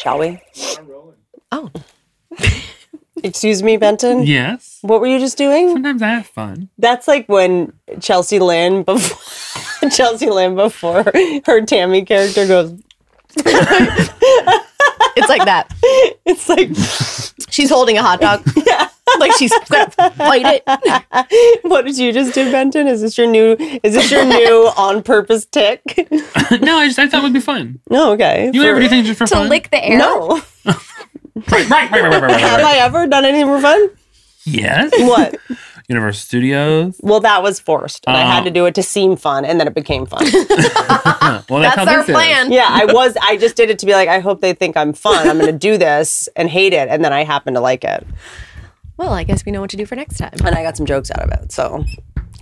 Shall we? I'm rolling. Oh. Excuse me, Benton? Yes. What were you just doing? Sometimes I have fun. That's like when Chelsea Lynn before Chelsea Lynn before her Tammy character goes, It's like that. it's like She's holding a hot dog. Like she's gonna fight it. what did you just do, Benton? Is this your new is this your new on purpose tick? no, I just I thought it would be fun. No, okay. You For- would ever do things just for to fun? lick the air. No. right, right, right, right, right, right, right, Have I right. ever done anything more fun? Yes. What? Universal Studios. Well, that was forced. And I had Oh. to do it to seem fun and then it became fun. Huh. Well, that's, That's how our this is. plan. yeah, I was I just did it to be like, I hope they think I'm fun. I'm gonna do this and hate it, and then I happen to like it. Well, I guess we know what to do for next time. and I got some jokes out of it. So,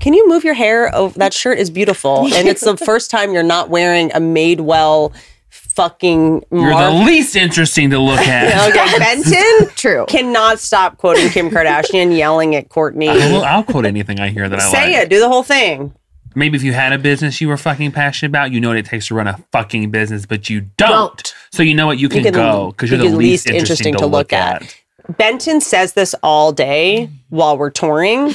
can you move your hair? Over? That shirt is beautiful, and it's the first time you're not wearing a Madewell fucking You're Mar- the least interesting to look at. Okay, Benton True. cannot stop quoting Kim Kardashian, yelling at Courtney. Well, I'll quote anything I hear that I Say like. it. Do the whole thing. Maybe if you had a business you were fucking passionate about, you know what it takes to run a fucking business, but you don't. Don't. So you know what? You can, can- go because you're you the can least, interesting, to look, at. Benton says this all day while we're touring,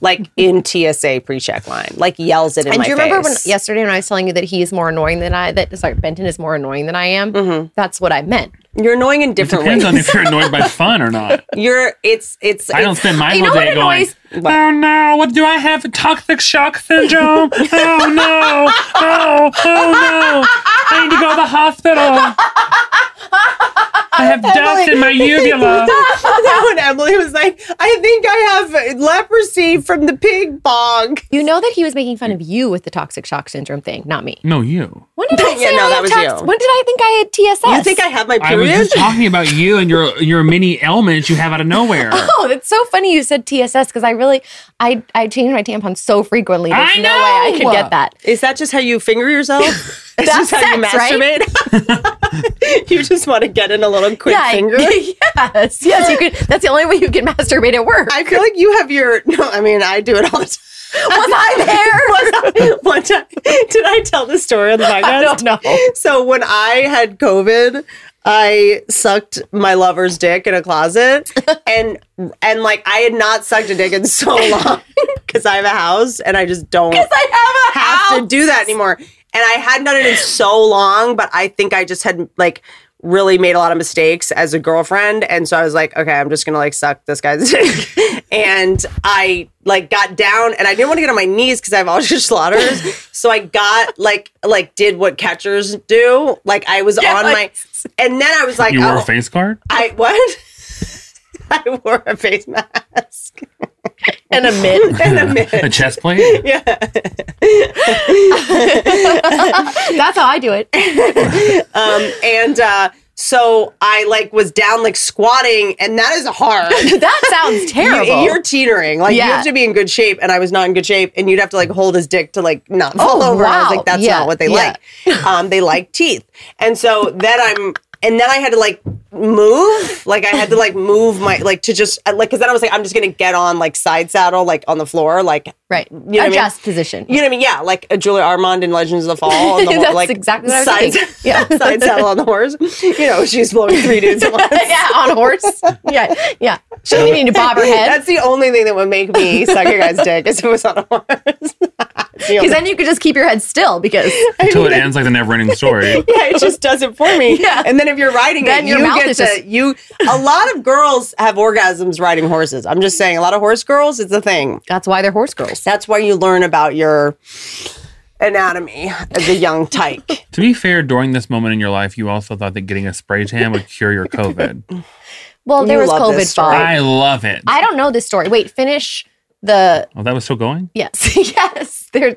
like in TSA pre-check line, like yells it in and my do you remember when face. yesterday when I was telling you that he is more annoying than I that sorry Benton is more annoying than I am? Mm-hmm. That's what I meant. You're annoying in different Depends ways. on if you're annoyed by fun or not. You're it's it's I it's- don't spend my You whole know day what going. annoys- Oh no! What do I have? Toxic shock syndrome? oh no! Oh oh no! I need to go to the hospital. I have dust in my uvula. that one, Emily was like, I think I have leprosy from the pig bog. You know that he was making fun of you with the toxic shock syndrome thing, not me. No, you. When did I Yeah, say no, I that had was tox- you. When did I think I had TSS? You think I have my I was period? just talking about you and your your mini ailments you have out of nowhere. Oh, it's so funny you said TSS because I really I I changed my tampon so frequently. There's I no way I know! could get that. Is that just how you finger yourself? Is this That's how you sex, right? masturbate? you just want to get in a little quick I- finger? yes, yes, you could. That's the only way you can masturbate at work. I feel like you have your. No, I mean, I do it all the time. was I there? One time, did I tell the story on the podcast? I don't know. So when I had COVID, I sucked my lover's dick in a closet, and and like I had not sucked a dick in so long because I have a house and I just don't I have a have to do that anymore. And I hadn't done it in so long, but I think I just had like really made a lot of mistakes as a girlfriend. And so I was like, okay, I'm just gonna like suck this guy's dick. and I like got down and I didn't want to get on my knees because I have Aldrich Slaughters. so I got like like did what catchers do. Like I was on my and then I was like, You wore oh, a face card. I what? I wore a face mask and a mitt. and a mitt. A chest plate. That's how I do it. Um, and uh, so I like was down like squatting, and that is hard. That sounds terrible. You, are teetering. Like you Yeah. have to be in good shape, and I was not in good shape, and you'd have to like hold his dick to like not fall Oh, over. I was wow. like, that's Yeah, not what they yeah. like. Um, they like teeth, and so then I'm. And then I had to like move, like I had to like move my like to just like because then I was like I'm just gonna get on like side saddle like on the floor like right. know what I mean? Adjust position. you know what I mean? Yeah, like a Julia Armand in Legends of the Fall. On the That's like, exactly what I was side, thinking. Yeah. side saddle on the horse. You know, she's blowing three dudes at once. yeah, on a horse. Yeah, yeah. She didn't even need to bob her head That's the only thing that would make me suck a guy's dick is if it was on a horse. It's the only- because then you could just keep your head still because Until it ends like the never-ending story. yeah, it just does it for me. Yeah. And then if you're riding Then it, your you mouth get to is just- you. A lot of girls have orgasms riding horses. I'm just saying, a lot of horse girls, it's a thing. that's why they're horse girls. That's why you learn about your anatomy as a young tyke. To be fair, during this moment in your life, you also thought that getting a spray tan would cure your COVID. Well, there You was love this COVID story. fog. I love it. I don't know this story. Wait, finish the Oh, that was still going? yes, yes. There,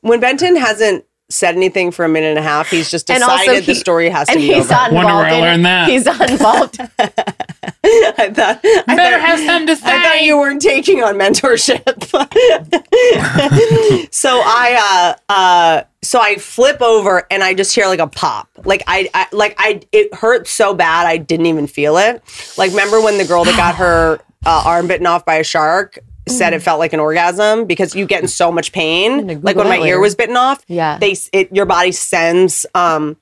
when Benton hasn't said anything for a minute and a half, he's just And decided also the he- story has to and be he's over. not Wonder where involved. I in it. learned that. He's not involved. I thought, I thought- Better have something to I thought say. you weren't taking on mentorship. so I uh uh so I flip over and I just hear like a pop. Like I, I like I it hurt so bad I didn't even feel it. Like remember when the girl that got her uh, arm bitten off by a shark said it felt like an orgasm because you get in so much Mm. gonna pain. Like Google when my that ear later. was bitten off, Yeah. they s- it your body sends um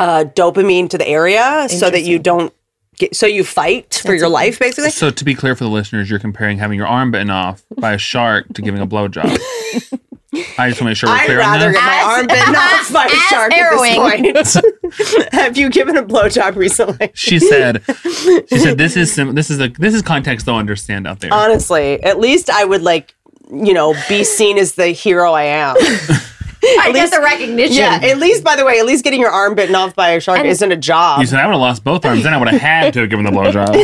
uh dopamine to the area so that you don't get so you fight for your life basically. So to be clear for the listeners, you're comparing having your arm bitten off by a shark to giving a blowjob. I just want to make sure we're I'd clear on rather that. get my arm bitten off by a as shark at this point. Have you given a blowjob recently? she said, she said this is sim- this is a this is context they'll understand out there. Honestly, at least I would like, you know, be seen as the hero I am. I get the recognition. yeah, at least by the way, at least getting your arm bitten off by a shark isn't a job. you said I would have lost both arms, then I would have had to have given the blowjob.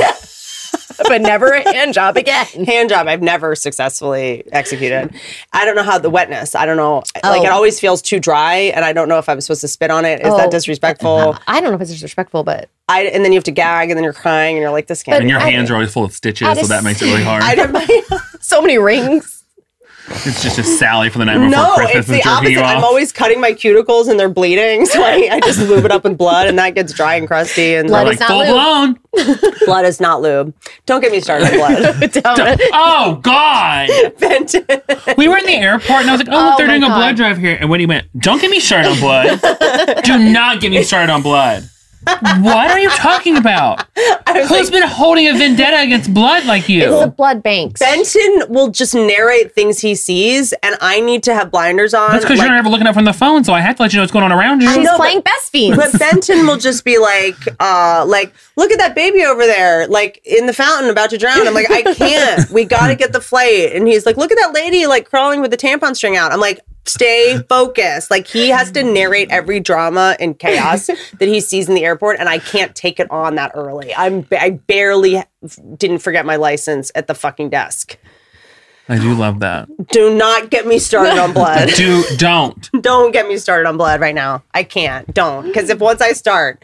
but never a hand job again. Hand job I've never successfully executed. I don't know how the wetness. I don't know. Like Oh. it always feels too dry, and I don't know if I'm supposed to spit on it. Is Oh. that disrespectful? I don't know if it's disrespectful, but I and then you have to gag, and then you're crying, and you're like, this And can't. your I- hands are always full of stitches, I so just- that makes it really hard. I don't. so many rings. it's just a Sally from the night before No, Christmas it's the is jerking opposite. you off. I'm always cutting my cuticles and they're bleeding. So I, I just lube it up with blood and that gets dry and crusty and Blood blood, like is not full lube. blown. is not lube. Don't get me started on blood. Don't- Oh God! Benton. We were in the airport, and I was like, "Oh, Oh, they're my doing a God. blood drive here." And Whitney went, "Don't get me started on blood. Do not get me started on blood. What are you talking about? Who's been holding a vendetta against blood like It's the you?" blood banks. Benton will just narrate things he sees and I need to have blinders on. That's because like- you're not ever looking up from the phone, so I have to let you know what's going on around you. She's No, but- playing best fiends. but Benton will just be like, uh, like, look at that baby over there, like in the fountain about to drown. I'm like, I can't. We gotta get the flight. And he's like, look at that lady like crawling with the tampon string out. I'm like, stay focused. Like he has to narrate every drama and chaos that he sees in the airport, and I can't take it on that early. I'm I barely f- didn't forget my license at the fucking desk. I do love that. Do not get me started on blood. Do don't. Don't get me started on blood right now. I can't. Don't. Because if once I start,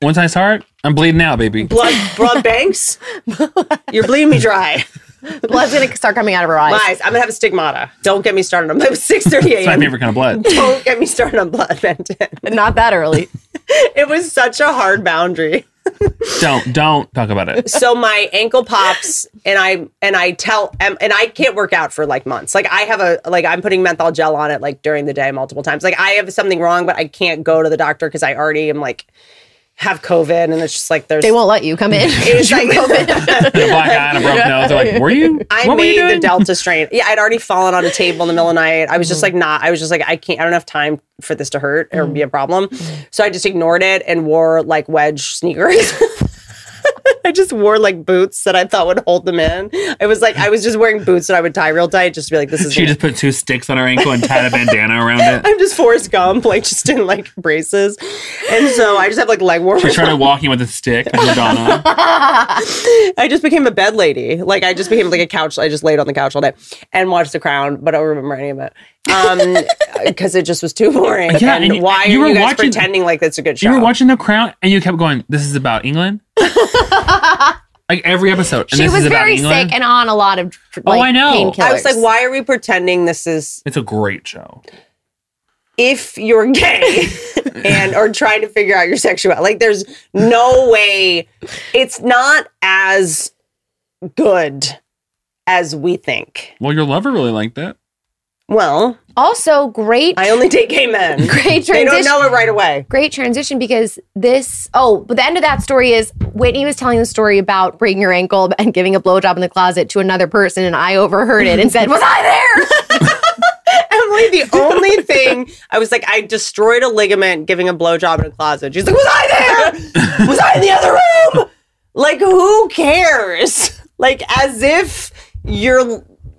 Once I start, I'm bleeding out, baby. blood blood banks you're bleeding me dry blood's gonna start coming out of her eyes. my eyes i'm gonna have a stigmata don't get me started on blood 6.30 It's my a.m favorite kind of blood. don't get me started on blood Benton. Not that early. it was such a hard boundary Don't don't talk about it. so my ankle pops and i and i tell and, and i can't work out for like months like i have a like i'm putting menthol gel on it like during the day multiple times like i have something wrong but i can't go to the doctor because i already am like have covid and it's just like there's They won't let you come in. it's like covid A black eye and a broken nose. They're like, "Were you? I what were you made doing?" the Delta strain. Yeah, I'd already fallen on a table in the middle of the night. I was Mm. just like, not. I was just like, I can't. I don't have time for this to hurt or Mm. be a problem. So I just ignored it and wore like wedge sneakers. I just wore like boots that I thought would hold them in. It was like I was just wearing boots that I would tie real tight, just to be like, this is. she just put two sticks on her ankle and tied a bandana around it. I'm just Forrest Gump, like just in like braces, and so I just have like leg warmers. She started walking with a stick, like Madonna. I just became a bed lady. Like I just became like a couch. I just laid on the couch all day and watched The Crown, but I don't remember any of it because it just was too boring. Yeah, and, and you- why you are were you guys watching- pretending like that's a good show? You were watching The Crown and you kept going, This is about England? like every episode. And she this was is about very England. sick and on a lot of dr- Oh, like, I know. painkillers. I was like, why are we pretending this is it's a great show. if you're gay and or trying to figure out your sexuality? Like there's no way it's not as good as we think. Well, your lover really liked it. Well, Also, great, I only date gay men. great They don't transition. know it right away. Great transition because this. Oh, but the end of that story is Whitney was telling the story about breaking your ankle and giving a blowjob in the closet to another person, and I overheard it and said, "Was I there?" Emily, the only thing I was like, I destroyed a ligament giving a blowjob in a closet. She's like, Was I there? Was I in the other room? Like, who cares? Like, as if you're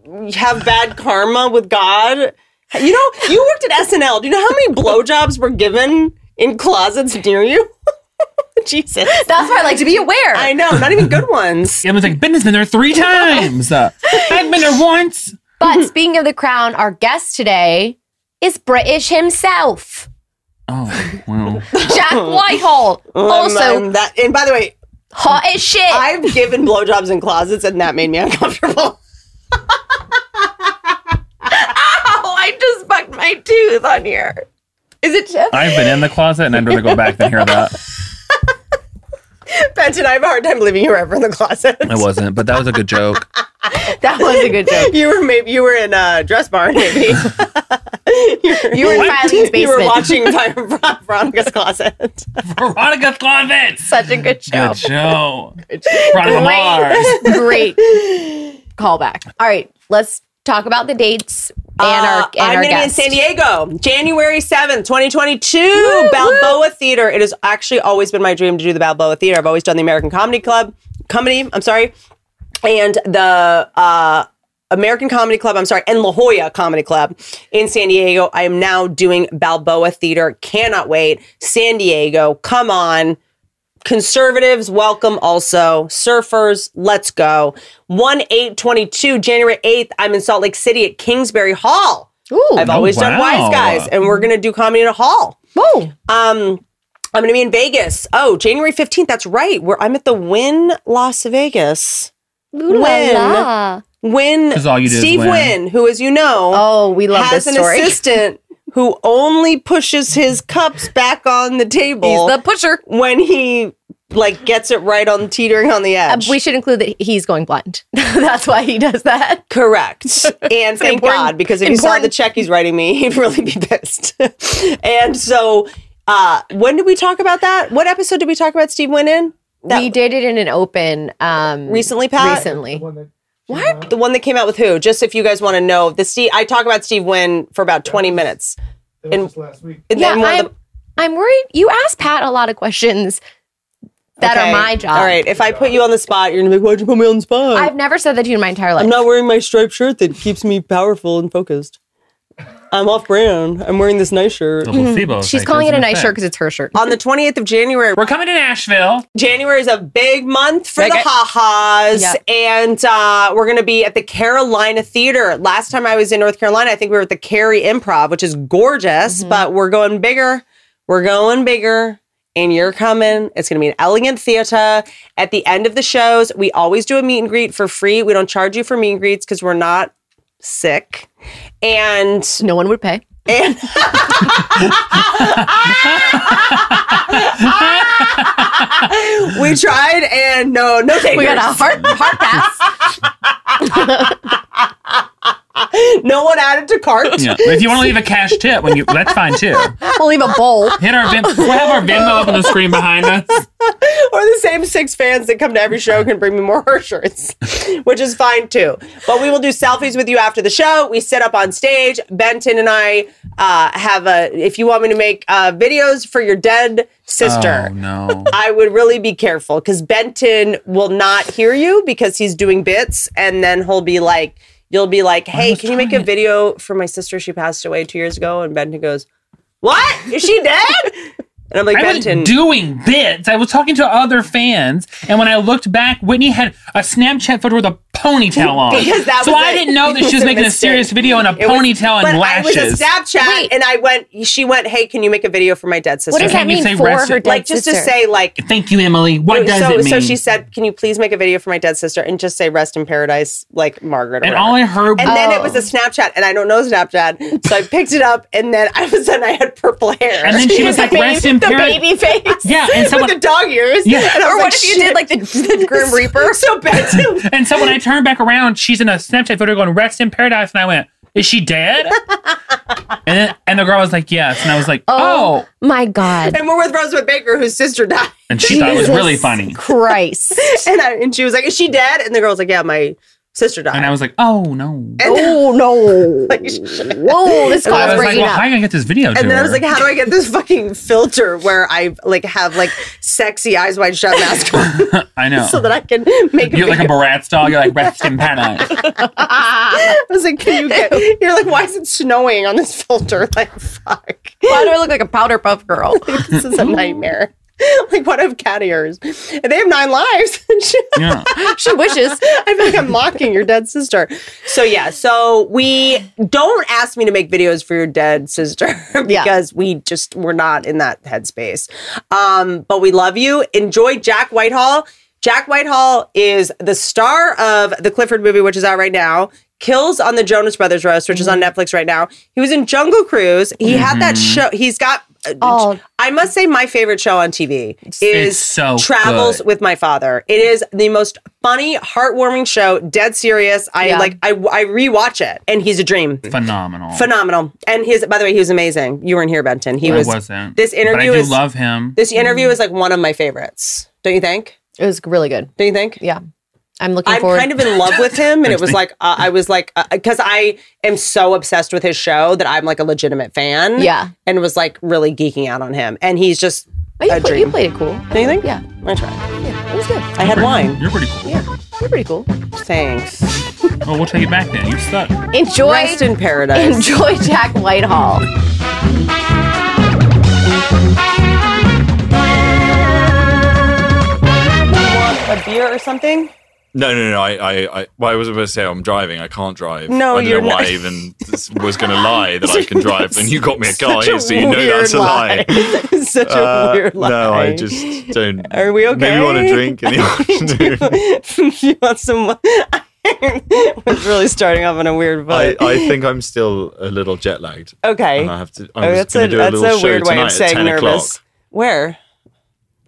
you have bad karma with God. You know, you worked at SNL. Do you know how many blowjobs were given in closets near you? Jesus. That's why I like to be aware. I know, not even good ones. Emma's like, Ben has been there three times. Uh, I've been there once. Mm-hmm. But speaking of the crown, our guest today is British himself. Oh, well. Jack Oh. Whitehall, Um, also and that, and by the way, hot as shit. I've given blowjobs in closets, and that made me uncomfortable. oh, I just bucked my tooth on here. Is it just? I've been in the closet and I'd rather go back than hear that. Benton, I have a hard time believing you were ever in the closet. I wasn't, but that was a good joke. That was a good joke. You were maybe you were in a dress barn, maybe. You were in Filene's you were basement. watching Ver- Veronica's closet. Veronica Clavitz! Such a good show. Good show. Veronica Mars. Great callback. All right, let's talk about the dates and our Uh, and I'm going our to be in guests. San Diego, January 7th, 2022, Balboa Theater. It has actually always been my dream to do the Balboa Theater. I've always done the American Comedy Club, comedy, I'm sorry, and the uh, American Comedy Club, I'm sorry, and La Jolla Comedy Club in San Diego. I am now doing Balboa Theater. Cannot wait. San Diego, come on. Conservatives, welcome also. Surfers, let's go. 1 8 22, January 8th, I'm in Salt Lake City at Kingsbury Hall. Ooh, I've always Oh, wow. done Wise Guys, and we're going to do comedy in a hall. Um, whoa. I'm going to be in Vegas. Oh, January 15th, that's right. Where I'm at the Win Las Vegas. Ooh la When- la. Win, 'Cause all you do is Steve win. Wynn, who, as you know, Oh, we love has this an story. assistant who only pushes his cups back on the He's table the pusher. when he like gets it right on teetering on the Uh, edge. we should include that he's going blind. That's why he does that. Correct. And thank important- God, because if he saw the important. check he's writing me, he'd really be pissed. and so, uh, when did we talk about that? What episode did we talk about Steve Wynn in? That- we did it in an open um Recently, Pat? recently. The one that came out with who? Just if you guys want to know. The Steve, I talk about Steve Wynn for about 20 minutes. in, last week. And Yeah, then one of I'm, the- I'm worried. You asked Pat a lot of questions that Okay. are my job. All right. If I put you on the spot, you're going to be like, why'd you put me on the spot? I've never said that to you in my entire life. I'm not wearing my striped shirt that keeps me powerful and focused. I'm off brand. I'm wearing this nice shirt. The placebo She's effect calling it is a an nice shirt effect. because it's her shirt. On the 28th of January, We're coming to Nashville. January is a big month for Big the it. ha-has. Yep. And uh, we're going to be at the Carolina Theater. Last time I was in North Carolina, I think we were at the Cary Improv, which is gorgeous, Mm-hmm. but we're going bigger. We're going bigger. And you're coming. It's going to be an elegant theater. At the end of the shows, we always do a meet and greet for free. We don't charge you for meet and greets because we're not sick. And No one would pay. and we tried and no, no takers. We got a hard, hard pass. no one added to cart. Yeah. If you want to leave a cash tip, when you that's fine too. We'll leave a bowl. Hit our Vim- we'll have our Venmo up on the screen behind us. Or the same six fans that come to every show can bring me more her shirts, which is fine too. But we will do selfies with you after the show. We sit up on stage. Benton and I uh, have a, if you want me to make uh, videos for your dead sister. Oh no. I would really be careful because Benton will not hear you because he's doing bits, and then he'll be like, "You'll be like, hey, can you make a video for my sister? She passed away two years ago." And Benton goes, "What? Is she dead?" And I'm like, I was Benton, doing bits. I was talking to other fans, and when I looked back, Whitney had a Snapchat photo with a ponytail on. Because that so was I it. didn't know It that she was was a making a mistake. serious video in a it was- ponytail but and I was lashes. a Snapchat, Wait. and I went. She went, "Hey, can you make a video for my dead sister?" What does Can that you mean say for rest- her dead like just sister? to say, like. Thank you, Emily. What does so, it mean? so she said, "Can you please make a video for my dead sister and just say rest in paradise, like Margaret?" or and Oh. whatever." all I heard. And was then it was a Snapchat, and I don't know Snapchat, so I picked it up, and then I was then I had purple hair. and then she was The like, "Rest baby, in the paradise." baby face. Yeah, and someone with the dog ears. Yeah. And I was Or what like, if you "Shit." did like the, the Grim Reaper? so Benton? And so when I turned back around, she's in a Snapchat photo going "Rest in Paradise," and I went, "Is she dead?" and then, and the girl was like, "Yes," and I was like, "Oh,", my God. and we're with Rosewood Baker, whose sister died, and she thought it was really Jesus funny, Christ. and I, and she was like, "Is she dead?" And the girl was like, "Yeah, my sister died." and I was like, "Oh no." oh no. Whoa, this I call I was is like, breaking well, how are up. you gonna get this video to and then I her? was like, "How do I get this fucking filter where I like have like sexy eyes wide shut mask on I know. so that I can make a you're like a video?" Baratz doll. You're like rest in paradise. I was like, "Can you get?" You're like, "Why is it snowing on this filter?" Like, fuck, Why do I look like a powder puff girl? this is a nightmare. like, what if cat ears? And they have nine lives. She- Yeah. she wishes. I feel like I'm mocking your dead sister. So yeah, so we don't ask me to make videos for your dead sister Yeah. because we just we're not in that headspace. Um, but we love you. Enjoy Jack Whitehall. Jack Whitehall is the star of the Clifford movie, which is out right now. Kills on the Jonas Brothers roast, which is on Netflix right now. He was in Jungle Cruise. He had that show. He's got. uh, Oh. I must say, my favorite show on TV is so Travels good. with my father. It is the most funny, heartwarming show. Dead serious. I Yeah. like. I I rewatch it, and he's a dream. Phenomenal. Phenomenal. And his. By the way, he was amazing. You weren't here, Benton. He I was. wasn't. This but I interview do is. love him. this interview is like one of my favorites. Don't you think? It was really good. Don't you think? Yeah. I'm looking I'm forward. kind of in love with him, and it was like uh, I was like because I am so obsessed with his show that I'm like a legitimate fan. Yeah. and was like really geeking out on him, and he's just Oh, you, a play- dream. you played it cool. Don't you think? Yeah. I tried. Yeah, it was good. I had wine. You're pretty cool. Yeah, you're pretty cool. Thanks. Well, we'll take it back then. You're stuck. Enjoy. Rest in paradise. enjoy Jack Whitehall. want a beer or something? No, no, no. I, I, I, well, I was about to say I'm driving. I can't drive. No, I don't you're know why not. I even was going to lie that I can drive. And you got me a car here, so you know weird that's a lie. Such a Uh, weird lie. No, I just don't. Are we Maybe you want okay? a drink in the afternoon. you want some? it's really starting off on a weird I, foot. I think I'm still a little jet lagged. okay. And I have to. I'm Oh, just that's a, going to do a that's little a show weird way tonight of at saying 10 nervous. o'clock. Where?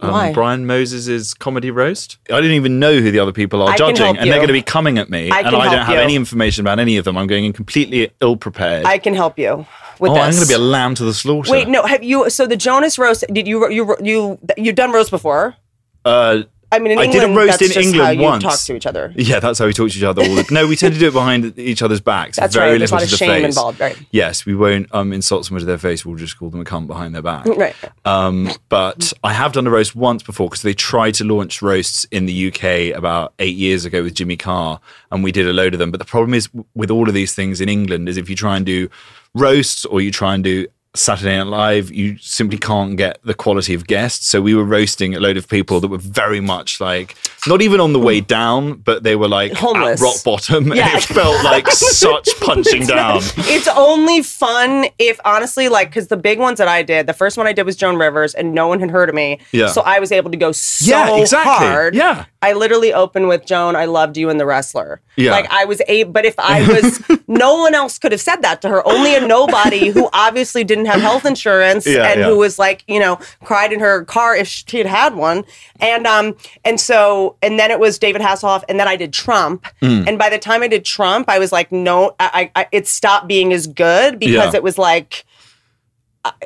Um, Why? Brian Moses' comedy roast. I don't even know who the other people are I can judging, help and they're you. going to be coming at me, I and can I don't help have you. any information about any of them. I'm going in completely ill prepared. I can help you with Oh, this. I'm going to be a lamb to the slaughter. Wait, no. Have you? So the Jonas roast? Did you you you you done roast before? Uh, I mean, in I did a England, roast that's in just England how once. You talk to each other. yeah, that's how we talk to each other all the No, we tend to do it behind each other's backs. That's very right. There's a little lot of to the shame face. involved, right? Yes, we won't um, insult someone to their face. We'll just call them a cunt behind their back. Right. Um, but I have done a roast once before because they tried to launch roasts in the UK about eight years ago with Jimmy Carr, and we did a load of them. But the problem is w- with all of these things in England is if you try and do roasts or you try and do Saturday Night Live, you simply can't get the quality of guests. So we were roasting a load of people that were very much like not even on the way down, but they were like Homeless. at rock bottom, Yeah. and it felt like such punching down. It's only fun if honestly, like, because the big ones that I did, the first one I did was Joan Rivers, and no one had heard of me. Yeah. So I was able to go so Yeah, exactly. hard. Yeah. I literally opened with Joan, I loved you and the wrestler. Yeah. Like I was a but if I was no one else could have said that to her. Only a nobody who obviously didn't have health insurance Yeah, and yeah. who was like, you know, cried in her car if she had had one. And um and so and then it was David Hasselhoff and then I did Trump. Mm. And by the time I did Trump, I was like, no, I, I I- it stopped being as good because Yeah. it was like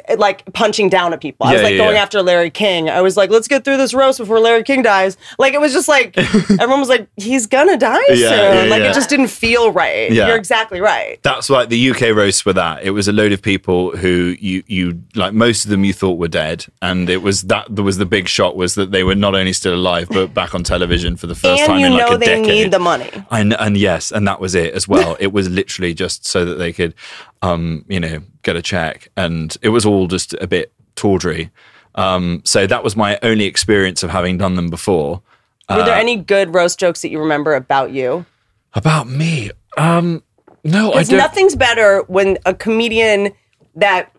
it, like punching down at people. I was Yeah, like yeah, going yeah. after Larry King. I was like, let's get through this roast before Larry King dies. Like it was just like everyone was like, he's gonna die Yeah, soon. yeah, like yeah. it just didn't feel right. Yeah. You're exactly right. That's like the UK roasts were that. It was a load of people who you you like most of them you thought were dead, and it was that that was the big shock was that they were not only still alive but back on television for the first and time you in like know a they decade. need the money. And and yes, and that was it as well. it was literally just so that they could, um, you know, get a check, and it was all just a bit tawdry. Um, so that was my only experience of having done them before. Were Uh, there any good roast jokes that you remember about you? About me, um, no, I Because don't. nothing's better when a comedian that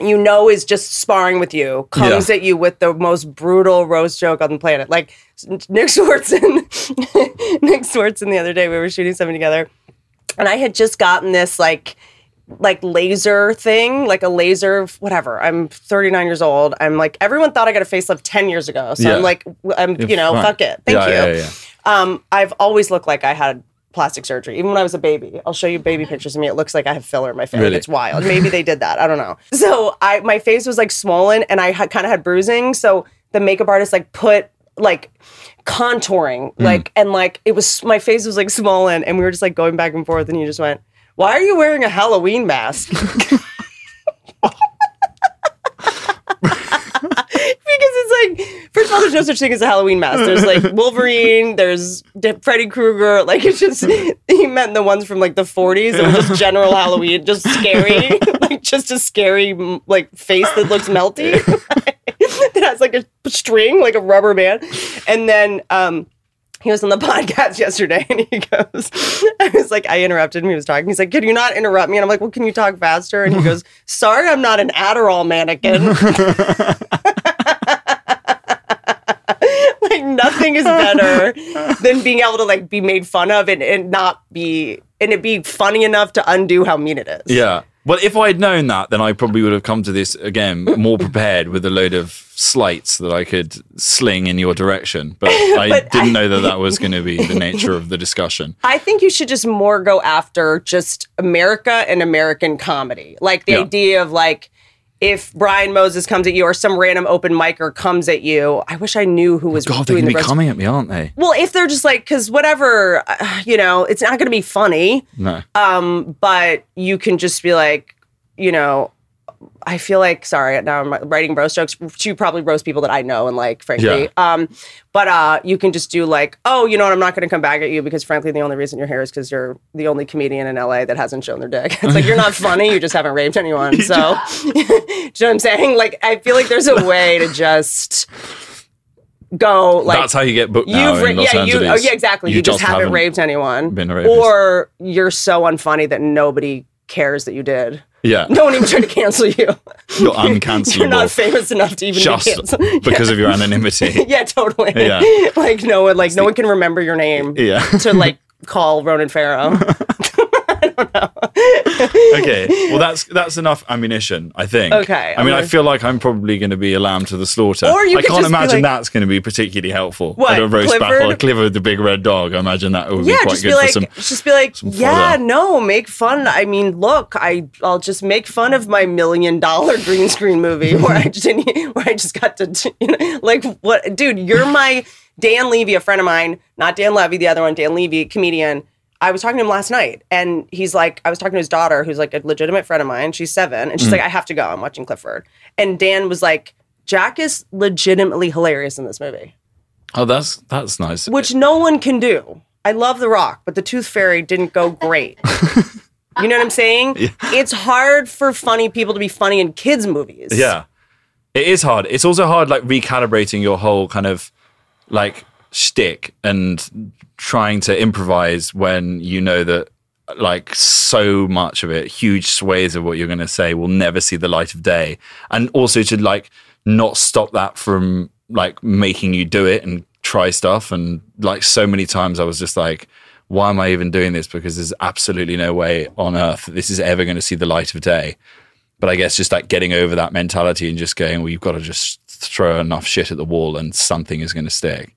you know is just sparring with you comes Yeah. at you with the most brutal roast joke on the planet. Like Nick Swartzen, Nick Swartzen the other day, we were shooting something together, and I had just gotten this like like laser thing, like a laser, whatever. I'm 39 years old. I'm like, everyone thought I got a facelift 10 years ago. So Yeah. I'm like, w- I'm, you know, Fine. fuck it. Thank Yeah, you yeah, yeah. um, I've always looked like I had plastic surgery, even when I was a baby. I'll show you baby pictures of me. It looks like I have filler in my face. Really? It's wild. Maybe they did that. I don't know. So I, my face was like swollen, and I had, kind of had bruising. So the makeup artist like put like contouring, like and like it was my face was like swollen, and we were just like going back and forth, and you just went, "Why are you wearing a Halloween mask?" because it's like, first of all, there's no such thing as a Halloween mask. There's like Wolverine, there's D- Freddy Krueger. Like it's just he meant the ones from like the 40s and just general Halloween, just scary, like just a scary mm, like face that looks melty. that has like a string, like a rubber band. And then um, he was on the podcast yesterday and he goes, I was like, I interrupted him. He was talking. He's like, Can you not interrupt me? And I'm like, Well, can you talk faster? And he goes, Sorry, I'm not an Adderall mannequin. like, nothing is better than being able to like be made fun of and, and not be, and it be funny enough to undo how mean it is. Yeah. Well, if I had known that, then I probably would have come to this again more prepared with a load of slights that I could sling in your direction. But I didn't know that that was going to be the nature of the discussion. I think you should just more go after just America and American comedy. Like the Yeah. idea of like if Brian Moses comes at you or some random open micer comes at you. I wish I knew who was Oh God, they're doing the going to be roast. coming at me, aren't they? Well, if they're just like cuz whatever, uh, you know, it's not going to be funny, No. but you can just be like, you know, I feel like sorry now I'm writing roast jokes to probably roast people that I know and like frankly. Yeah. Um, but uh, you can just do like, oh, you know what? I'm not going to come back at you because frankly, the only reason you're here is because you're the only comedian in LA that hasn't shown their dick. It's like you're not funny. You just haven't raped anyone. So, do you know what I'm saying? Like, I feel like there's a way to just go like That's how you get booked now You've in Los yeah, you, oh, Angeles. yeah, exactly. You, just, haven't, raped anyone, been a rapist. or you're so unfunny that nobody cares that you did. Yeah. No one even tried to cancel you. You're uncancelable. You're not famous enough to even be just canceled. because of your anonymity. yeah, totally. Yeah. like no one, like no one can remember your name. Yeah. to like call Ronan Farrow. okay. Well, that's that's enough ammunition, I think. Okay, I mean, I okay. feel like I'm probably going to be a lamb to the slaughter. Or you I could can't just be imagine like- that's going to be particularly helpful. What, At a roast battle, Clifford? Clifford the big red dog. I imagine that would yeah, be quite just good be, like, for some. just be like, yeah, fodder. no, make fun. I mean, look, I I'll just make fun of my million dollar green screen movie where I just didn't, e, where I just got to you know, like what, dude, you're my Dan Levy, a friend of mine, not Dan Levy, the other one, Dan Levy, comedian. I was talking to him last night, and he's like, I was talking to his daughter, who's like a legitimate friend of mine. She's seven, Mm. and she's like, I have to go. I'm watching Clifford, and Dan was like, Jack is legitimately hilarious in this movie Oh, that's that's nice. which no one can do. I love The Rock, but The Tooth Fairy didn't go great. you know what I'm saying? It's hard for funny people to be funny in kids' movies. Yeah. It is hard. It's also hard, like recalibrating your whole kind of like shtick and trying to improvise when you know that like so much of it, huge swathes of what you're going to say will never see the light of day. And also to like not stop that from like making you do it and try stuff. And like so many times I was just like, why am I even doing this? Because there's absolutely no way on earth that this is ever going to see the light of day. But I guess just like getting over that mentality and just going, well, you've got to just throw enough shit at the wall and something is going to stick.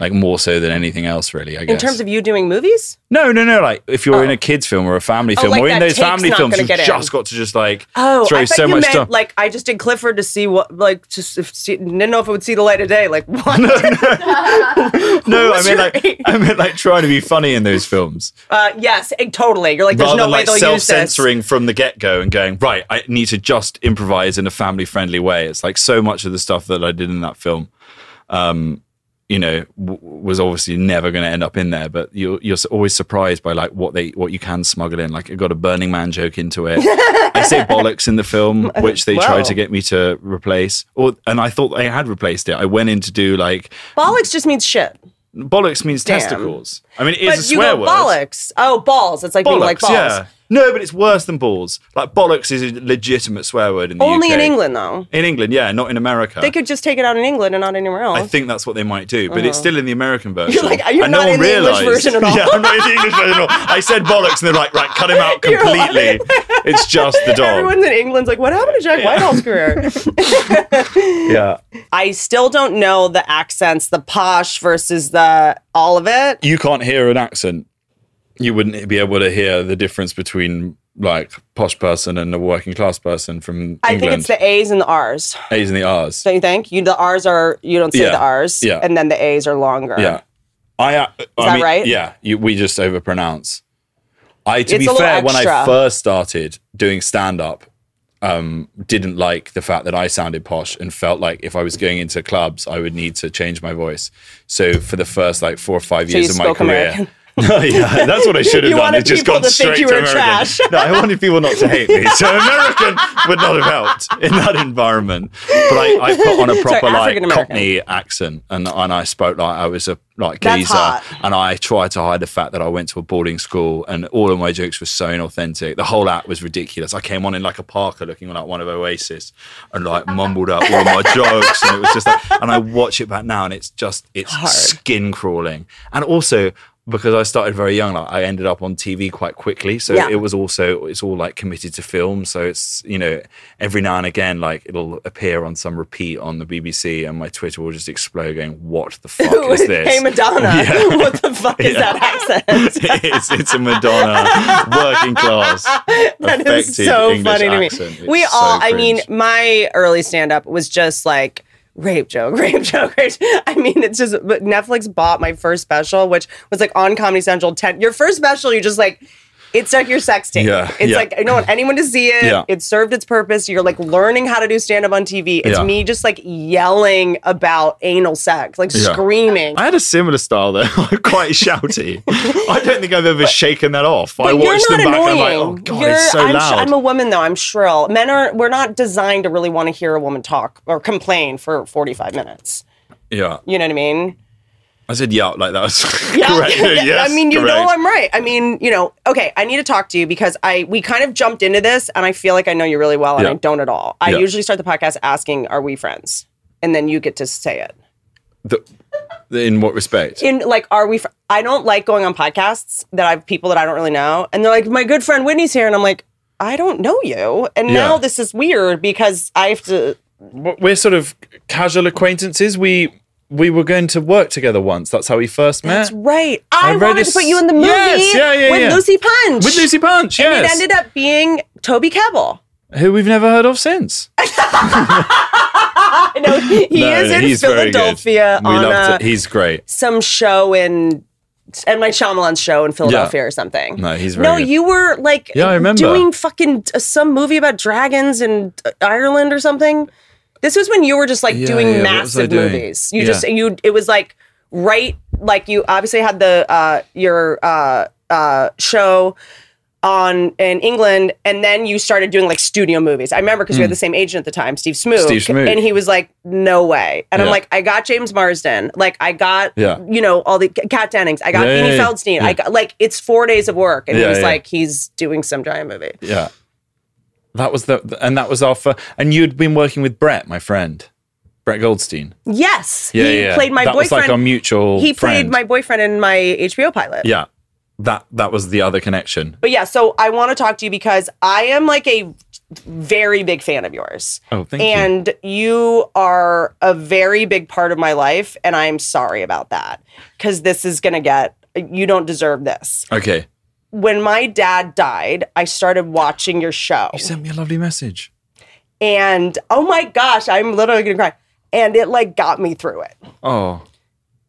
Like more so than anything else, really. I In guess. terms of you doing movies, no, no, no. Like if you're in a kids film or a family film Oh, like or in that those tape's family not films, gonna you've get in. just got to just like oh, throw I thought so you much meant stuff. like I just did Clifford to see what, like, just if, see, didn't know if it would see the light of day. Like, what? no, I what's mean your like age? I mean like trying to be funny in those films, uh, yes, eh, totally. You're like, there's rather no than way like they'll use this. self-censoring from the get-go and going right. I need to just improvise in a family-friendly way. It's like so much of the stuff that I did in that film. Um, you know, w- was obviously never going to end up in there, but you're you're s- always surprised by like what they what you can smuggle in. Like I got a Burning Man joke into it. I say bollocks in the film, which they Wow. tried to get me to replace, or and I thought they had replaced it. I went in to do like Bollocks just means shit. bollocks means testicles. I mean, it is a But you swear go word. bollocks. Oh, balls. It's like being like Bollocks, balls. yeah. No, but it's worse than balls. Like bollocks is a legitimate swear word in the Only UK. in England, though. In England, yeah, not in America. They could just take it out in England and not anywhere else. Uh. I think that's what they might do, but it's still in the American version. You're like, you're and not no one in the English realized. version at all. Yeah, I'm not in the English version at all. I said bollocks, and they're like, right, cut him out You're like- completely. it's just the dog. Everyone's in England's like, what happened to Jack Whitehall's career? yeah. I still don't know the accents, the posh versus the all of it. you can't hear an accent, you wouldn't be able to hear the difference between like posh person and a working class person from I think England. it's the A's and the R's. the A's and the R's. Don't you think? You the R's are you don't say Yeah. the R's, Yeah. and then the A's are longer. yeah, I. Uh, I that mean, right? Yeah, you, we just overpronounce. I to It's be a little fair, when I extra. first started doing stand up, um, didn't like the fact that I sounded posh and felt like if I was going into clubs, I would need to change my voice. So for the first like four or five So years you of my spoke career, American. Oh, yeah, that's what I should have You done. wanted It's just people gone to straight think you to were American. trash. No, I wanted people not to hate me, so American would not have helped in that environment. But I, I put on a proper like African-American. Cockney accent, and and I spoke like I was a like That's geezer, hot. and I tried to hide the fact that I went to a boarding school, and all of my jokes were so inauthentic. The whole act was ridiculous. I came on in like a Parker, looking like one of Oasis, and like mumbled out all my jokes, and it was just like. And I watch it back now, and it's just it's skin crawling, and also. Because I started very young, like I ended up on TV quite quickly, so Yeah. it was also it's all like committed to film. So it's you know every now and again, like it'll appear on some repeat on the BBC, and my Twitter will just explode, going, "What the fuck is this?" Hey Madonna, Yeah. what the fuck is Yeah. that accent? it's, it's a Madonna working class. That is affected so English funny to me. accent. It's we so all, I mean, cringe. my early stand up was just like rape joke, rape joke, rape. joke. I mean, it's just, but Netflix bought my first special, which was like on Comedy Central 10. Your first special, you just like, it's like your sex tape. Yeah, it's yeah. like I don't want anyone to see it. Yeah. It served its purpose. You're like learning how to do stand up on TV. It's Yeah. me just like yelling about anal sex, like Yeah. screaming. I had a similar style though, quite shouty. I don't think I've ever shaken that off. I But watched you're not them back annoying. and I'm like, oh god, you're, it's so I'm, sh- loud. I'm a woman though. I'm shrill. Men are. We're not designed to really want to hear a woman talk or complain for 45 minutes. yeah, You know what I mean? I said yeah like that was Yeah. correct. yes, I mean, you correct. know I'm right. I mean, you know. Okay, I need to talk to you because I we kind of jumped into this, and I feel like I know you really well, and Yeah. I don't at all. I Yeah. usually start the podcast asking, "Are we friends?" And then you get to say it. The- in what respect? in like are we fr- i don't like going on podcasts that i've people that i don't really know and they're like my good friend whitney's here and i'm like i don't know you and Yeah. now this is weird because i have to W- we're sort of casual acquaintances. We we were going to work together once. That's how we first met. right i, I read wanted a to put you in the movie s- yes, yeah, yeah, with yeah. lucy punch With Lucy Punch, it yes, ended up being toby Kebbell. who we've never heard of since. i know he No, is in he's very good. philadelphia We on loved uh, it. He's great. some show in and my Shyamalan's show in Philadelphia or something. No, he's very no. good. You were like, Yeah, I remember. doing fucking uh, some movie about dragons in uh, Ireland or something. This was when you were just like Yeah, doing yeah, what was I massive doing? movies. You Yeah. just you it was like right like you obviously had the uh your uh uh show on in England and then you started doing like studio movies. I remember because we had the same agent at the time, Steve Smoot. Hmm. Steve Smoot. And he was like, no way. And I'm Yeah. like, I got James Marsden. Like I got Yeah. you know, all the Cat Dennings. I got Yeah, Beanie yeah, yeah. Feldstein. Yeah. I got like it's four days of work, and Yeah, he was yeah. like, he's doing some giant movie. Yeah. That was the and that was our fir- and you'd been working with Brett, my friend. Brett Goldstein. Yes, Yeah, he yeah. played my that boyfriend. was like our mutual he played friend. my boyfriend in my HBO pilot. Yeah. That that was the other connection. But yeah, so I want to talk to you because I am like a very big fan of yours. Oh, thank you. and you. are a very big part of my life, and I'm sorry about that because this is gonna get you don't deserve this. Okay. When my dad died, I started watching your show. You sent me a lovely message. and oh my gosh, I'm literally gonna cry. And it like got me through it. Oh.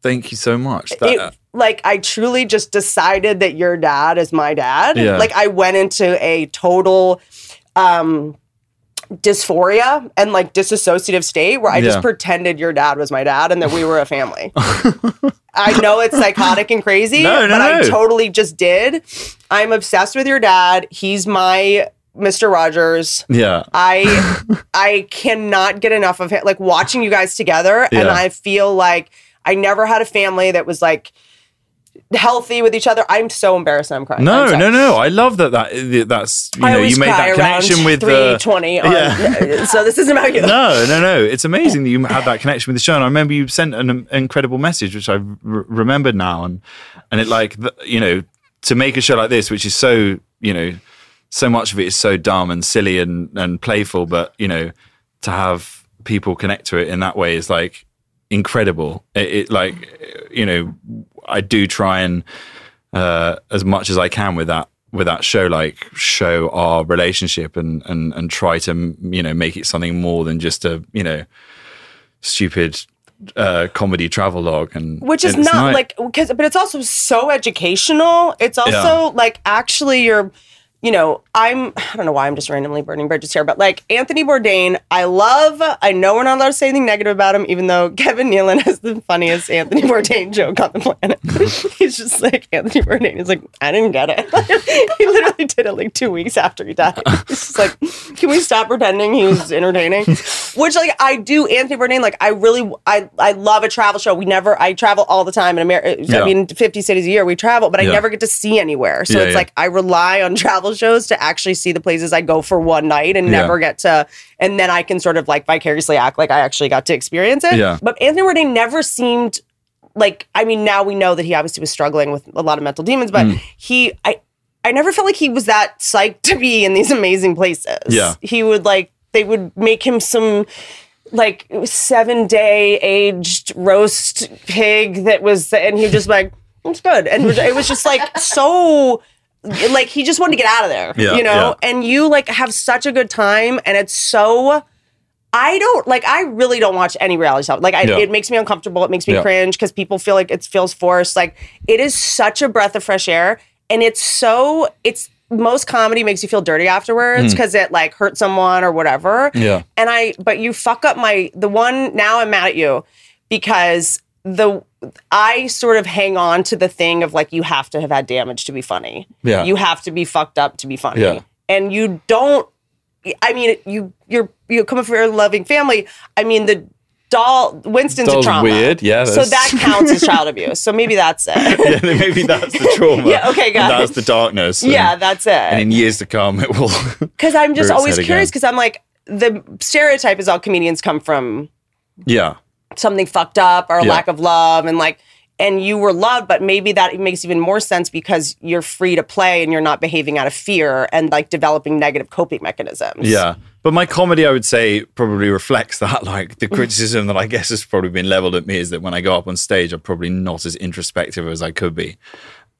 Thank you so much. it That, uh, like I truly just decided that your dad is my dad. Yeah. Like I went into a total um dysphoria and like disassociative state where I Yeah. just pretended your dad was my dad and that we were a family. I know it's psychotic and crazy, No, no, but I no. totally just did. I'm obsessed with your dad. He's my Mr. Rogers. yeah. I I cannot get enough of it. Like watching you guys together, and Yeah. I feel like I never had a family that was like healthy with each other. I'm so embarrassed. I'm crying. No, I'm sorry. no, no. I love that that that's you I know, always you made cry that connection around with the 320. on- Yeah. so this isn't about you. no, no, no. It's amazing that you had that connection with the show. And I remember you sent an um, incredible message, which I r- remembered now. And and it like th- you know to make a show like this, which is so you know so much of it is so dumb and silly and and playful, but you know to have people connect to it in that way is like incredible. It, it like you know I do try and uh, as much as I can with that with that show like show our relationship and and and try to m- you know make it something more than just a you know stupid uh comedy travelogue and Which is it's not like because, but it's also so educational. It's also Yeah. like actually you're you know, I'm, I don't know why I'm just randomly burning bridges here, but like Anthony Bourdain, I love, I know we're not allowed to say anything negative about him, even though Kevin Nealon has the funniest Anthony Bourdain joke on the planet. He's just like, Anthony Bourdain is like, I didn't get it. he literally did it like two weeks after he died. It's just like, can we stop pretending he was entertaining? Which like I do Anthony Bourdain, like I really, I, I love a travel show. We never, I travel all the time in America. Yeah. I mean, 50 cities a year we travel, but I Yeah. never get to see anywhere. So Yeah, it's yeah. like I rely on travel shows to actually see the places I go for one night and Yeah. never get to, and then I can sort of like vicariously act like I actually got to experience it. Yeah. But Anthony Bourdain never seemed like, I mean, now we know that he obviously was struggling with a lot of mental demons, but Mm. he, I, I never felt like he was that psyched to be in these amazing places. Yeah. He would like, they would make him some like seven day aged roast pig that was, and he just like, it's good. And it was just like so, like he just wanted to get out of there, Yeah, you know? And you like have such a good time and it's so, I don't like, I really don't watch any reality show. Like I, Yeah. it makes me uncomfortable. It makes me Yeah. cringe because people feel like it feels forced. Like it is such a breath of fresh air and it's so, it's, most comedy makes you feel dirty afterwards Hmm. because it like hurt someone or whatever. Yeah. And I, but you fuck up my, the one, now I'm mad at you because the, I sort of hang on to the thing of like, you have to have had damage to be funny. Yeah. You have to be fucked up to be funny. Yeah. And you don't, I mean, you, you're, you're coming from a loving family. I mean, the doll, Winston's Doll's a trauma. weird, yeah, So that's- that counts as child abuse. So maybe that's it. yeah, then maybe that's the trauma. Yeah, okay, got it. That's the darkness. and- yeah, that's it. And in years to come, it will. Because I'm just Or it's always that again. curious. Because I'm like the stereotype is all comedians come from yeah. something fucked up or a Yeah. lack of love, and like, and you were loved, but maybe that makes even more sense because you're free to play and you're not behaving out of fear and like developing negative coping mechanisms. Yeah. But my comedy, I would say, probably reflects that. Like Mm. the criticism that I guess has probably been leveled at me is that when I go up on stage, I'm probably not as introspective as I could be.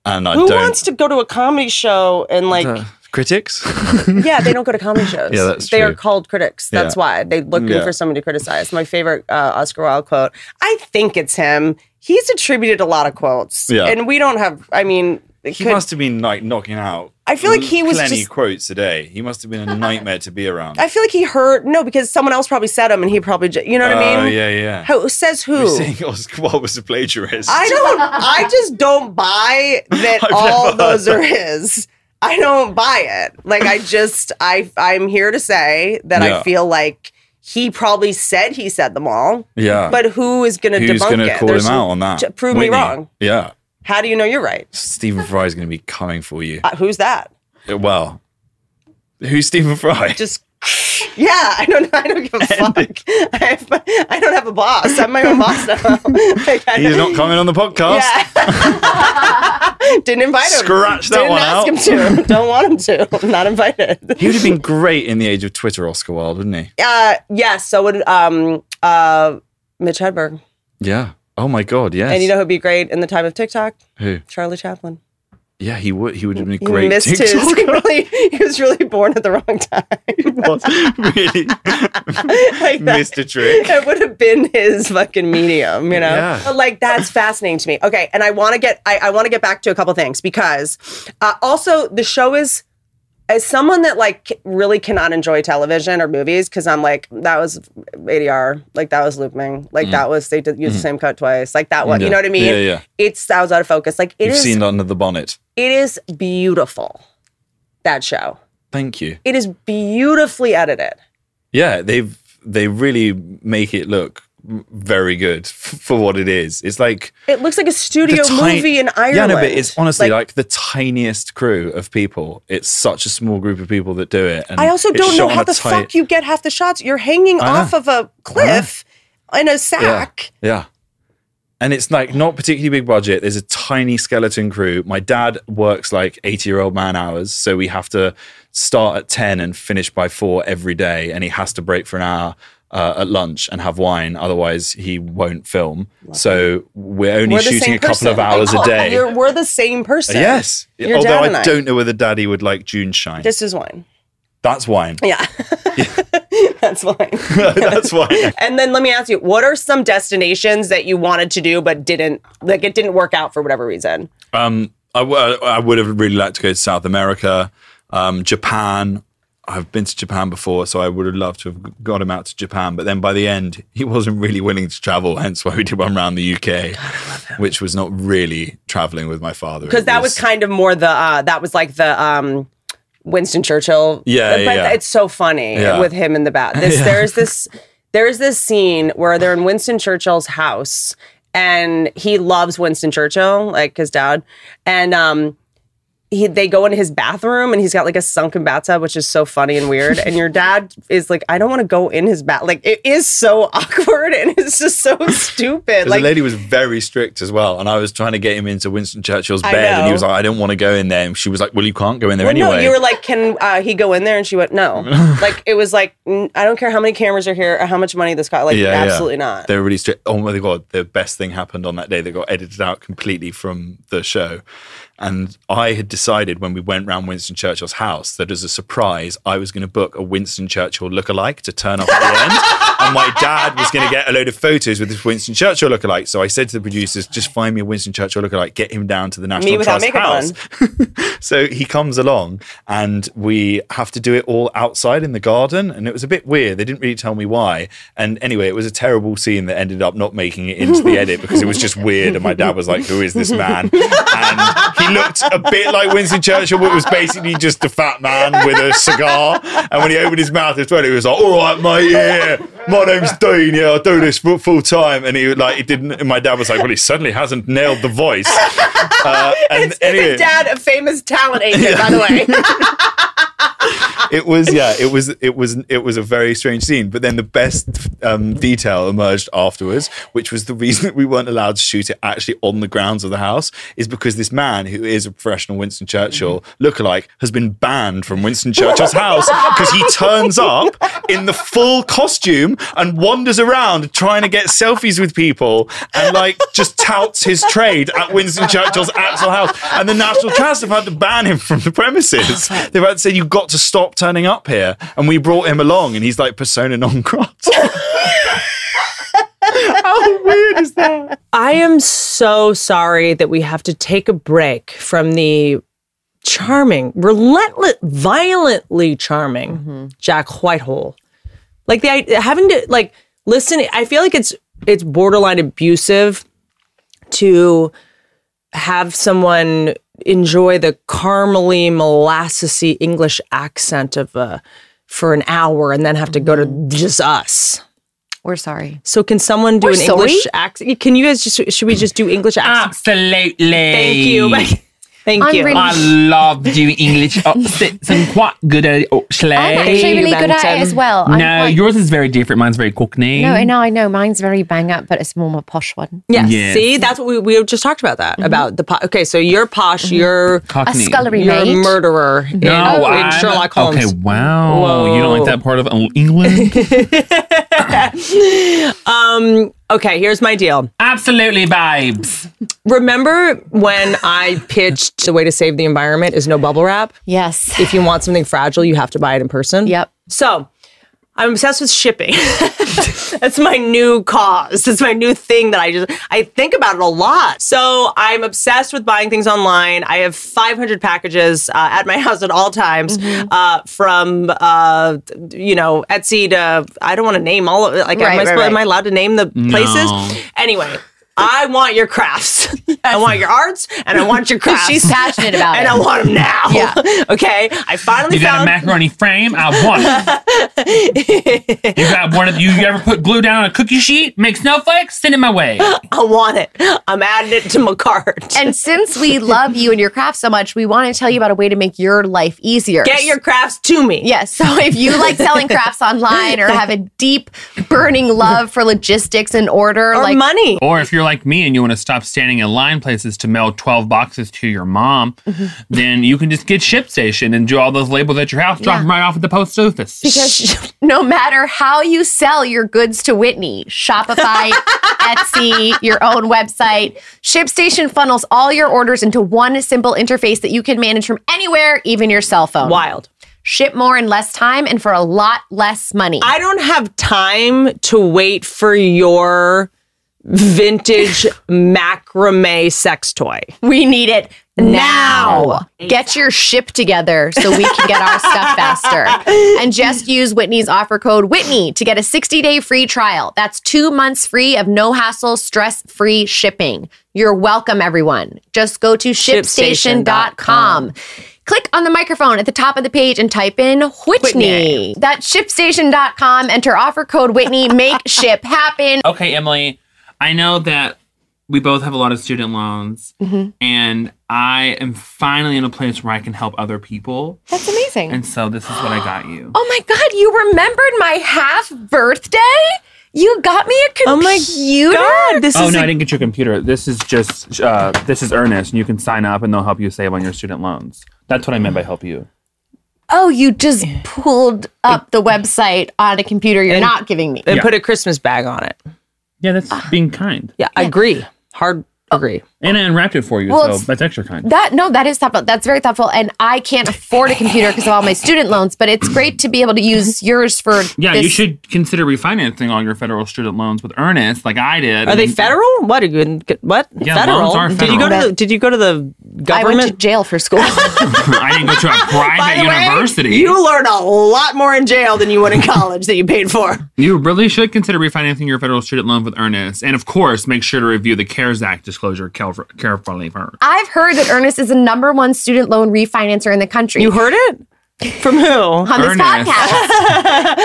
And I Who don't. wants to go to a comedy show and like, Uh, critics? yeah, they don't go to comedy shows. Yeah, that's they true. are called critics. That's Yeah. why they looking Yeah. for someone to criticize. My favorite uh, Oscar Wilde quote. I think it's him. He's attributed a lot of quotes, Yeah. and we don't have. I mean, it he could- must have been like knocking out. I feel like he was plenty just- quotes a day. He must have been a nightmare to be around. I feel like he heard no because someone else probably said him, and he probably ju- you know what I Oh, mean. yeah, yeah. Who says You're who? saying Oscar Wilde was a plagiarist. I don't. I just don't buy that I've all never those heard are his. I don't buy it. Like I just I I'm here to say that Yeah. I feel like he probably said he said them all. yeah. But who is going to Who's debunk going to it? call There's- him out on that? j- Prove Whitney. me wrong. Yeah. How do you know you're right? Stephen Fry's going to be coming for you. Uh, who's that? well, who's Stephen Fry? Just yeah, I don't. I don't give a fuck. I, have, I don't have a boss. I'm my own boss now. Like, I- He's not coming on the podcast. Yeah. Didn't invite him. Scratch that Didn't one ask out. him to. Don't want him to. I'm not invited. He would have been great in the age of Twitter, Oscar Wilde, wouldn't he? Uh, yes. So would um uh Mitch Hedberg, Yeah. Oh my God. Yes. and you know who'd be great in the time of TikTok? Who? Charlie Chaplin. Yeah, he would. He would have been a He great missed his. TikToker. He, really, he was really born at the wrong time. really like that. missed a trick. It would have been his fucking medium, you know. Yeah. But like that's fascinating to me. Okay, and I want to get I, I want to get back to a couple things because uh, also the show is as someone that like c- really cannot enjoy television or movies because I'm like that was ADR, like that was looping, like that was they did use the same cut twice, like that one. You know what I mean? Mm. Yeah, yeah. It's that was out of focus. Like it You've is. seen Under the Bonnet. it is beautiful. That show. Thank you. It is beautifully edited. Yeah, they've they really make it look very good f- for what it is. It's like It looks like a the studio ti- movie in Ireland. Yeah, no, but it's honestly Like- like, the tiniest crew of people. It's such a small group of people that do it. And I also it's don't know shot on how a the tight- fuck you get half the shots. You're hanging I know. off of a cliff in a sack. Yeah. yeah. And it's like not particularly big budget. There's a tiny skeleton crew. My dad works like 80 year old man hours. So we have to start at 10 and finish by four every day. And he has to break for an hour uh, at lunch and have wine. Otherwise, he won't film. so we're only We're the shooting same a couple person. of hours a Like, day. you're- we're the same person. Uh, Yes. Your Although dad I, and I. don't know whether daddy would like June Shine. This is wine. That's wine. Yeah. That's wine. That's wine. And then let me ask you, what are some destinations that you wanted to do but didn't like it didn't work out for whatever reason? uh, Um, I, w- I would have really liked to go to South America. Um, Japan. I've been to Japan before, so I would have loved to have got him out to Japan. But then by the end, he wasn't really willing to travel, hence why we did one round the UK, which was not really traveling with my father. because that was kind of more the uh, that was like the um, Winston Churchill. Yeah, yeah, but yeah. it's so funny Yeah. with him in the bath. This, There's this there's this scene where they're in Winston Churchill's house, and he loves Winston Churchill, like his dad, and um. He, they go into his bathroom and he's got like a sunken bathtub, which is so funny and weird. And your dad is like, I don't want to go in his bath. Like it is so awkward and it's just so stupid. Because Like the lady was very strict as well, and I was trying to get him into Winston Churchill's I bed, and he know. was like, "I don't want to go in there." And she was like, "Well, you can't go in there Well, No, anyway." you were like, can uh, he go in there? And she went, no. like it was like, n- I don't care how many cameras are here or how much money this cost. Like, absolutely not. They were really strict. Oh my god, the best thing happened on that day that got edited out completely from the show. And I had decided when we went round Winston Churchill's house that as a surprise, I was going to book a Winston Churchill lookalike to turn up at the end. And my dad was going to get a load of photos with this Winston Churchill lookalike. So I said to the producers, just find me a Winston Churchill lookalike, get him down to the National without Trust makeup house. on. so he comes along and we have to do it all outside in the garden and it was a bit weird they didn't really tell me why and anyway it was a terrible scene that ended up not making it into the edit because it was just weird and my dad was like who is this man and he looked a bit like winston churchill but was basically just a fat man with a cigar and when he opened his mouth as well he was like all right mate yeah my name's dean yeah i do this full full time and he was like he didn't and my dad was like well he certainly hasn't nailed the voice uh, and anyway His dad, a famous talent agent, by the way. it was yeah it was it was it was a very strange scene but then the best um, detail emerged afterwards which was the reason that we weren't allowed to shoot it actually on the grounds of the house is because this man who is a professional winston churchill lookalike has been banned from winston churchill's house because he turns up in the full costume and wanders around trying to get selfies with people and like just touts his trade at winston churchill's actual house and the national trust have had to ban him from the premises they've had to say you've got to stop turning up here and we brought him along and he's like persona non grata I am so sorry that we have to take a break from the charming, relentless, violently charming Jack Whitehall. Like the I- having to like listen, I feel like it's it's borderline abusive to have someone enjoy the caramely molassesy English accent of uh, for an hour and then have to go to just us. We're sorry. So can someone do We're an English accent? Can you guys just should we just do English accents? Absolutely. Thank you. Thank I'm you. Ah, really- I love doing English accents. I'm quite good at it, actually. I'm actually really good at it as well. I'm no, quite- yours is very different. Mine's very cockney. No, no, I know. Mine's very bang up, but it's more my posh one. Yes. Yeah. See, that's what we, we just talked about that Mm-hmm. about the po- okay. So you're posh. You're A cockney. scullery you're a maid. murderer in, No, in I'm- Sherlock Holmes. Okay, wow. You don't like that part of England? okay, here's my deal. Absolutely, babes. Remember when I pitched the way to save the environment is no bubble wrap? Yes. If you want something fragile, you have to buy it in person. Yep. So I'm obsessed with shipping. That's my new cause. That's my new thing that I just I think about it a lot. So I'm obsessed with buying things online. I have 500 packages uh, at my house at all times, Mm-hmm. uh, from uh, you know Etsy to I don't want to name all of it. Like am, I Right, right, supposed- am right. I allowed to name the places? Anyway, I want your crafts. I want your arts, and I want your crafts. She's passionate about and it. I want them now. Yeah. okay. I finally You got a found macaroni frame? I want it. you got one of you, you ever put glue down on a cookie sheet? Make snowflakes? Send it my way. I want it. I'm adding it to my cart. And since we love you and your craft so much, we want to tell you about a way to make your life easier. Get your crafts to me. Yes. So if you like selling crafts online or have a deep burning love for logistics and order, Or like money. Or if you're like me and you want to stop standing in line places to mail 12 boxes to your mom, then you can just get ShipStation and do all those labels at your house, drop them right off at the post office. because no matter how you sell your goods to Whitney, Shopify, Etsy, your own website, ShipStation funnels all your orders into one simple interface that you can manage from anywhere, even your cell phone. Wild. Ship more in less time and for a lot less money. I don't have time to wait for your vintage macrame sex toy. we need it now. Get your ship together so we can get our stuff faster. And just use Whitney's offer code Whitney to get a 60 day free trial. That's two months free of no hassle, stress free shipping. You're welcome, everyone. Just go to shipstation.com. Click on the microphone at the top of the page and type in Whitney. That's shipstation.com. Enter offer code Whitney. Make ship happen. Okay, Emily, I know that we both have a lot of student loans, and I am finally in a place where I can help other people. That's amazing. And so this is what I got you. Oh my God, you remembered my half birthday? You got me a Oh my computer? God, this Oh is no, a- I didn't get your computer. This is just uh, this is earnest, and you can sign up, and they'll help you save on your student loans. That's what I meant by help you. Oh, you just pulled up the website on a computer you're not giving me. and Yeah. put a Christmas bag on it. Yeah, that's being kind. Yeah, Oh. I agree. Hard agree. And I unwrapped it for you, Well, so it's- that's extra kind. That no, that is thoughtful. That's very thoughtful. And I can't afford a computer because of all my student loans, but it's great to be able to use yours for yeah, this- you should consider refinancing all your federal student loans with Earnest, like I did. Are they And- federal? What? Are you in, what? Mm-hmm. Yeah, federal? loans are Did you go to federal. the Did you go to the I went to government? jail for school. I didn't go to a private the way, university. You learn a lot more in jail than you would in college that you paid for. You really should consider refinancing your federal student loan with Earnest. And of course, make sure to review the CARES Act disclosure caref- carefully first. I've heard that Ernest is the number one student loan refinancer in the country. you heard it from who? on this Ernest. podcast.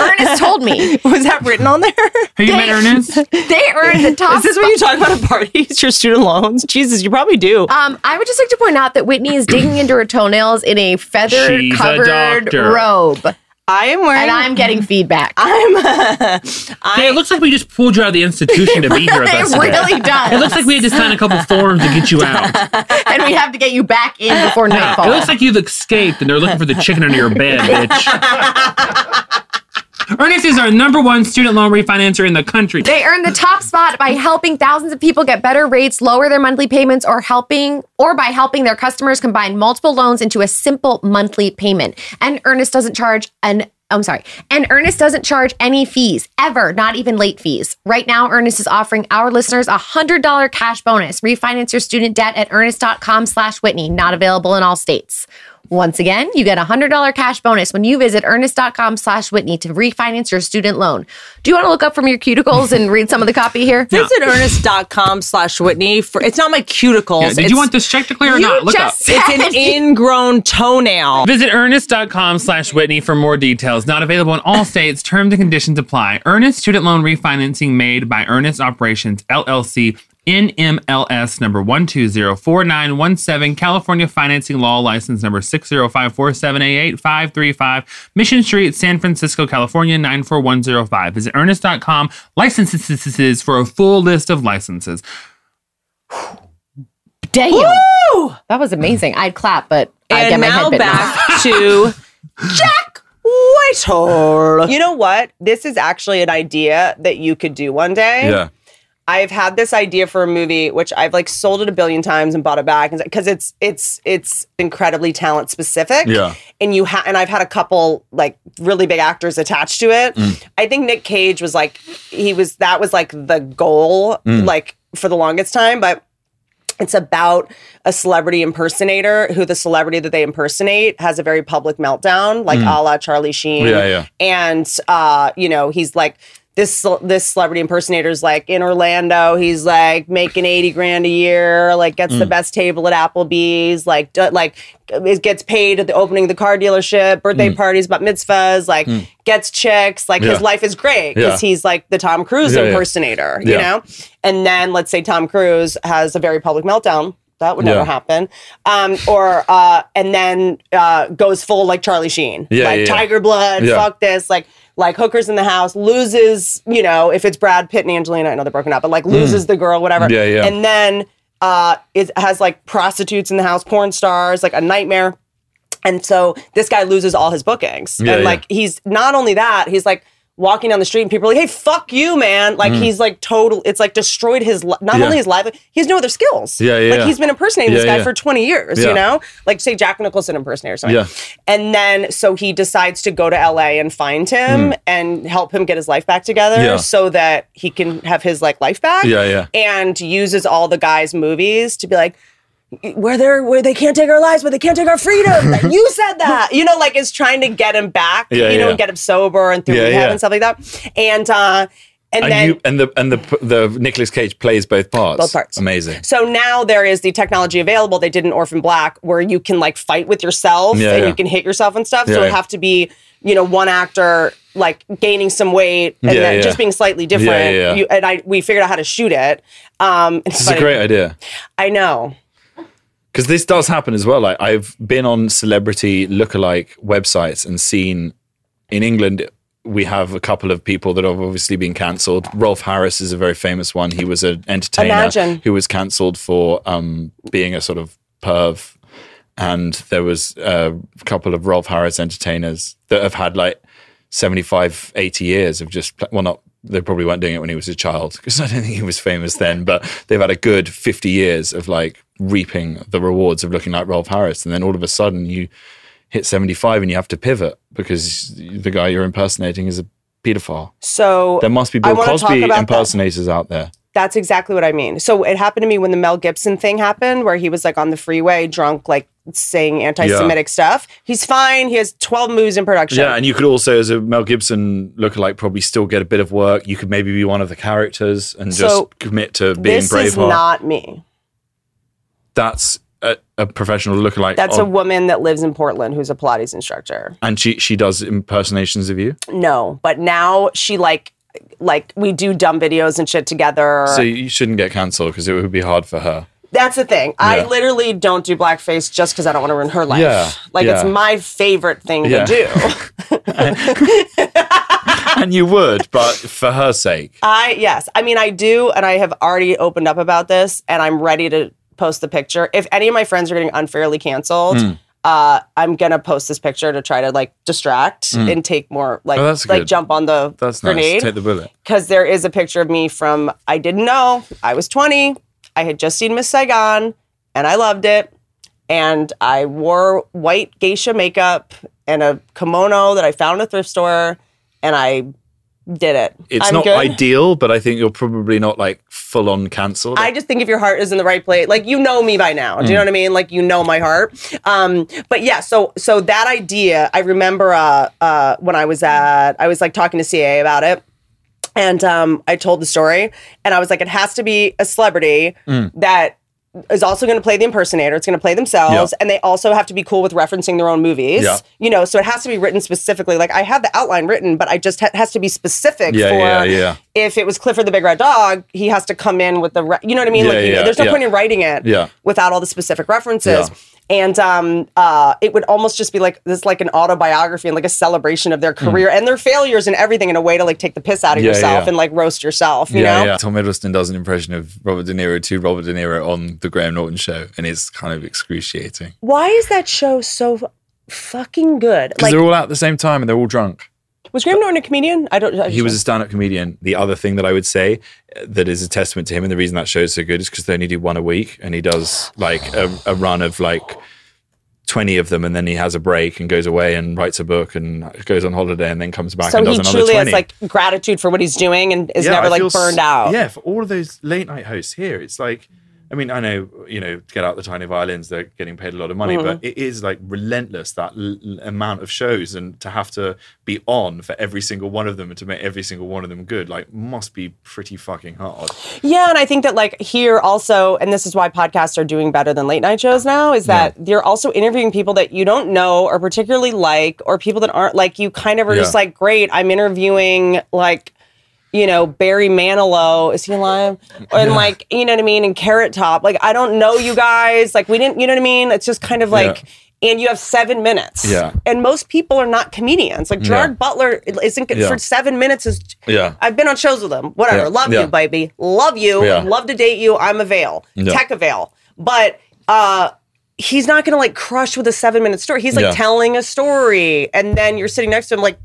Ernest told me Was that written on there? Have you met Ernest? they earned the top Is this what you talk about at parties? Your student loans? Jesus, you probably do. Um, I would just like to point out that Whitney is digging into her toenails in a feather She's a covered doctor. robe, I am wearing. and I'm getting feedback. Yeah, it looks like we just pulled you out of the institution to be here with us. it today. really It does, looks like we had to sign a couple forms to get you out. and we have to get you back in before Yeah, nightfall. it looks like you've escaped and they're looking for the chicken under your bed, bitch. Ernest is our number one student loan refinancer in the country. they earn the top spot by helping thousands of people get better rates, lower their monthly payments, or helping or by helping their customers combine multiple loans into a simple monthly payment. And Ernest doesn't charge an I'm sorry. And Ernest doesn't charge any fees ever, not even late fees. Right now, Ernest is offering our listeners a $100 cash bonus. Refinance your student debt at earnest.com slash Whitney. Not available in all states. Once again, you get a $100 cash bonus when you visit earnest.com slash Whitney to refinance your student loan. Do you want to look up from your cuticles and read some of the copy here? Visit earnest.com slash Whitney for it's not my cuticles. Yeah, did it's, you want this check to clear or You not? Look just up. said- it's an ingrown toenail. Visit earnest.com slash Whitney for more details. Not available in all states. Terms and conditions apply. Earnest student loan refinancing made by Earnest Operations, LLC, NMLS number 1204917, California Financing Law License number 60547885535, Mission Street, San Francisco, California 94105. Visit earnest.com licenses for a full list of licenses. Damn. That was amazing. I'd clap, but I'd get and my now head bitten off. back to Jack Whitehall. You know what? This is actually an idea that you could do one day. Yeah. I've had this idea for a movie, which I've like sold it a billion times and bought it back, because it's it's it's incredibly talent specific. Yeah. and you ha- and I've had a couple like really big actors attached to it. Mm. I think Nick Cage was like he was that was like the goal Mm. like for the longest time, but it's about a celebrity impersonator who the celebrity that they impersonate has a very public meltdown, like a la Charlie Sheen. Mm. Yeah, yeah. And uh, you know, he's like this ce- this celebrity impersonator's like in Orlando, he's like making 80 grand a year, like gets Mm. the best table at Applebee's, like d- like it gets paid at the opening of the car dealership, birthday parties, bat mitzvahs, like gets chicks, like his Mm. Yeah. life is great because Yeah. he's like the Tom Cruise Yeah, yeah. impersonator, you Yeah. know? And then let's say Tom Cruise has a very public meltdown. That would never Yeah. happen. Um, or uh, and then uh, goes full like Charlie Sheen, Yeah, like yeah, yeah. Tiger Blood, Yeah. fuck this, like like hookers in the house, loses, you know, if it's Brad Pitt and Angelina, I know they're broken up, but like loses the girl, whatever. Hmm. Yeah, yeah. And then uh, it has like prostitutes in the house, porn stars, like a nightmare. And so this guy loses all his bookings. Yeah, and yeah. like he's not only that, he's like walking down the street and people are like, hey, fuck you, man. Like he's like total, it's like destroyed his, li- not Hmm. Yeah. only his life, he has no other skills. Yeah, yeah, Like yeah. he's been impersonating this Yeah, guy yeah. for 20 years, you Yeah. know? Like say Jack Nicholson impersonator or something. Yeah. And then so he decides to go to LA and find him and help him get his life back together Hmm. Yeah. so that he can have his like life back Yeah, yeah. and uses all the guy's movies to be like, where they're where they can't take our lives, where they can't take our freedom. you said that, you know, like is trying to get him back, Yeah, you know, yeah. and get him sober and through Yeah, rehab yeah. and stuff like that. And uh, and, And then you and the and the the Nicolas Cage plays both parts. Both parts. Amazing. So now there is the technology available. They did an Orphan Black where you can like fight with yourself Yeah, and yeah. you can hit yourself and stuff. Yeah, so it yeah. have to be, you know, one actor like gaining some weight and Yeah, then yeah. just being slightly different. Yeah, yeah, yeah. You, and I we figured out how to shoot it. Um, This is a great idea. I know. Because this does happen as well. Like I've been on celebrity lookalike websites and seen in England we have a couple of people that have obviously been cancelled. Rolf Harris is a very famous one. He was an entertainer Imagine. who was cancelled for um, being a sort of perv. And there was uh, a couple of Rolf Harris entertainers that have had like 75, 80 years of just, pl- well, not, they probably weren't doing it when he was a child because I don't think he was famous then, but they've had a good 50 years of like reaping the rewards of looking like Rolf Harris. And then all of a sudden you hit 75 and you have to pivot because the guy you're impersonating is a pedophile. So There must be I Bill wanna talk Cosby about that. impersonators out there. That's exactly what I mean. So it happened to me when the Mel Gibson thing happened, where he was like on the freeway, drunk, like saying anti-Semitic stuff. He's fine. He has twelve moves in production. Yeah, and you could also, as a Mel Gibson lookalike, probably still get a bit of work. You could maybe be one of the characters and just So, commit to being this is Braveheart. not me. That's a, a professional lookalike. That's a of- woman that lives in Portland who's a Pilates instructor. and she she does impersonations of you. No, but now she like like we do dumb videos and shit together. So you shouldn't get cancelled because it would be hard for her. That's the thing. I Yeah. literally don't do blackface just because I don't want to ruin her life. Yeah, Like it's yeah. my favorite thing Yeah. to do. and you would, but for her sake. I yes, I mean I do, and I have already opened up about this, and I'm ready to post the picture. If any of my friends are getting unfairly canceled. Hmm. Uh, I'm gonna post this picture to try to like distract and take more like Hmm. Oh, that's like good. jump on the That's nice. grenade. Take the bullet. because there is a picture of me from I didn't know. I was 20. I had just seen Miss Saigon and I loved it. And I wore white geisha makeup and a kimono that I found at a thrift store and I did it. It's I'm not good. ideal, but I think you're probably not like full on cancelled. I just think if your heart is in the right place, like you know me by now. Do Mm. you know what I mean? Like you know my heart. Um, but yeah, so so that idea, I remember uh, uh, when I was at, I was like talking to CA about it. And um, I told the story, and I was like, it has to be a celebrity Mm. that is also going to play the impersonator. It's going to play themselves, Yeah. and they also have to be cool with referencing their own movies. Yeah. You know, so it has to be written specifically. Like I have the outline written, but I just it has to be specific Yeah, for yeah, yeah. if it was Clifford the Big Red Dog, he has to come in with the, re- you know what I mean? Yeah, like, you- yeah, there's no yeah. point in writing it Yeah. without all the specific references. Yeah. And um, uh, it would almost just be like this, like an autobiography and like a celebration of their career and their failures and everything in a way to like take the piss out of Hmm. Yeah, yourself yeah. and like roast yourself, you know? Tom Hiddleston does an impression of Robert De Niro to Robert De Niro on the Graham Norton show, and it's kind of excruciating. Why is that show so f- fucking good? Because Like, they're all out at the same time and they're all drunk. was Graham Norton a comedian? I don't. I He was a stand up comedian. The other thing that I would say uh, that is a testament to him, and the reason that show is so good is because they only do one a week, and he does like a, a run of like 20 of them, and then he has a break and goes away and writes a book and goes on holiday and then comes back so and he does another truly 20. has like gratitude for what he's doing and is never I like feel s- burned out. Yeah, for all of those late night hosts here, it's like, I mean, I know, you know, get out the tiny violins, they're getting paid a lot of money, Mm-hmm. but it is like relentless that l- l- amount of shows and to have to be on for every single one of them and to make every single one of them good, like, must be pretty fucking hard. Yeah, and I think that like here also, and this is why podcasts are doing better than late night shows now, is that you're also interviewing people that you don't know or particularly like, or people that aren't like you. Kind of are just Yeah. like, great, I'm interviewing like. You know Barry Manilow is he alive? And like you know what I mean? And Carrot Top, like I don't know you guys. Like we didn't, you know what I mean? It's just kind of like, and you have seven minutes. Yeah. And most people are not comedians. Like Gerard Butler isn't Yeah. for seven minutes is Yeah. I've been on shows with him. Whatever. Yeah, Love yeah. you, baby. Love you. Yeah. Love to date you. I'm avail. Yeah. Tech avail. But uh he's not gonna like crush with a seven minute story. He's like Yeah. telling a story. And then you're sitting next to him like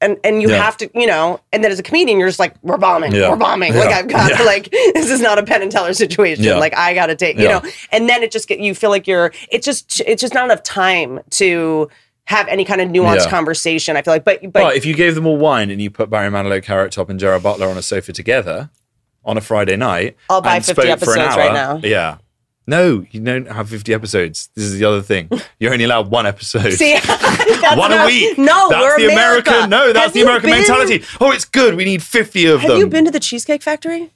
and, and you Yeah. have to, you know, and then as a comedian, you're just like, we're bombing, Yeah. we're bombing. Like Yeah. I've got Yeah. like this is not a Penn and Teller situation. Yeah. Like I got to take, you Yeah. know, and then it just get you feel like you're. It's just it's just not enough time to have any kind of nuanced Yeah. conversation. I feel like, but but, But if you gave them all wine and you put Barry Manilow, Carrot Top, and Gerard Butler on a sofa together on a Friday night, I'll buy and 50 spoke for an episodes right hour- now. Yeah. No, you don't have 50 episodes. This is the other thing. You're only allowed one episode. See, that's one what I a was- week. No, that's we're the American. America. No, that's Have the you American been- mentality. Oh, it's good. We need 50 of Have them. you been to the Cheesecake Factory?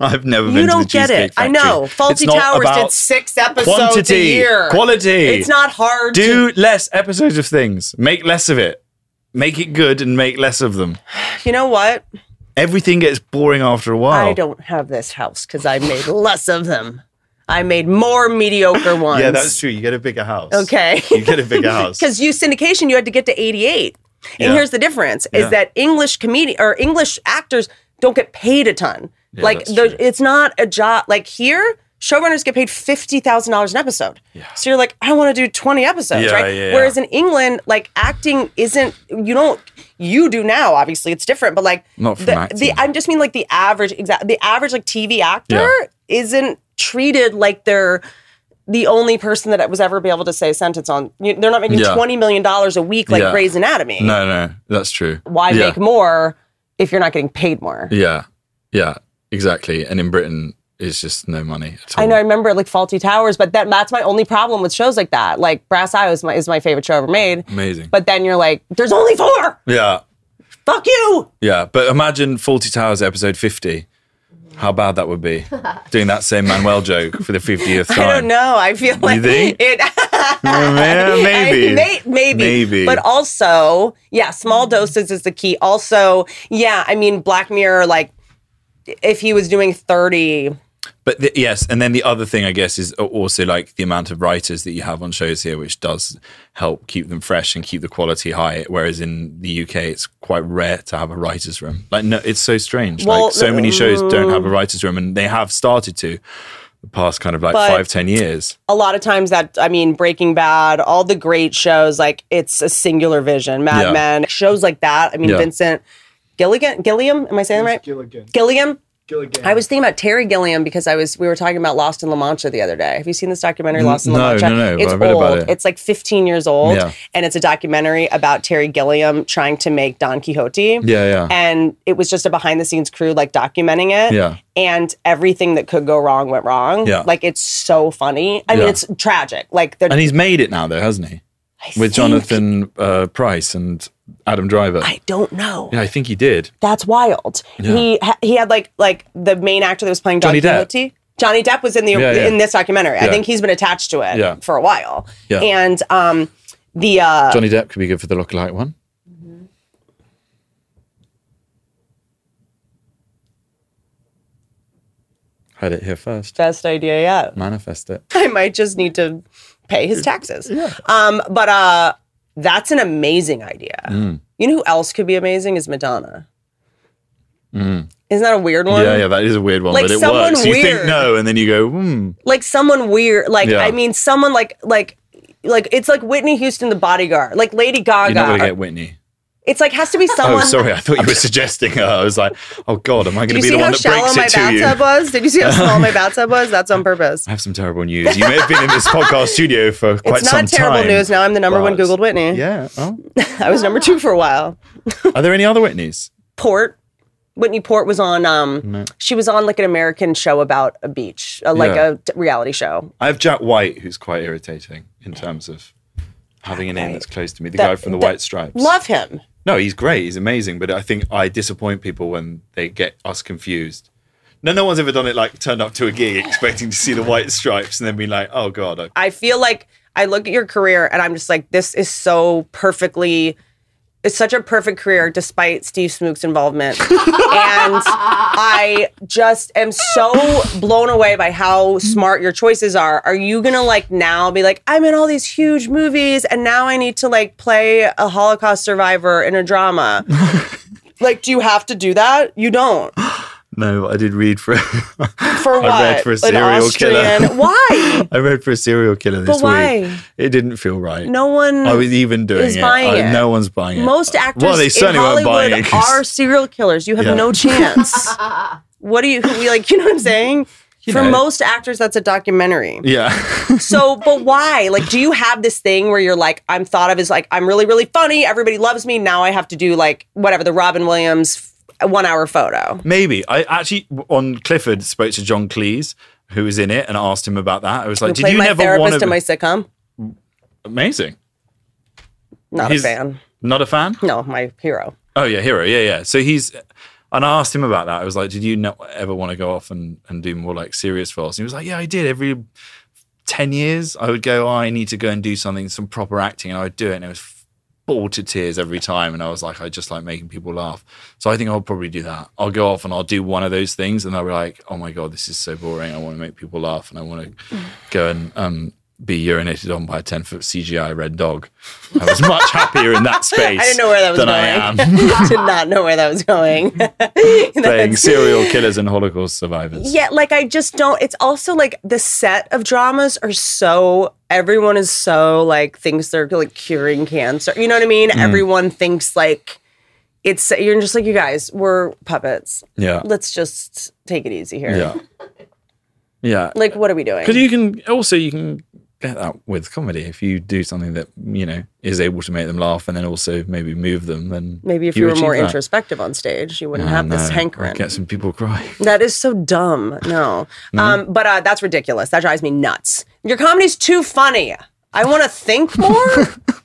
I've never been You to the don't get Cheesecake it. I Factory. know. It's Faulty not Towers about did six episodes quantity, a year. quality. It's not hard. to- Do less episodes of things. Make less of it. Make it good and make less of them. you know what? Everything gets boring after a while. I don't have this house because I made less of them. I made more mediocre ones. Yeah, that's true. You get a bigger house. Okay. You get a bigger house. Because you syndication, you had to get to 88. And Yeah. here's the difference Yeah. is that English comedian or English actors don't get paid a ton. Yeah, like that's the, true. it's not a job like here showrunners get paid $50,000 an episode. So you're like I want to do 20 episodes, Yeah, right? yeah, Whereas yeah. in England like acting isn't you don't you do now obviously it's different but like Not from the, acting. the I just mean like the average exact the average like TV actor Yeah. isn't treated like they're the only person that was ever be able to say a sentence on. You- They're not making Yeah. twenty million dollars a week like Yeah. Grey's Anatomy. no, no, that's true. Why yeah. make more if you're not getting paid more? Yeah, yeah, exactly. And in Britain, it's just no money at all. I know. I remember like Faulty Towers, but that that's my only problem with shows like that. Like Brass Eye was my is my favorite show ever made. Amazing. But then you're like, there's only four. yeah, Fuck you. yeah. But imagine Faulty Towers episode fifty. How bad that would be. Doing that same Manuel joke for the fiftieth time. I don't know. I feel like think? it. Yeah, maybe. I- may- maybe. Maybe. But also, yeah, small doses is the key. Also, yeah, I mean, Black Mirror, like, if he was doing 30, But the, yes, and then the other thing I guess is also like the amount of writers that you have on shows here, which does help keep them fresh and keep the quality high. Whereas in the UK, it's quite rare to have a writers' room. Like, no, it's so strange. Well, mm. like, so many shows don't have a writers' room, and they have started to the past kind of like But- five, ten years. a lot of times that, I mean, Breaking Bad, all the great shows, like, it's a singular vision. Mad Yeah. Men, shows like that. I mean, Yeah. Vincent Gilligan, Gilliam, am I saying that right? Gilligan. Gilliam? I was thinking about Terry Gilliam because I was we were talking about Lost in La Mancha the other day. Have you seen this documentary Lost in La no, Mancha? no, no, but it's I read old. about it. It's like 15 years old Yeah. and it's a documentary about Terry Gilliam trying to make Don Quixote. Yeah, yeah, And it was just a behind the scenes crew like documenting it. Yeah. And everything that could go wrong went wrong. Yeah. Like it's so funny. I mean Yeah. it's tragic. Like the and he's made it now, though, hasn't he? With Jonathan uh, Price and Adam Driver. I don't know. yeah, I think he did. That's wild. He ha- he had like like the main actor that was playing Don Johnny Depp. Quixote. Johnny Depp was in the Yeah, yeah. in this documentary. I Yeah. think he's been attached to it Yeah. for a while. Yeah. And um the uh Johnny Depp could be good for the lookalike one. Mm-hmm. Had it here first. best idea yet. Manifest it. I might just need to pay his taxes. Um but uh that's an amazing idea. Mm. You know who else could be amazing is Madonna. Isn't that a weird one? Mm. Yeah, yeah, that is a weird one, Like but it someone works. You think weird. no, and then you go, hmm. like someone weird. Like Yeah. I mean, someone like like like it's like Whitney Houston, The Bodyguard, like Lady Gaga. You're not going to get Whitney. it's like has to be Oh, someone. sorry. I thought you were suggesting her. I was like, oh, God, am I Did you going to be see the how one that shallow breaks my it to you? bathtub I was? Did you see how small my bathtub was? That's on purpose. have some terrible news. You may have been in this podcast studio for quite it's some time. not terrible news. Now I'm the number one but- Googled Whitney. Yeah. Oh. I was number two for a while. Are there any other Whitneys? Port. Whitney Port was on. Um, she was on like an American show about a beach, uh, like Mm-hmm. Yeah. a t- reality show. I have Jack White, who's quite irritating in terms of having a name that's close to me. The That- guy from the that- White Stripes. Love him. No, he's great. He's amazing. But I think I disappoint people when they get us confused. No, no one's ever done it like turned up to a gig expecting to see the White Stripes and then be like, oh god, I- I feel like I look at your career and I'm just like, this is so perfectly. It's such a perfect career despite Steve Smook's involvement. and I just am so blown away by how smart your choices are. Are you gonna like now be like, I'm in all these huge movies and now I need to like play a Holocaust survivor in a drama? like, do you have to do that? You don't. no, I did read for. I For what? read for a An serial killer. Austrian. Why? read for a serial killer this why? week. It didn't feel right. No one. I was even doing is it. buying I- it. No one's buying it. Most actors well, they in certainly weren't buying Hollywood it 'cause- are serial killers. You have Yeah. no chance. what do you we like? You know what I'm saying? For know. most actors, that's a documentary. yeah, So, but why? Like, do you have this thing where you're like, I'm thought of as like, I'm really, really funny. Everybody loves me. Now I have to do like whatever the Robin Williams one hour photo. Maybe I actually on Clifford spoke to John Cleese who was in it and asked him about that. I was like, Who did played you my never want therapist to? in my sitcom? Amazing. Not He's- a fan. Not a fan? No, my hero. Oh yeah, hero. Yeah, yeah. So he's, and I asked him about that. I was like, did you not ever want to go off and, and do more like serious roles? And he was like, yeah, I did. Every ten years, I would go. Oh, I need to go and do something, some proper acting, and I would do it, and it was ball to tears every time. And I was like, I just like making people laugh. So I think I'll probably do that. I'll go off and I'll do one of those things, and I'll be like, oh my god, this is so boring. I want to make people laugh, and I want to go and um. Be urinated on by a ten foot CGI red dog. I was much happier in that space. I didn't know where that was than I am going. Did not know where that was going. playing serial killers and Holocaust survivors. Yeah, like I just don't. It's also like the set of dramas are so. Everyone is so like thinks they're like curing cancer. You know what I mean? Mm. Everyone thinks like it's. You're just like you guys. We're puppets. Yeah. Let's just take it easy here. Yeah. Yeah. Like what are we doing? Because you can also you can get that with comedy if you do something that you know is able to make them laugh and then also maybe move them. Then Maybe if you, were achieve more that. introspective on stage, you wouldn't I have this know. hankering. I'll Get some people crying. That is so dumb. No. Um, but uh, that's ridiculous. That drives me nuts. Your comedy's too funny. I want to think more.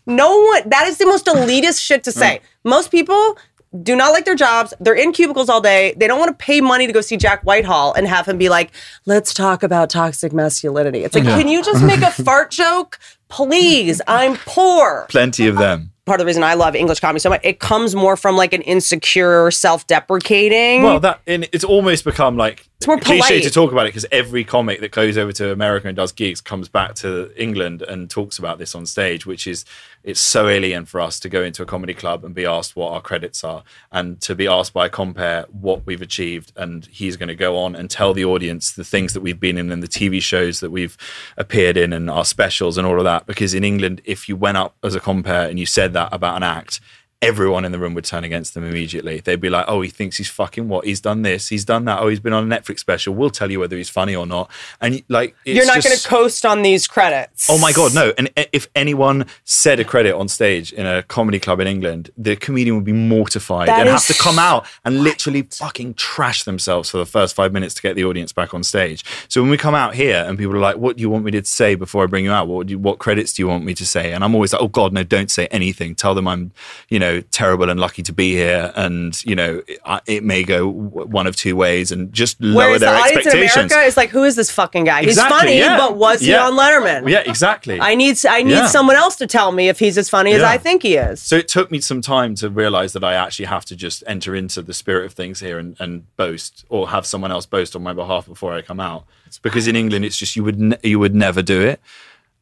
no one, that is the most elitist shit to say. Most people do not like their jobs. They're in cubicles all day. They don't want to pay money to go see Jack Whitehall and have him be like, let's talk about toxic masculinity. It's like, can you just make a fart joke? Please, I'm poor Plenty of them. part of the reason I love English comedy so much. It comes more from like an insecure, self-deprecating. Well, that and it's almost become like it's more cliche polite. to talk about it because every comic that goes over to America and does gigs comes back to England and talks about this on stage, which is it's so alien for us to go into a comedy club and be asked what our credits are and to be asked by a compare what we've achieved and he's going to go on and tell the audience the things that we've been in and the TV shows that we've appeared in and our specials and all of that because in England if you went up as a compare and you said that about an act everyone in the room would turn against them immediately. They'd be like, oh, he thinks he's fucking what? He's done this, he's done that. Oh, he's been on a Netflix special. We'll tell you whether he's funny or not. And like, it's You're not just- going to coast on these credits. Oh my god, no! And i- if anyone said a credit on stage in a comedy club in England, the comedian would be mortified That and have is to come out and literally fucking trash themselves for the first five minutes to get the audience back on stage. So when we come out here and people are like, "What do you want me to say before I bring you out? What do you, what credits do you want me to say?" And I'm always like, "Oh god, no! Don't say anything. Tell them I'm, you know, terrible and lucky to be here, and you know, it, I, it may go w- one of two ways, and just lower Whereas the their audience in expectations." America is like, who is this fucking guy? He's Exactly, funny, yeah. but was Yeah. he on Letterman? yeah, exactly. I need I need Yeah. someone else to tell me if he's as funny as Yeah. I think he is. So it took me some time to realize that I actually have to just enter into the spirit of things here and, and boast or have someone else boast on my behalf before I come out. Because in England, it's just you would ne- you would never do it.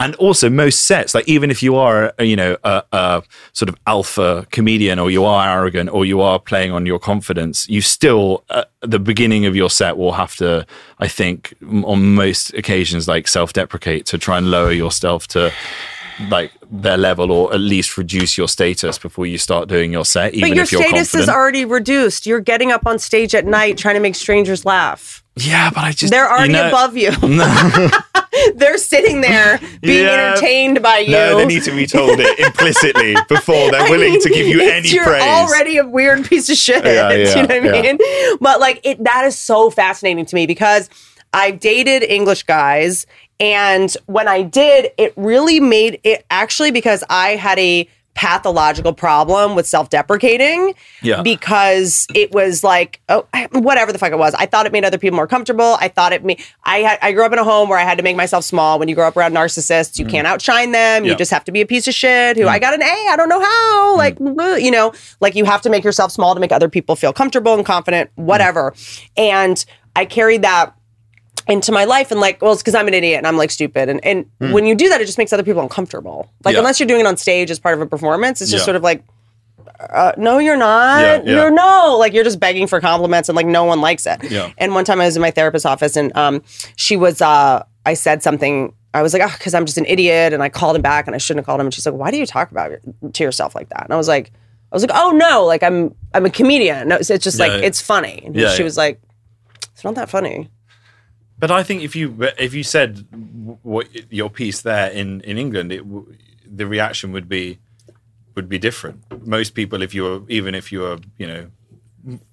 And also, most sets, like even if you are, a, you know, a, a sort of alpha comedian, or you are arrogant, or you are playing on your confidence, you still, at the beginning of your set, will have to, I think, m- on most occasions, like self-deprecate to try and lower yourself to like their level or at least reduce your status before you start doing your set even but your if you're status is confident already reduced. You're getting up on stage at night trying to make strangers laugh. yeah but i just They're you already know- above you. no, They're sitting there being Yeah. entertained by you. no they need to be told it implicitly before they're willing to give you it's- any you're praise already a weird piece of shit. Yeah, Do you know yeah, what I yeah. mean? But like it that is so fascinating to me because I've dated English guys and when I did, it really made it actually because I had a pathological problem with self-deprecating Yeah. because it was like oh I- whatever the fuck it was i thought it made other people more comfortable i thought it made i had i grew up in a home where i had to make myself small when you grow up around narcissists you can't outshine them you Mm-hmm. Yeah. Mm-hmm. just have to be a piece of shit who i got an a i don't know how like bleh, you know like you have to make yourself small to make other people feel comfortable and confident Mm-hmm. whatever and i carried that into my life and like, well, it's because I'm an idiot and I'm like stupid. And and when you do that, it just makes other people uncomfortable. Like Mm. Yeah. unless you're doing it on stage as part of a performance, it's just Yeah. sort of like, uh, no, you're not. Yeah, yeah. You're no. Like you're just begging for compliments and like no one likes it. Yeah. And one time I was in my therapist's office and um, she was uh, I said something. I was like, oh, because I'm just an idiot, and I called him back, and I shouldn't have called him. And she's like, why do you talk about your, to yourself like that? And I was like, I was like, oh no, like I'm I'm a comedian. No, it's it's just like Yeah. it's funny. And Yeah, she yeah. was like, it's not that funny. But I think if you if you said w- what your piece there in in England, it w- the reaction would be would be different. Most people, if you were even if you were you know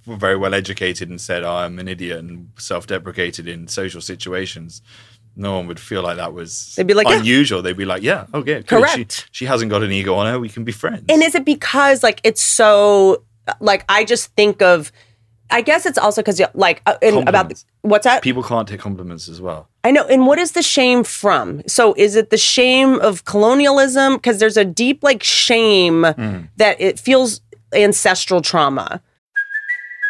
were very well educated and said, oh, I'm an idiot and self deprecated in social situations, no one would feel like that was They'd be like, yeah. unusual. They'd be like, yeah, okay, good. She, Correct. she hasn't got an ego on her. We can be friends. And is it because like it's so like I just think of I guess it's also because like uh, in, about the, Compliments. what's that? People can't take compliments as well. I know. And what is the shame from? So is it the shame of colonialism? Because there's a deep like shame Hmm. that it feels ancestral trauma.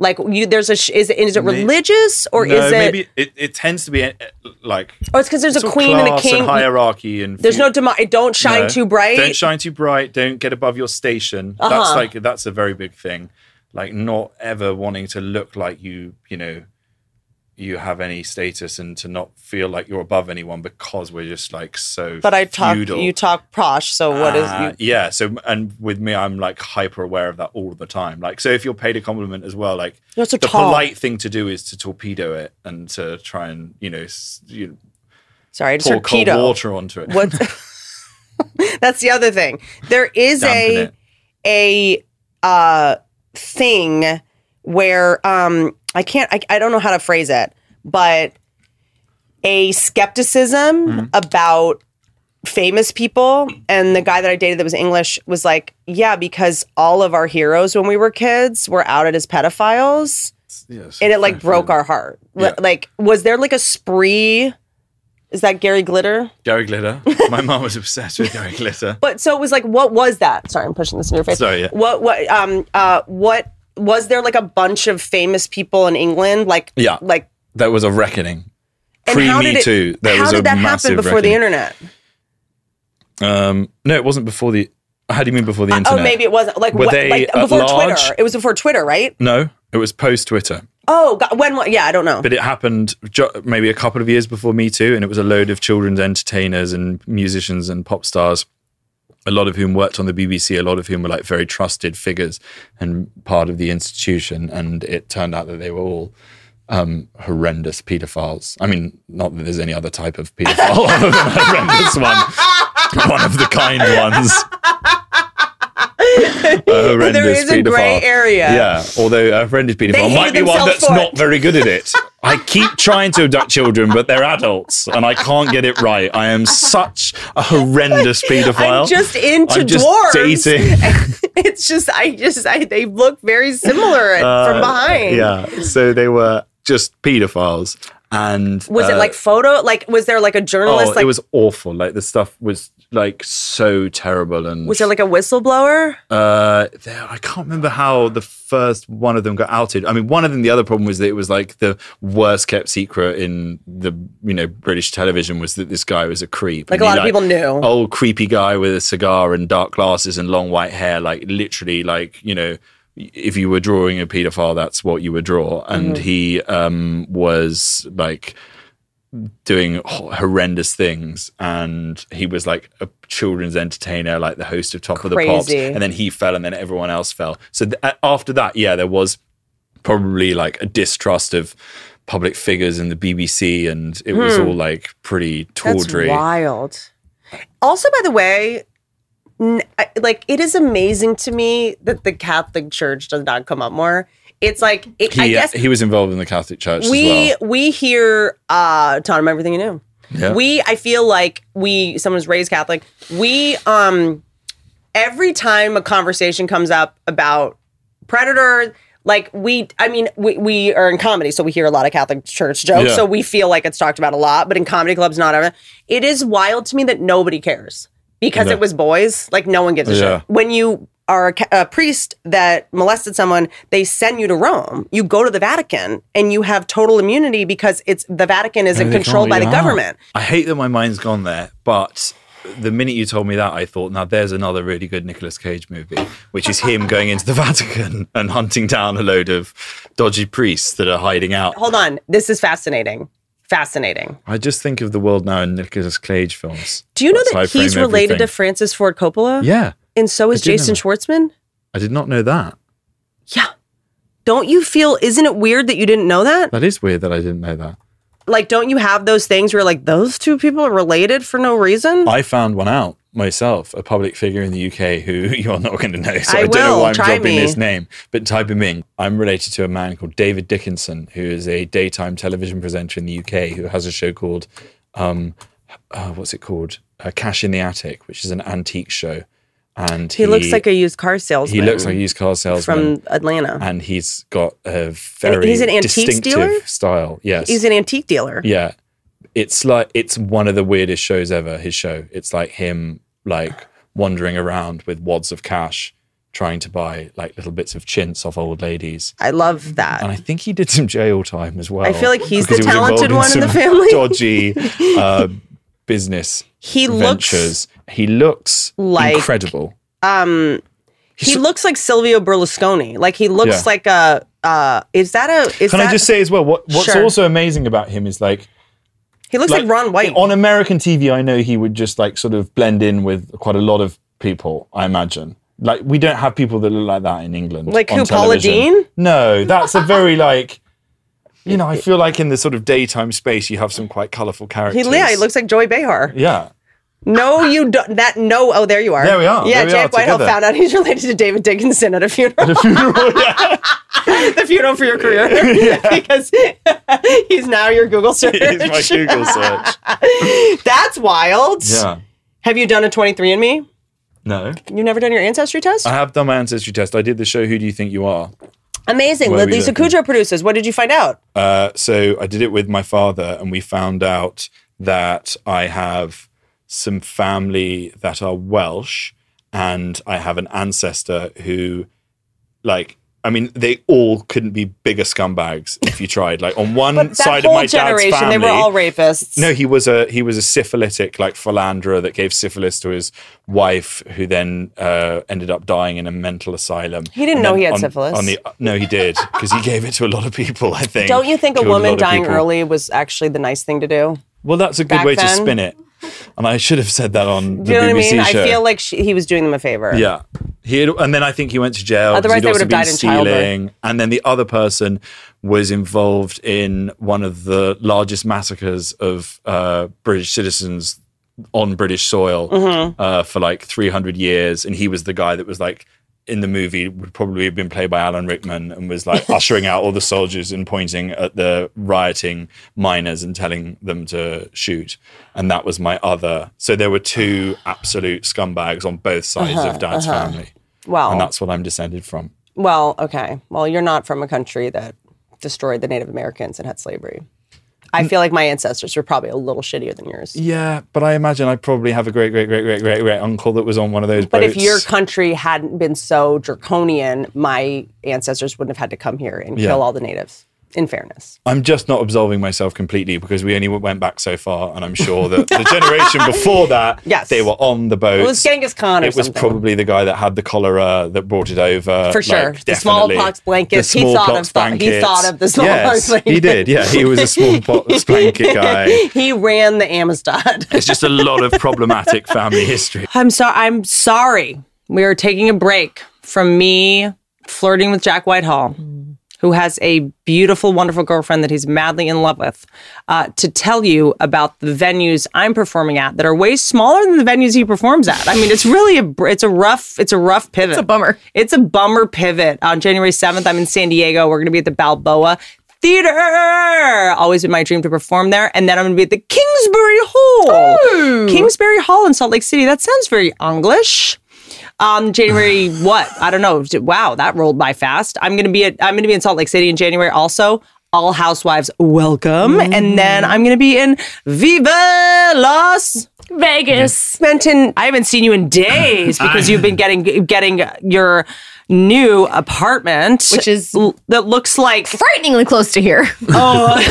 Like you, there's a sh- is it, is it May- religious or no, is it? maybe it, it tends to be uh, like or it's because there's a sort of queen and a class king. hierarchy and there's few- no demo- Don't shine No. too bright. Uh-huh. Don't shine too bright. Don't get above your station. That's like that's a very big thing. Like not ever wanting to look like you, you know, you have any status and to not feel like you're above anyone because we're just like so. but I talk. feudal. You talk posh. So what is Uh, you? yeah. So and with me, I'm like hyper aware of that all the time. Like so, if you're paid a compliment as well, like You're so the tall. polite thing to do is to torpedo it and to try and you know s- you Sorry, I just pour heard cold keto. water onto it. What? That's the other thing. There is Dampen a a it. uh, thing where um, I can't. I, I don't know how to phrase it, but a skepticism about famous people and the guy that I dated that was English was like, yeah, because all of our heroes when we were kids were outed as pedophiles Yes. and it like broke our heart. Li- Hmm. Yeah. Like was there like a spree is that Gary Glitter? Gary Glitter. My mum was obsessed with Gary Glitter. But so it was like, what was that? Sorry, I'm pushing this in your face. Sorry, yeah. What? What? Um. Uh. What was there like a bunch of famous people in England? Like. Yeah. Like. That was a reckoning. And Pre how did Me it, Too, there how was did a that happen massive before the reckoning. internet? Um, no, it wasn't before the. How do you mean before the internet? Oh, maybe it wasn't. Like, Were what, they like at before large? Twitter. It was before Twitter, right? No, it was post Twitter, Oh, God, when? what- Yeah, I don't know. but it happened ju- maybe a couple of years before Me Too, and it was a load of children's entertainers and musicians and pop stars, a lot of whom worked on the BBC, a lot of whom were like very trusted figures and part of the institution, and it turned out that they were all. Um, horrendous paedophiles. I mean, not that there's any other type of paedophile other than a horrendous one, one of the kind ones. A horrendous is a grey paedophile. area. Yeah, Uh, although a horrendous They paedophile might hated be one themselves that's for not it. very good at it. I keep trying to abduct children, but they're adults, and I can't get it right. I am such a horrendous paedophile. I'm just into I'm just dwarves. dating. it's just, I just, I, they look very similar from behind. Uh, Yeah, so they were just paedophiles, and Was it uh, like photo? Like, was there like a journalist? Oh, like, it was awful. Like the stuff was like so terrible, and was there like a whistleblower? Uh, there, I can't remember how the first one of them got outed. I mean, one of them. The other problem was that it was like the worst kept secret in the you know British television was that this guy was a creep. Like, And a he, lot of people knew. Old creepy guy with a cigar and dark glasses and long white hair. Like literally, like you know, if you were drawing a paedophile, that's what you would draw. And Mm-hmm. he um was like doing h- horrendous things and he was like a children's entertainer like the host of top of the pops Crazy. and then he fell and then everyone else fell so th- a- after that yeah there was probably like a distrust of public figures and the bbc and it was all like pretty tawdry Hmm. That's wild. Also, by the way, n- I- like it is amazing to me that the Catholic Church does not come up more. It's like it, I he, uh, guess he was involved in the catholic church we as we hear uh taught him everything he knew. well We I feel like we someone's raised Catholic. We um every time a conversation comes up about predator like we i mean we, we are in comedy so we hear a lot of catholic church jokes Yeah. so we feel like it's talked about a lot but in comedy clubs not ever it is wild to me that nobody cares because No. it was boys like no one gives a Yeah. shit when you are a, ca- a priest that molested someone they send you to rome you go to the vatican and you have total immunity because it's the vatican isn't Maybe they can't controlled by the let you out. government I hate that my mind's gone there, but the minute you told me that, I thought, now there's another really good Nicolas Cage movie, which is him going into the Vatican and hunting down a load of dodgy priests that are hiding out. Hold on. This is fascinating. Fascinating. I just think of the world now in Nicolas Cage films. Do you know That's how I that he's frame related to everything. Francis Ford Coppola? Yeah, And so is I do know Jason that. Schwartzman? I did not know that. Yeah. Don't you feel, isn't it weird that you didn't know that? That is weird that I didn't know that. Like, don't you have those things where, like, those two people are related for no reason? I found one out myself, a public figure in the UK who you're not going to know. So I I, don't know will. why I'm Try dropping me. this name, but type him in. I'm related to a man called David Dickinson, who is a daytime television presenter in the UK who has a show called, um, uh, what's it called? Uh, Cash in the Attic, which is an antique show. And He, looks like a used car salesman. he looks like a used car salesman, from Atlanta. and he's got a very he's an antiques distinctive dealer? style. Yes, He's an antique dealer. yeah. It's like it's one of the weirdest shows ever, his show. It's like him like wandering around with wads of cash trying to buy like little bits of chintz off old ladies. I love that. And I think he did some jail time as well. I feel like he's the because he was involved talented one in the some family. Dodgy uh, business he looks ventures. He looks like- incredible. um he looks like Silvio Berlusconi. Like he looks Yeah. like a uh is that a is Can that I just say as well, what, what's Sure. also amazing about him is like he looks like, Ron White. On American TV, I know he would just like sort of blend in with quite a lot of people, I imagine. Like we don't have people that look like that in England. Like on who, Paula television. Dean? No, that's a very like you know, I feel like in the sort of daytime space you have some quite colourful he characters. yeah, he looks like Joey Behar. Yeah. No, you don't that no oh there you are. There we are. Yeah, There we Jack are Whitehall together. found out he's related to David Dickinson at a funeral. the funeral for your career. because he's now your Google search. He's my Google search. That's wild. Yeah. Have you done a 23andMe? No. You've never done your ancestry test? I have done my ancestry test. I did the show Who Do You Think You Are? Amazing. Where we Lisa looking? Kudrow produces. What did you find out? Uh, so I did it with my father, and we found out that I have some family that are Welsh, and I have an ancestor who, like, I mean, they all couldn't be bigger scumbags if you tried. Like on one side of my dad's they family, were all rapists. no, he was a he was a syphilitic like philanderer that gave syphilis to his wife, who then uh, ended up dying in a mental asylum. He didn't And know then he had on- syphilis. On the no, he did because he gave it to a lot of people. I think. Don't you think a Killed lot woman of dying people. early was actually the nice thing to do? Well, that's a good back way to then? spin it, and I should have said that on the Do you know what BBC I mean? show. I feel like she, he was doing them a favor. yeah. He had, and then I think he went to jail. 'cause Otherwise he'd they also would have been died in childbirth. stealing. And then the other person was involved in one of the largest massacres of uh, British citizens on British soil Mm-hmm. uh, for like 300 years. And he was the guy that was like in the movie would probably have been played by Alan Rickman and was like ushering out all the soldiers and pointing at the rioting miners and telling them to shoot. And that was my other. So there were two absolute scumbags on both sides Uh-huh, of Dad's family. And Well, that's what I'm descended from. well, okay. Well, you're not from a country that destroyed the Native Americans and had slavery. I feel like my ancestors were probably a little shittier than yours. Yeah, but I imagine I probably have a great, great, great, great, great, great uncle that was on one of those But boats. if your country hadn't been so draconian, my ancestors wouldn't have had to come here and Yeah. kill all the natives. In fairness, I'm just not absolving myself completely because we only went back so far, and I'm sure that the generation before that, Yes. they were on the boat. it was Genghis Khan or It was something. probably the guy that had the cholera that brought it over. For sure. The smallpox blankets. He thought of blankets. th- he thought of the smallpox yes, He did. Yeah, he was a smallpox blanket guy. he ran the Amistad. It's just a lot of problematic family history. I'm sorry. I'm sorry. We are taking a break from me flirting with Jack Whitehall, who has a beautiful, wonderful girlfriend that he's madly in love with, uh, to tell you about the venues I'm performing at that are way smaller than the venues he performs at. I mean, it's really a br- it's a rough it's a rough pivot. It's a bummer. It's a bummer pivot. On January 7th, I'm in San Diego. We're going to be at the Balboa. Theater always been my dream to perform there, and then I'm going to be at the Kingsbury Hall. Kingsbury Hall in Salt Lake City. That sounds very English. Um, January what? I don't know. Wow, that rolled by fast. I'm gonna be at I'm gonna be in Salt Lake City in January also. All Housewives, welcome. And then I'm gonna be in Viva Las Vegas. Benton. I haven't seen you in days because you've been getting getting your new apartment, Which is- l- that looks like Frighteningly close to here.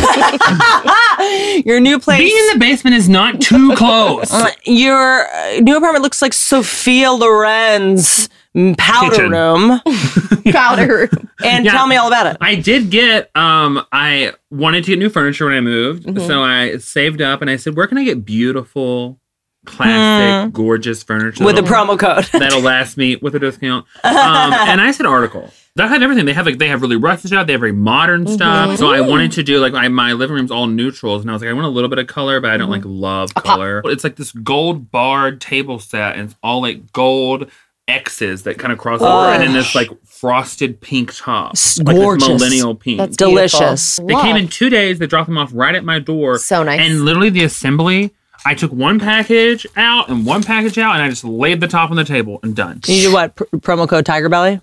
oh, your new place. Being in the basement is not too close. Your uh, new apartment looks like Sophia Loren's mm, powder Kitchen. room. Powder. And Yeah. tell me all about it. I did get um I wanted to get new furniture when I moved. So I saved up and I said, where can I get beautiful, classic, gorgeous furniture? With a that'll- promo code. that'll last me with a discount. Um, and I said article. That had everything. They have like they have really rough stuff. They have very modern stuff. So I wanted to do like I, my living room's all neutrals, and I was like, I want a little bit of color, but I don't like love color. It's like this gold barred table set, and it's all like gold X's that kind of cross over, and then this like frosted pink top, It's like this gorgeous. millennial pink. That's Delicious. beautiful. They came Love. in two days. They dropped them off right at my door. So nice. And literally the assembly, I took one package out and one package out, and I just laid the top on the table and done. You do what? Pr- promo code Tiger Belly?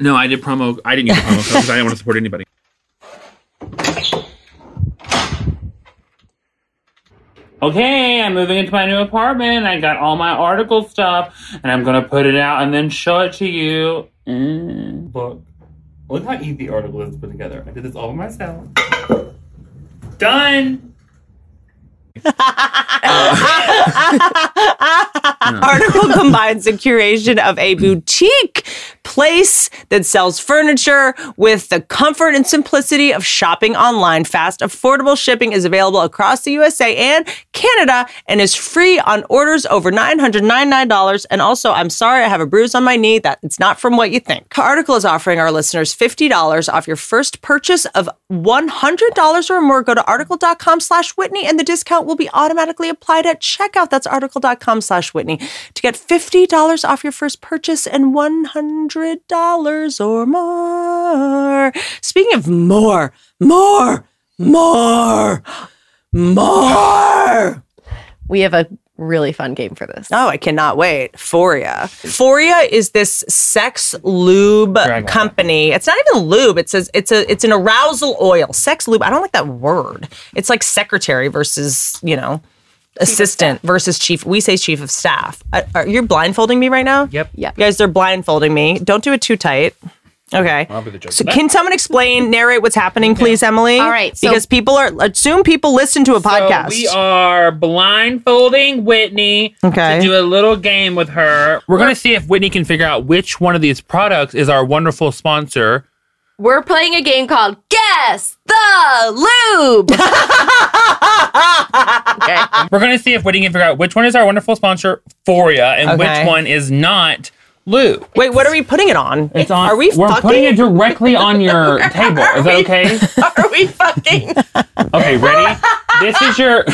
No, I did promo. I didn't use promo code because I didn't want to support anybody. Okay, I'm moving into my new apartment. I got all my article stuff, and I'm gonna put it out and then show it to you. Mm. Look, look how easy the article is to put together. I did this all by myself. Done. Article combines the curation of a boutique place that sells furniture with the comfort and simplicity of shopping online. Fast, affordable shipping is available across the USA and Canada and is free on orders over $999. And also, I'm sorry, I have a bruise on my knee. That it's not from what you think. Article is offering our listeners $50 off your first purchase of $100 or more. Go to article.com slash Whitney and the discount will be automatically applied at checkout. That's article.com slash Whitney to get $50 off your first purchase and $100 or more. Speaking of more, more, more, more. we have a really fun game for this. Oh, I cannot wait. Foria. Foria is this sex lube company. It's not even lube. It says it's a it's an arousal oil. Sex lube. I don't like that word. It's like secretary versus, you know, assistant versus chief. We say chief of staff. Uh, are you blindfolding me right now? Yep. Yeah. You guys, they're blindfolding me. Don't do it too tight. Okay. So can someone explain, narrate what's happening, please, Emily? All right, so- because people are assume people listen to a podcast. So we are blindfolding Whitney Okay. to do a little game with her. We're going to see if Whitney can figure out which one of these products is our wonderful sponsor. We're playing a game called Guess the Lube. okay. We're going to see if Whitney can figure out which one is our wonderful sponsor, Foria, and Okay. which one is not Lou. Wait, what are we putting it on? It's on- Are we We're fucking? putting it directly on your table. Is that okay? Are we fucking? Okay, ready? this is your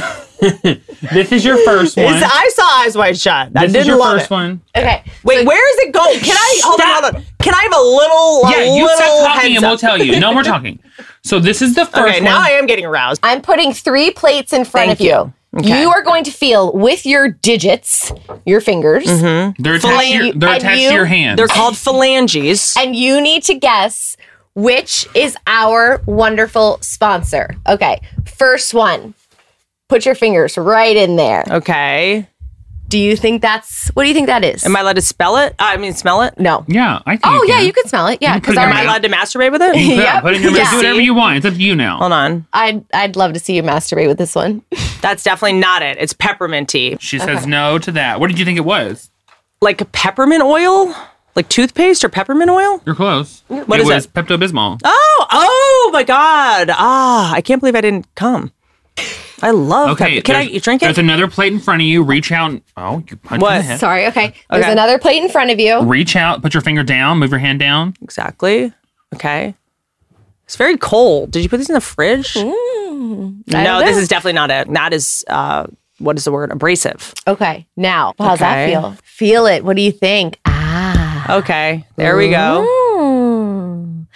This is your first one. It's- I saw Eyes Wide Shut. I this didn't is your love first it. one. Okay. Wait, So- where is it going? Can I hold on, hold on? Can I have a little? Yeah, a you little stop talking heads and we'll up? tell you. No more talking. So this is the first Okay, one. now I am getting aroused. I'm putting three plates in front Thank of you. You are going to feel with your digits, your fingers, they're attached, to your, Flame. they're And attached you- to your hands. They're called phalanges. and you need to guess which is our wonderful sponsor. Okay. First one. Put your fingers right in there. Okay. Do you think that's what do you think that is? Am I allowed to spell it? I mean, smell it. no. yeah, I think. Oh you yeah, can. you can smell it. Yeah, can put because it in Am my I I allowed to masturbate with it? Yeah, Yep. put it in your Yeah. mouth. Do whatever See? you want. It's up to you now. Hold on. I'd I'd love to see you masturbate with this one. That's definitely not it. It's peppermint tea, She says no to that. What did you think it was? like peppermint oil, like toothpaste or peppermint oil. You're close. What it is was it? Pepto Bismol. Oh, oh my God. Ah, I can't believe I didn't come. I love okay. pepper. Oh, Can I there's- you drink There's it? another plate in front of you. Reach out. and- Oh, you punch What? in the head. Sorry, okay. There's Uh-huh. Okay. another plate in front of you. Reach out. Put your finger down. Move your hand down. exactly. Okay. It's very cold. Did you put these in the fridge? no, don't this know. is definitely not it. That is, uh, what is the word? Abrasive. Okay. Now, how's that Okay. feel? Feel it. What do you think? Ah. Okay. There we go. Mm.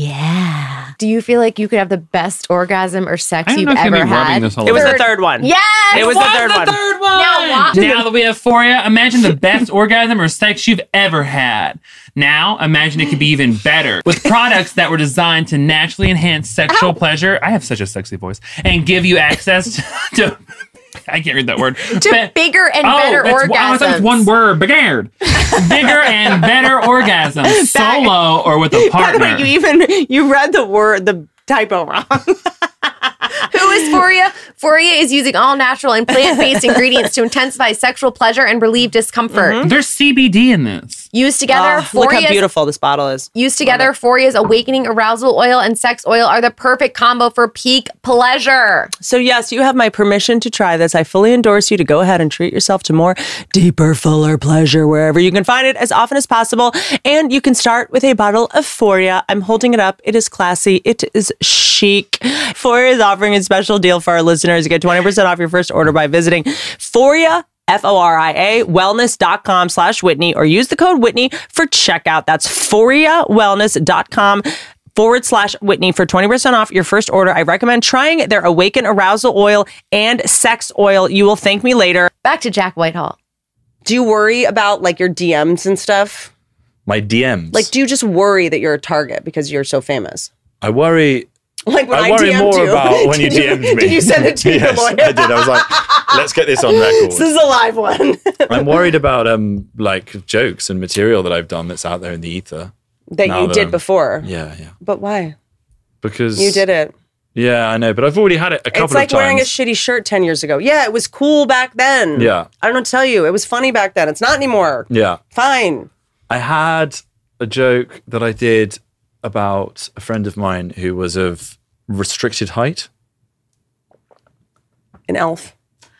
Yeah. Do you feel like you could have the best orgasm or sex I don't you've know if you're ever gonna be rubbing had? this all It was the over. third one. Yes. It was the third one. Now why- Now that we have Foria, imagine the best orgasm or sex you've ever had. Now, imagine it could be even better with products that were designed to naturally enhance sexual pleasure. I have such a sexy voice and give you access to, to I can't read that word. To Be- bigger and oh, better that's, orgasms. oh, I thought it's one word. Bigger, bigger and better orgasm, solo or with a By the partner. way, you even you read the word the typo wrong. Who is Foria? Foria is using all natural and plant based ingredients to intensify sexual pleasure and relieve discomfort. There's CBD in this. Used together, Mm-hmm. Oh, look how Foria is beautiful this bottle is. Used together, Foria's awakening arousal oil and sex oil are the perfect combo for peak pleasure. So, yes, you have my permission to try this. I fully endorse you to go ahead and treat yourself to more deeper, fuller pleasure wherever you can find it as often as possible. And you can start with a bottle of Foria. I'm holding it up. It is classy, it is chic. Foria is offering a special deal for our listeners. You get 20% off your first order by visiting Foria. F O R I A wellness.com slash Whitney or use the code Whitney for checkout. That's foriawellness.com forward slash Whitney for 20% off your first order. I recommend trying their Awaken Arousal Oil and Sex Oil. You will thank me later. Back to Jack Whitehall. Do you worry about like your DMs and stuff? My DMs. Like, do you just worry that you're a target because you're so famous? I worry. Like when I, I worry DM'd more you, about when you did DM'd me. Did you send it to your yes, lawyer? I did. I was like, let's get this on record. This is a live one. I'm worried about um like jokes and material that I've done that's out there in the ether. that Now you that did I'm- before. Yeah, yeah. But why? Because You did it. Yeah, I know, but I've already had it a couple It's like of times. wearing a shitty shirt 10 years ago. Yeah, it was cool back then. Yeah. I don't know what to tell you. It was funny back then. It's not anymore. yeah, Fine. I had a joke that I did about a friend of mine who was of restricted height. An elf.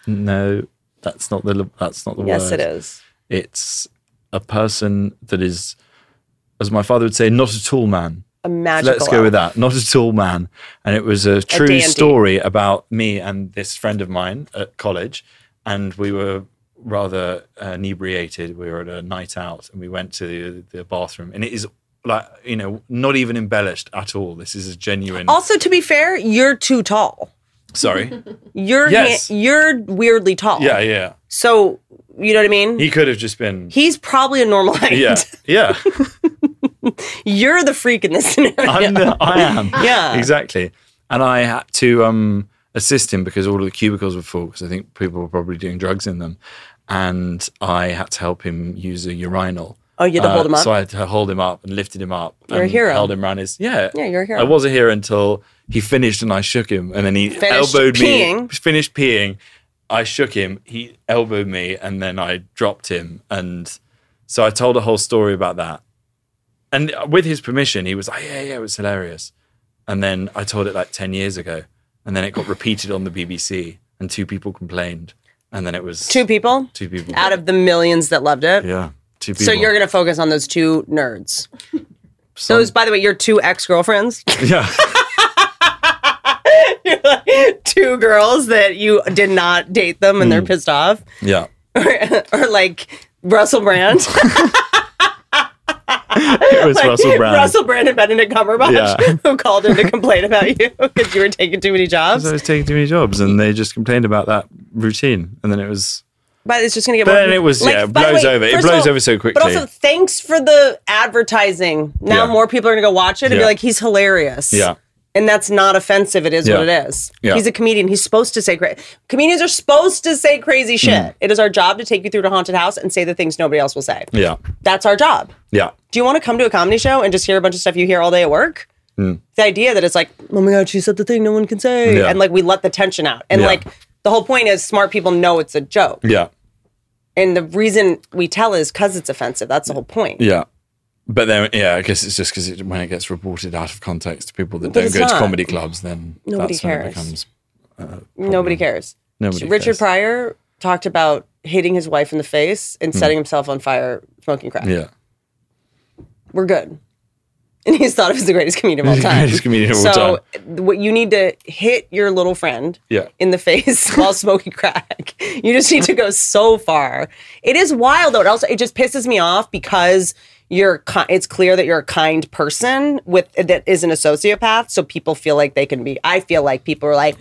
No, that's not the that's not the Yes, it word. is. It's a person that is, as my father would say, not a tall man. A magical Let's go with that. Not a tall man. And it was a true dandy. story about me and this friend of mine at college. And we were rather uh, inebriated. We were at a night out and we went to the, the bathroom. And it is like, you know, not even embellished at all. This is a genuine. Also, to be fair, you're too tall. Sorry. You're Yes. ha- you're weirdly tall. Yeah, yeah. So you know what I mean? He could have just been. He's probably a normal height. Yeah, yeah. You're the freak in this scenario. I'm the, I am. Yeah. exactly. And I had to um, assist him because all of the cubicles were full because I think people were probably doing drugs in them, and I had to help him use a urinal. Oh, you had to hold him up? Uh, So I had to hold him up and lifted him up. You're a and hero. Held him around his yeah. Yeah, you're a hero. I was a hero until he finished and I shook him, and then he Finished elbowed me. peeing. Finished peeing. I shook him. He elbowed me, and then I dropped him. And so I told a whole story about that. And with his permission, he was like, "Oh, "Yeah, yeah, it was hilarious." And then I told it like ten years ago, and then it got repeated on the BBC, and two people complained, and then it was two people two people out of the millions that loved it. yeah, two people. Um, So you're gonna focus on those two nerds. Some- Those, by the way, your two ex girlfriends, yeah. two girls that you did not date them and they're Mm. pissed off, Yeah. or like Russell Brand, It was Russell Brand. Russell Brand and Benedict Cumberbatch, Yeah. who called in to complain about you because you were taking too many jobs. 'Cause I was taking too many jobs, and they just complained about that routine, and then it was But it's just gonna get. But more then it was- yeah, it by the blows over. It first of blows over so But quickly. also, thanks for the advertising. Now Yeah. more people are gonna go watch it and be Yeah. like, "He's hilarious." Yeah. and that's not offensive. It is Yeah. what it is. Yeah. He's a comedian. He's supposed to say crazy. Comedians are supposed to say crazy shit. Mm-hmm. It is our job to take you through to haunted house and say the things nobody else will say. yeah, That's our job. yeah. Do you want to come to a comedy show and just hear a bunch of stuff you hear all day at work? The idea that it's like, oh my god, she said the thing no one can say, Hmm. Yeah. and like we let the tension out, and Yeah. like the whole point is smart people know it's a joke. Yeah, And the reason we tell is because it's offensive. That's the whole point. yeah. But then, yeah, I guess it's just because it, when it gets reported out of context to people that But don't it's go to not. comedy clubs, then Nobody that's when cares. it becomes Nobody cares. nobody. Richard cares. Pryor talked about hitting his wife in the face and setting himself on fire smoking crack. Hmm. Yeah, We're good. And he's thought of as the greatest comedian of all time. greatest comedian of all so, what you need to hit your little friend Yeah. in the face while smoking crack. You just need to go so far. It is wild though. It also it just pisses me off because you're ki- it's clear that you're a kind person with that isn't a sociopath. So people feel like they can be. I feel like people are like.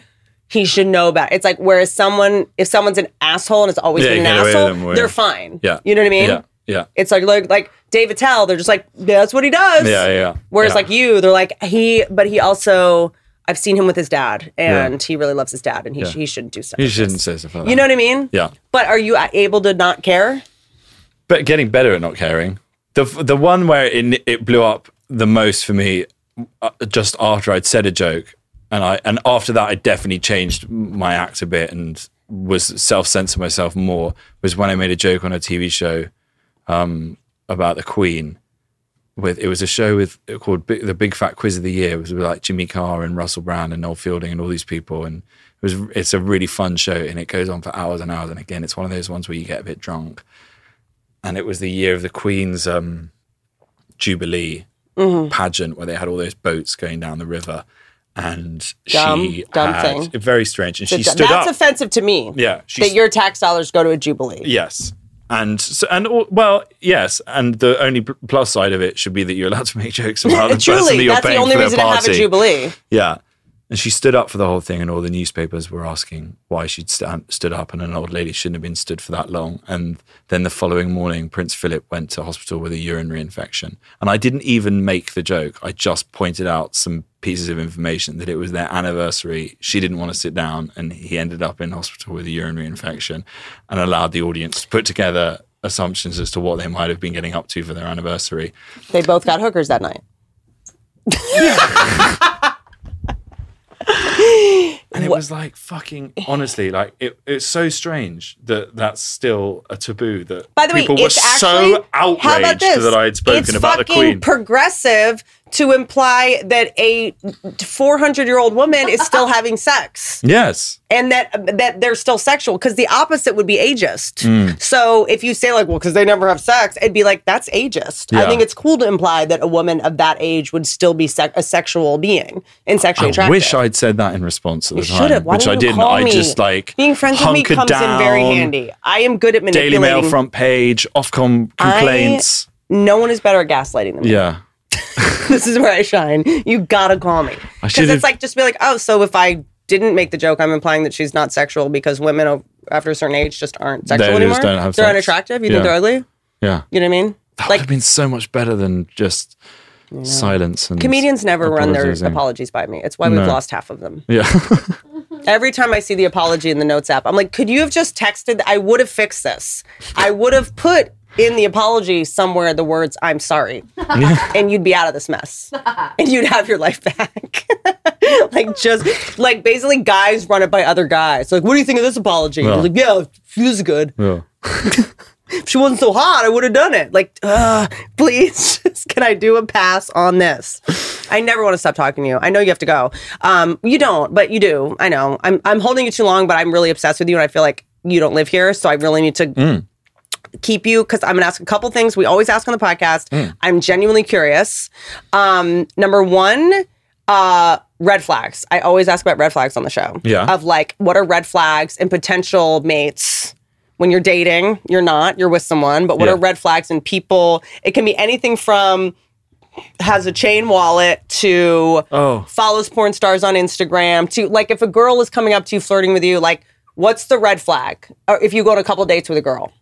He should know about. It. It's like whereas someone, if someone's an asshole and has always Yeah, been you an get away with asshole, them where- they're fine. yeah. you know what I mean. Yeah, yeah, It's like like like Dave Attell, they're just like that's what he does. yeah, yeah. Whereas yeah. like you, they're like he, but he also I've seen him with his dad, and he really loves his dad, and he, Yeah. he shouldn't do stuff. You like shouldn't this. say stuff like that. You know what I mean? Yeah. But are you a- able to not care? But getting better at not caring. The the one where it it blew up the most for me, uh, just after I'd said a joke, and I and after that I definitely changed my act a bit and was self censor myself more. Was when I made a joke on a TV show um, about the Queen. With it was a show with called Big, the Big Fat Quiz of the Year. It was with like Jimmy Carr and Russell Brand and Noel Fielding and all these people, and it was it's a really fun show and it goes on for hours and hours. And again, it's one of those ones where you get a bit drunk and it was the year of the Queen's um, Jubilee Mm-hmm. pageant where they had all those boats going down the river. And she Dumb, dumb had, thing. very strange. And she That's stood up. offensive to me. yeah, she That your tax dollars go to a jubilee. Yes. And so, and all- well, yes. And the only p- plus side of it should be that you're allowed to make jokes about the person that Truly, you're that's the paying only for their reason to have party. a jubilee. Yeah. And she stood up for the whole thing, and all the newspapers were asking why she'd stand, stood up, and an old lady shouldn't have been stood for that long. And then the following morning, Prince Philip went to hospital with a urinary infection. And I didn't even make the joke. I just pointed out some pieces of information that it was their anniversary. She didn't want to sit down, and he ended up in hospital with a urinary infection and allowed the audience to put together assumptions as to what they might have been getting up to for their anniversary. They both got hookers that night. And it was like fucking honestly, like it, it's so strange that that's still a taboo. That By the people way, were it's actually, so outraged how about this? that I had spoken it's about the fucking Queen. progressive to imply that a 400 year old woman is still having sex yes, and that that they're still sexual because the opposite would be ageist. Hmm. So if you say like, well, because they never have sex, it'd be like that's ageist. I Yeah. think it's cool to imply that a woman of that age would still be sec- a sexual being and sexually I attractive. wish I'd said that in response at the You should time, have. Why which I didn't you didn't. call I me? just like being friends with me hunkered comes down. in very handy. I am good at Daily manipulating. Mail front page, Ofcom complaints. No one is better at gaslighting than me. yeah, this is where I shine. You gotta call me. I Because should've- it's like, just be like, oh, so if I didn't make the joke, I'm implying that she's not sexual because women o- after a certain age just aren't sexual They just anymore. don't have they're sex. unattractive. You Yeah. think they're ugly? yeah. You know what I mean? That would like, have been so much better than just silence and comedians never run their apologizing. apologies by me. It's why we've No. lost half of them. Yeah, Every time I see the apology in the notes app, I'm like, could you have just texted? I would have fixed this. I would have put in the apology somewhere the words, I'm sorry. and you'd be out of this mess and you'd have your life back. like, just like basically, guys run it by other guys. Like, what do you think of this apology? Yeah. Like, yeah, she was good. yeah. If she wasn't so hot, I would have done it. Like, uh, please, just can I do a pass on this? I never want to stop talking to you. I know you have to go. Um, you don't, but you do. I know. I'm I'm holding you too long, but I'm really obsessed with you, and I feel like you don't live here, so I really need to. Keep you because I'm gonna ask a couple things we always ask on the podcast. Hmm. I'm genuinely curious. Um, number one, uh, red flags. I always ask about red flags on the show. Yeah. Of like, what are red flags and potential mates? when you're dating, you're not, you're with someone, but what Yeah. are red flags in people? It can be anything from has a chain wallet to Oh. follows porn stars on Instagram to like if a girl is coming up to you flirting with you, like what's the red flag? Or if you go on a couple dates with a girl,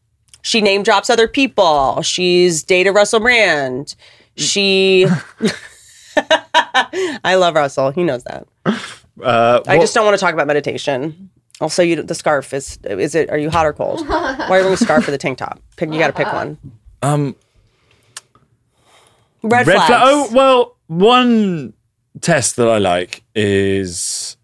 she name drops other people. She's dated Russell Brand. She I love Russell. He knows that. Uh, I just don't want to talk about meditation. Also, you the scarf is is it? Are you hot or cold? Why are you wearing a scarf for the tank top? Pick, you got to pick one. um, Red, Red flags. flag. Oh well, one test that I like is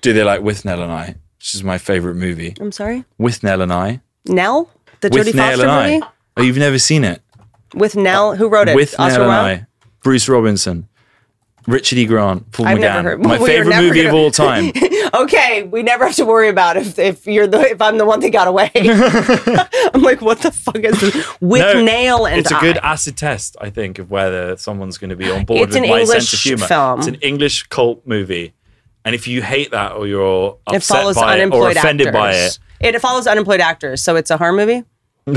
do they like With Nell and I, which is my favorite movie. I'm sorry, With Nell and I. Nell, the With Jodie Nell Foster and I. movie Oh, you've never seen it. with Nell. Who wrote it? With Oscar Nell and Wilde? I. Bruce Robinson, Richard E. Grant, Paul I've McGann. never heard- My Well, you're favorite never movie of gonna- all time. Okay, we never have to worry about if if you're the if I'm the one that got away. I'm like, what the fuck is this? With No, Nail and it's a I. good acid test, I think, of whether someone's going to be on board It's with an my English sense of humor. film. It's an English cult movie, and if you hate that or you're it upset follows by it or unemployed offended by it, actors. it. It follows unemployed actors, so it's a horror movie.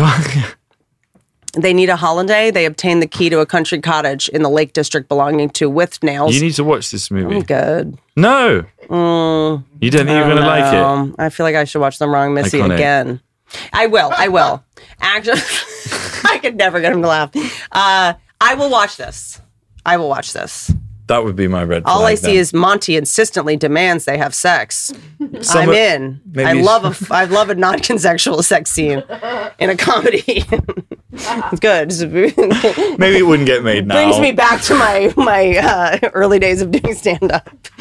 They need a holiday. They obtain the key to a country cottage in the Lake District belonging to with nails. you need to watch this movie. Good. No. Mm. you don't think you're going to like it? Um, I feel like I should watch them wrong, Missy Iconic. again. I will. I will. Actually, I could never get him to laugh. Uh, I will watch this. I will watch this. That would be my red flag. All I see then. is Monty insistently demands they have sex. Some I'm of- in. maybe I you love a I love a non-consensual sex scene in a comedy. Good. maybe it wouldn't get made now. Brings me back to my my uh, early days of doing stand up.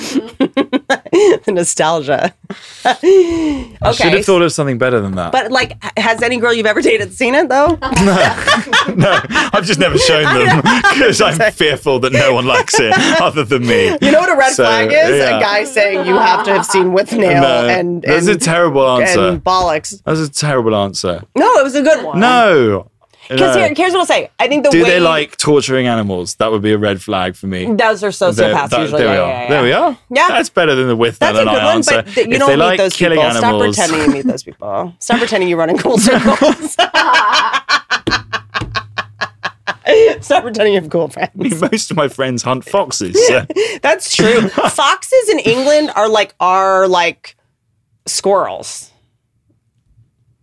the nostalgia. okay. I should have thought of something better than that. But like h- has any girl you've ever dated seen it though? no, I've just never shown them because I'm fearful that no one likes it other than me. You know what a red So, flag is? yeah. A guy saying you have to have seen with nail No, and, that's and a terrible answer. and bollocks. That's a terrible answer. No, it was a good one. No. Because No. here, here's what I'll say. I think the Do way they like torturing animals? That would be a red flag for me. Those are There- sociopaths that- usually. There we Yeah, are. yeah, yeah. There we are. Yeah. That's better than the with That's that a and good I one, answer. but th- you if don't they meet like those killing people. animals, Stop pretending you meet those people. Stop pretending you run in cool circles. Stop pretending you have cool friends. most of my friends hunt foxes. So. That's true. Foxes in England are like are like squirrels.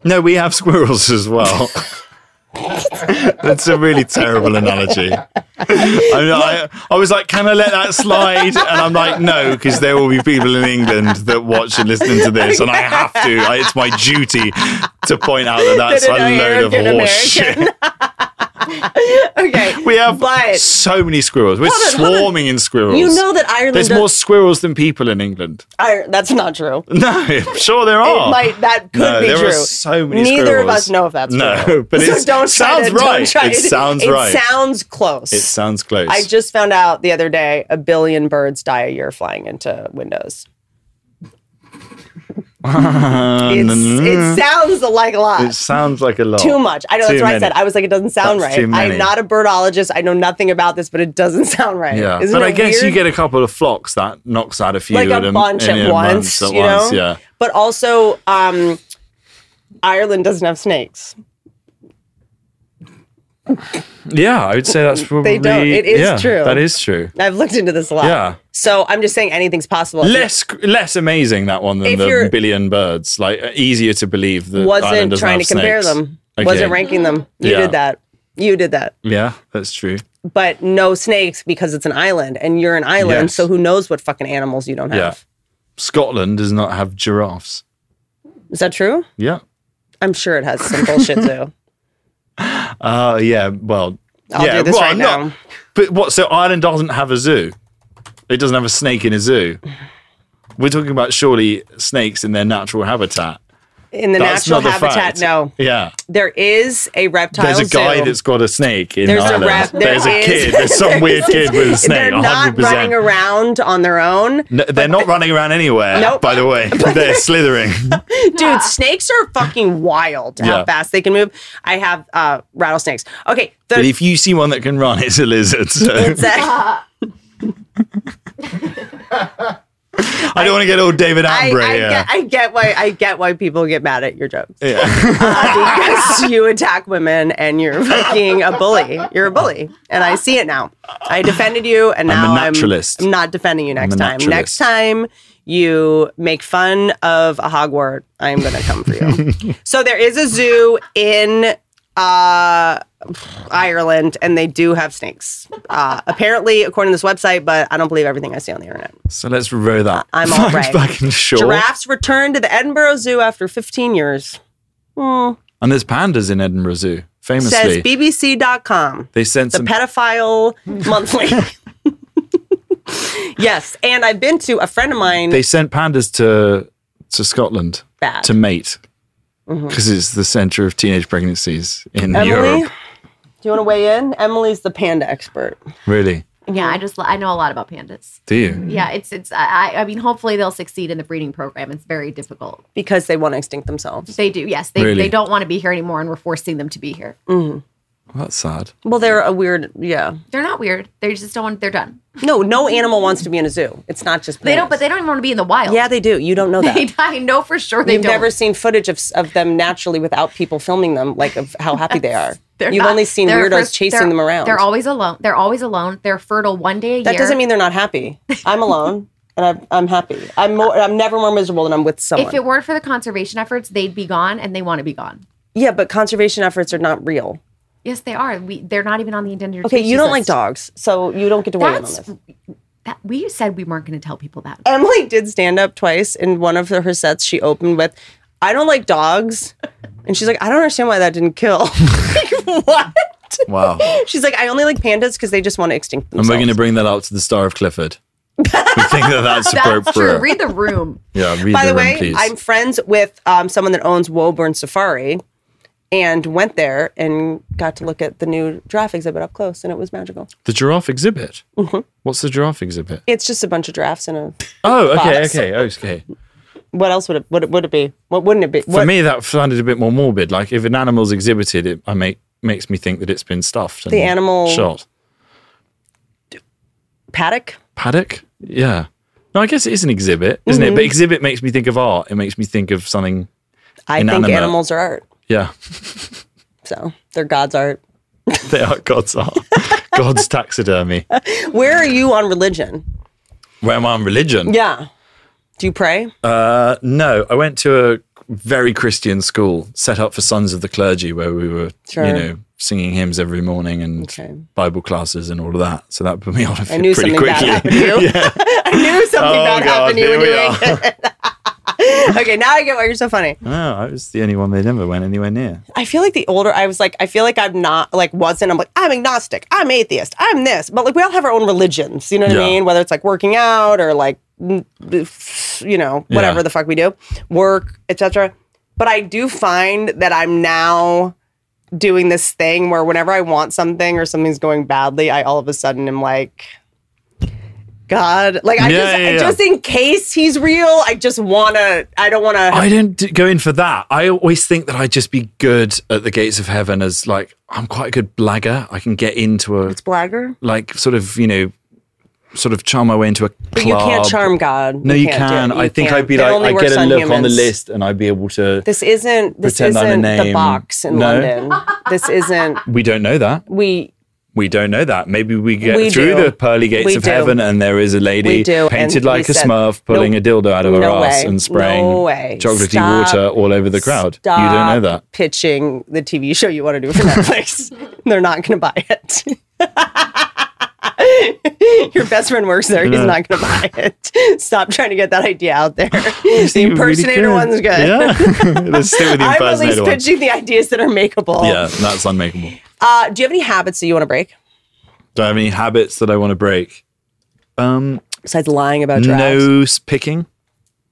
No, we have squirrels as well. That's a really terrible analogy. I, mean, I, I was like, can I let that slide? And I'm like, no, because there will be people in England that watch and listen to this, and I have to. I, it's my duty to point out that that's a That an load of American horse shit. Okay. We have But- so many squirrels. We're Hold on, hold on. swarming in squirrels. You know that Ireland There's does- more squirrels than people in England. I, that's not true. No, I'm sure there are. It might that could Oh. no, be there true. Are so many Neither of squirrels. us know if that's no, true. but it so don't try sounds to- don't right. try it to- sounds it right. sounds close. it sounds close. I just found out the other day a billion birds die a year flying into windows. It's, it sounds like a lot. it sounds like a lot. too much. I know Mm-hmm. oh, Too that's what I many. said. I was like, it doesn't sound That's too right. many. I'm not a birdologist. I know nothing about this, but it doesn't sound right. yeah, Isn't but it I guess weird? you get a couple of flocks that knocks out a few, like at a bunch in at a month, once, at you know. once, Yeah, But also, um, Ireland doesn't have snakes. yeah. I would say that's probably. They don't. It is yeah, true. That is true. I've looked into this a lot. Yeah. So I'm just saying anything's possible. Less less amazing that one than If the you're- billion birds. Like uh, easier to believe that Ireland wasn't doesn't trying to have compare snakes. them. Okay. Wasn't ranking them. You Yeah. did that. You did that. Yeah, that's true. But no snakes because it's an island and you're an island. Yes. So who knows what fucking animals you don't have? Yeah. Scotland does not have giraffes. Is that true? Yeah. I'm sure it has some bullshit too. Uh yeah, well I'll yeah, do this well, right I'm now. not- But what so Ireland doesn't have a zoo. It doesn't have a snake in a zoo. We're talking about surely snakes in their natural habitat. In the That's natural not the habitat, fact. no. Yeah. There is a reptile There's a guy zoo. that's got a snake in There's a Ireland. rap- there there's a is- kid. There's some weird kid with a snake. They're 100%. not running around on their own. No, they're not running around anywhere, Nope. by the way. They're slithering. Dude, snakes are fucking wild how Yeah. fast they can move. I have uh, rattlesnakes. Okay. But The, if you see one that can run, it's a lizard. So it's a- I don't want to get all David I, Ambre I here. get, I get why I get why people get mad at your jokes. yeah. Uh, because you attack women and you're fucking a bully. You're a bully. And I see it now. I defended you and I'm a now I'm, naturalist. I'm not defending you next a time. naturalist. Next time you make fun of a Hogwart, I'm gonna come for you. so there is a zoo in uh Ireland and they do have snakes. Uh apparently according to this website, but I don't believe everything I see on the internet. So let's row that. I'm all right. Fucking sure. Giraffes returned to the Edinburgh Zoo after 15 years. Hmm. And there's pandas in Edinburgh Zoo, famously. says bbc.com they sent the some. pedophile monthly yes and i've been to a friend of mine they sent pandas to to Scotland Bad. Mm-hmm. to mate because it's the centre of teenage pregnancies in emily Europe. do you want to weigh in emily's the panda expert Really? Yeah, I just I know a lot about pandas. Do you? Yeah, it's it's I I mean hopefully they'll succeed in the breeding program. It's very difficult. because they want to extinct themselves They do. Yes, they Really? they don't want to be here anymore, and we're forcing them to be here. Mm. Well, that's sad. well they're a weird yeah They're not weird. They just don't want. They're done. no no animal wants to be in a zoo it's not just They don't. pandas. But they don't even want to be in the wild. yeah they do you don't know They, that I know for sure they You've don't. never seen footage of, of them naturally without people filming them, like of how happy they are. They're You've not- only seen they're weirdos first- chasing they're- them around. They're always alone. They're always alone. They're fertile one day a That year. doesn't mean they're not happy. I'm alone and I'm, I'm happy. I'm more, I'm never more miserable than I'm with someone. if it weren't for the conservation efforts, they'd be gone, and they want to be gone. yeah, but conservation efforts are not real. Yes, they are. We, they're not even on the endangered. Okay, you species don't like list. dogs, so you don't get to worry about That's this. That we said we weren't going to tell people that. Emily did stand up twice in one of her sets. She opened with, "I don't like dogs," and she's like, "I don't understand why that didn't kill." Like, what? Wow. She's like, "I only like pandas because they just want to extinct And themselves." we're going to bring that up to the star of Clifford. we think that that's appropriate. That's true. Read the room. yeah, read By the, the room, way, please. I'm friends with um, someone that owns Woburn Safari, and went there and got to look at the new giraffe exhibit up close, and it was magical. the giraffe exhibit. Mm-hmm. What's the giraffe exhibit? It's just a bunch of giraffes and a. Oh, okay, Box. okay, okay. What else would it? What would it be? What wouldn't it be? For me, that sounded a bit more morbid. Like if an animal's exhibited, it I make makes me think that it's been stuffed. And The animal- shot paddock. paddock. Yeah. No, I guess it is an exhibit, isn't Mm-hmm. it? But exhibit makes me think of art. It makes me think of something. I Inanimate. think animals are art, Yeah, so they're God's art. they are God's art, God's taxidermy. Where are you on religion? Where am I on religion? Yeah. Do you pray? Uh, no, I went to a very Christian school set up for sons of the clergy, where we were, Sure. you know, singing hymns every morning and Okay. Bible classes and all of that. So that put me on a I knew bit pretty something bad quickly. happened to you. I knew something Oh, bad God, happened to you here when you we were a kid. okay, now I get why you're so funny. No, I was the only one they never went anywhere near. I feel like the older I was like, I feel like I'm not like wasn't. I'm like, I'm agnostic, I'm atheist, I'm this. But like we all have our own religions, you know what Yeah. I mean? Whether it's like working out or like n- you know, whatever Yeah. the fuck we do, work, etc. But I do find that I'm now doing this thing where whenever I want something or something's going badly, I all of a sudden am like God, like I Yeah, just, yeah, yeah. just in case he's real, I just wanna, I don't wanna. I don't d- go in for that. I always think that I'd just be good at the gates of heaven as like I'm quite a good blagger. I can get into a blagger, like sort of you know, sort of charm my way into a club. but you can't charm God. No, you, can't do can. it. You I think can't. I'd be That only like I works get a look on the humans. list and I'd be able to. This isn't this Pretend I'm a isn't the name. box in No. London. This isn't we don't know that. we. We don't know that. Maybe we get We through do. the pearly gates We of do. heaven and there is a lady We do, and painted we like a said, smurf pulling "Nope. a dildo out of her No ass way. and spraying No way. chocolatey Stop. water all over the crowd. You don't know Stop that. Pitching the TV show you want to do for Netflix, they're not going to buy it. Your best friend works there. He's not going to buy it. Stop trying to get that idea out there. the You really impersonator can. one's good. Yeah. Let's stick with the I'm at least impersonator one. pitching the ideas that are makeable. Yeah, that's unmakeable. Uh, do you have any habits that you want to break Do I have any habits that I want to break? Um, besides lying about giraffes? nose picking.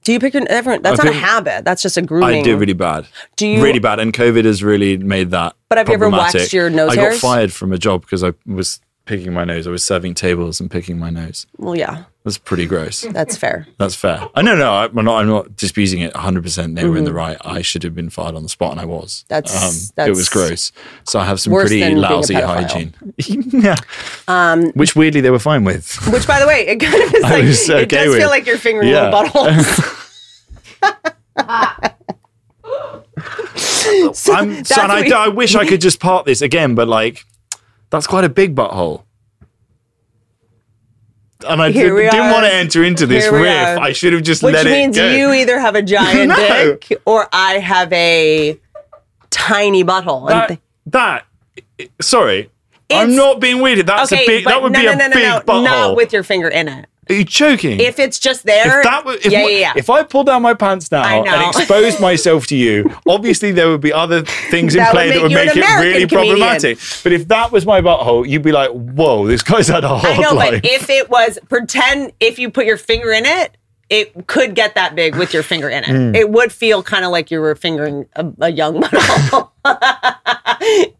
Do you pick an, everyone? That's I not a pick- habit. That's just a grooming. I do really bad. Do you- really bad? And COVID has really made that. But have you ever waxed problematic. your nose I got hairs? fired from a job because I was picking my nose. I was serving tables and picking my nose. Well, yeah, That's pretty gross. that's fair. That's fair. I no, no, I- I'm not. I'm not disputing it 100. percent They were in the right. I should have been fired on the spot, and I was. Mm-hmm. Um, That's- it that's was gross. So I have some worse pretty than being a lousy pedophile. hygiene. yeah. Um, Which weirdly they were fine with. Which, by the way, it kind of is I like was it okay does with- feel like you're fingering Yeah. little buttholes. I'm, so and what I, you- I wish I could just part this again, but like, that's quite a big butthole. And I Here did, we didn't are. want to enter into this Here we riff. are. I should have just Which let means it go. you either have a giant No. dick or I have a tiny butthole. And that, th- that- sorry, I'm It's- not being weirded. That's a big. but That would no, be no, a no, no, big no, butthole. Not with your finger in it. Are you joking? If it's just there, If that was, if, yeah, my- yeah, yeah. if I pulled down my pants I now know. and exposed myself to you, obviously there would be other things in That would play that make would you an make it American really comedian. problematic. But if that was my butthole, you'd be like, "Whoa, this guy's had a hard I know, life." but if it was pretend, if you put your finger in it, it could get that big with your finger in it. It would feel kind of like you were fingering a, a young model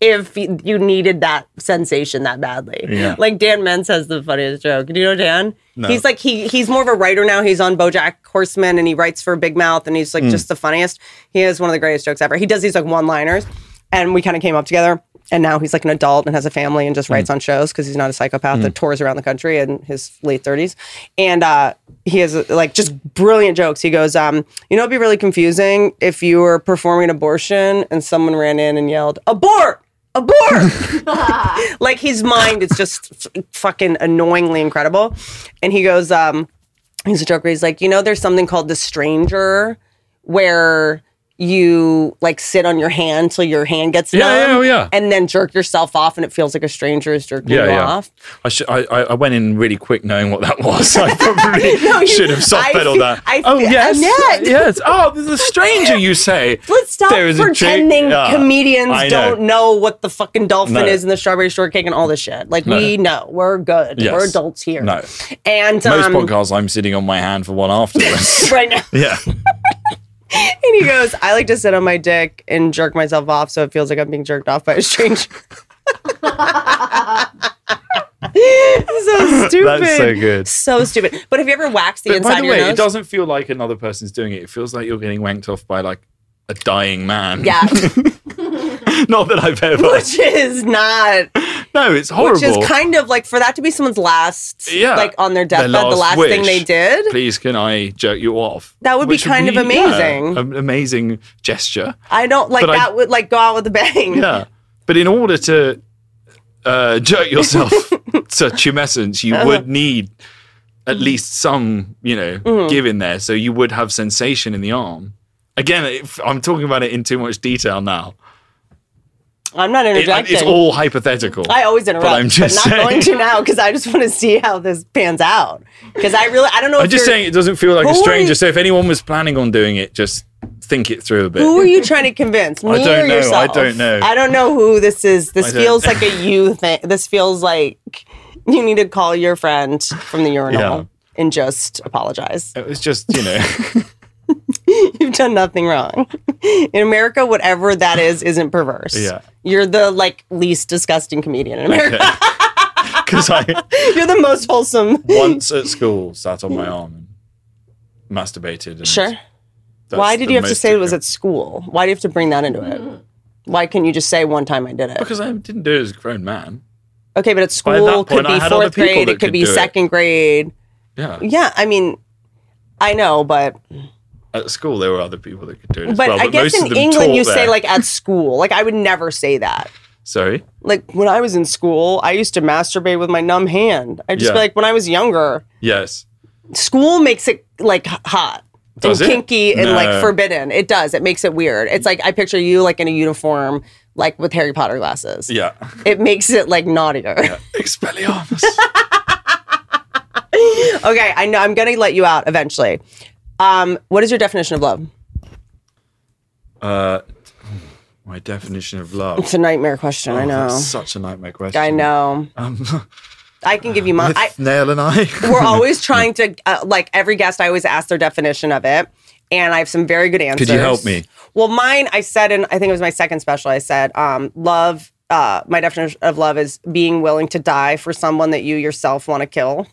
if you you needed that sensation that badly. Yeah. Like Dan Mintz has the funniest joke. Do you know Dan? He's like he he's more of a writer now. He's on BoJack Horseman and he writes for Big Mouth and he's like just the funniest. He is one of the greatest jokes ever. He does these like one liners, and we kind of came up together. And now he's like an adult and has a family and just writes on shows because he's not a psychopath that tours around the country in his late thirties. And uh, he has like just brilliant jokes. He goes, um, "You know, it'd be really confusing if you were performing an abortion and someone ran in and yelled, abort." abort. like his mind is just f- fucking annoyingly incredible. And he goes, um, he's a joker. He's like, you know, there's something called the stranger where you like sit on your hand till your hand gets Yeah, yeah, numb, oh, yeah. and then jerk yourself off, and it feels like a stranger is jerking Yeah, you yeah. off. I, should, I, I I went in really quick knowing what that was. I probably should have soft pedaled I that. feel- I oh, feel- yes. Annette. Yes. Oh, there's a stranger, you say. Let's stop There is a drink- pretending Yeah, comedians I know. don't know what the fucking dolphin No. is and the strawberry shortcake and all this shit. Like No. we know, we're good, Yes. we're adults here. No. And Most um, podcasts, I'm sitting on my hand for one afterwards. right now, yeah. and he goes, "I like to sit on my dick and jerk myself off, so it feels like I'm being jerked off by a stranger." so stupid. so good. So stupid. But have you ever waxed the But inside by the of your way, nose? it doesn't feel like another person's doing it. It feels like you're getting wanked off by like a dying man. yeah, Not that I've ever. which is not no, it's horrible. Which is kind of like for that to be someone's last, Yeah. like on their Their deathbed, the last last thing wish. they did. Please, can I jerk you off? That would be Which kind of amazing. yeah, an amazing gesture. I don't like But I- that would like go out with a bang. Yeah. But in order to uh, jerk yourself to tumescence, you Uh-huh. would need at least some, you know, Mm-hmm. give in there. So you would have sensation in the arm. Again, if I'm talking about it in too much detail now. I'm not It- interjecting. it's all hypothetical. I always interrupt, But I'm just not saying. going to now because I just want to see how this pans out. Because I really, I don't know. I'm if just you're- saying it doesn't feel like Who a are stranger. you- So if anyone was planning on doing it, just think it through a bit. Who are you trying to convince? Me I don't or know. I yourself? don't know. I don't know who this is. I This don't- feels like a you thing. This feels like you need to call your friend from the urinal Yeah. and just apologize. It was just, you know, You've done nothing wrong. In America, whatever that is, isn't perverse. Yeah. You're the like least disgusting comedian in America. because I You're the most wholesome. once at school sat on my arm and masturbated. And Sure. that's Why did the you have to most say it it was could- at school? Why do you have to bring that into it? Why can not you just say one time I did it? Because I didn't do it as a grown man. Okay, but at By that school point, could I be had other fourth people grade, that it could, could be do it. second grade. Yeah. Yeah, I mean, I know, but At school, there were other people that could do it as but well. I but guess most of in them England taught you say there. like at school. Like I would never say that. Sorry? Like when I was in school, I used to masturbate with my numb hand. I'd just Yeah. be like, when I was younger, Yes. school makes it like h- hot Does it? and kinky and No. like forbidden. It does. It makes it weird. It's like I picture you like in a uniform, like with Harry Potter glasses. Yeah. It makes it like naughtier. Expelliarmus. okay, I know I'm gonna let you out eventually. Um, what is your definition of love? uh, my definition of love. It's a nightmare question. I Oh, know. that's Such a nightmare question. Um, I know. I can give you mine. With I, Nail and I. we're always trying to uh, like every guest. I always ask their definition of it, and I have some very good answers. Could you help me? Well, mine, I said, and I think it was my second special. I said, um, love. Uh, my definition of love is being willing to die for someone that you yourself want to kill.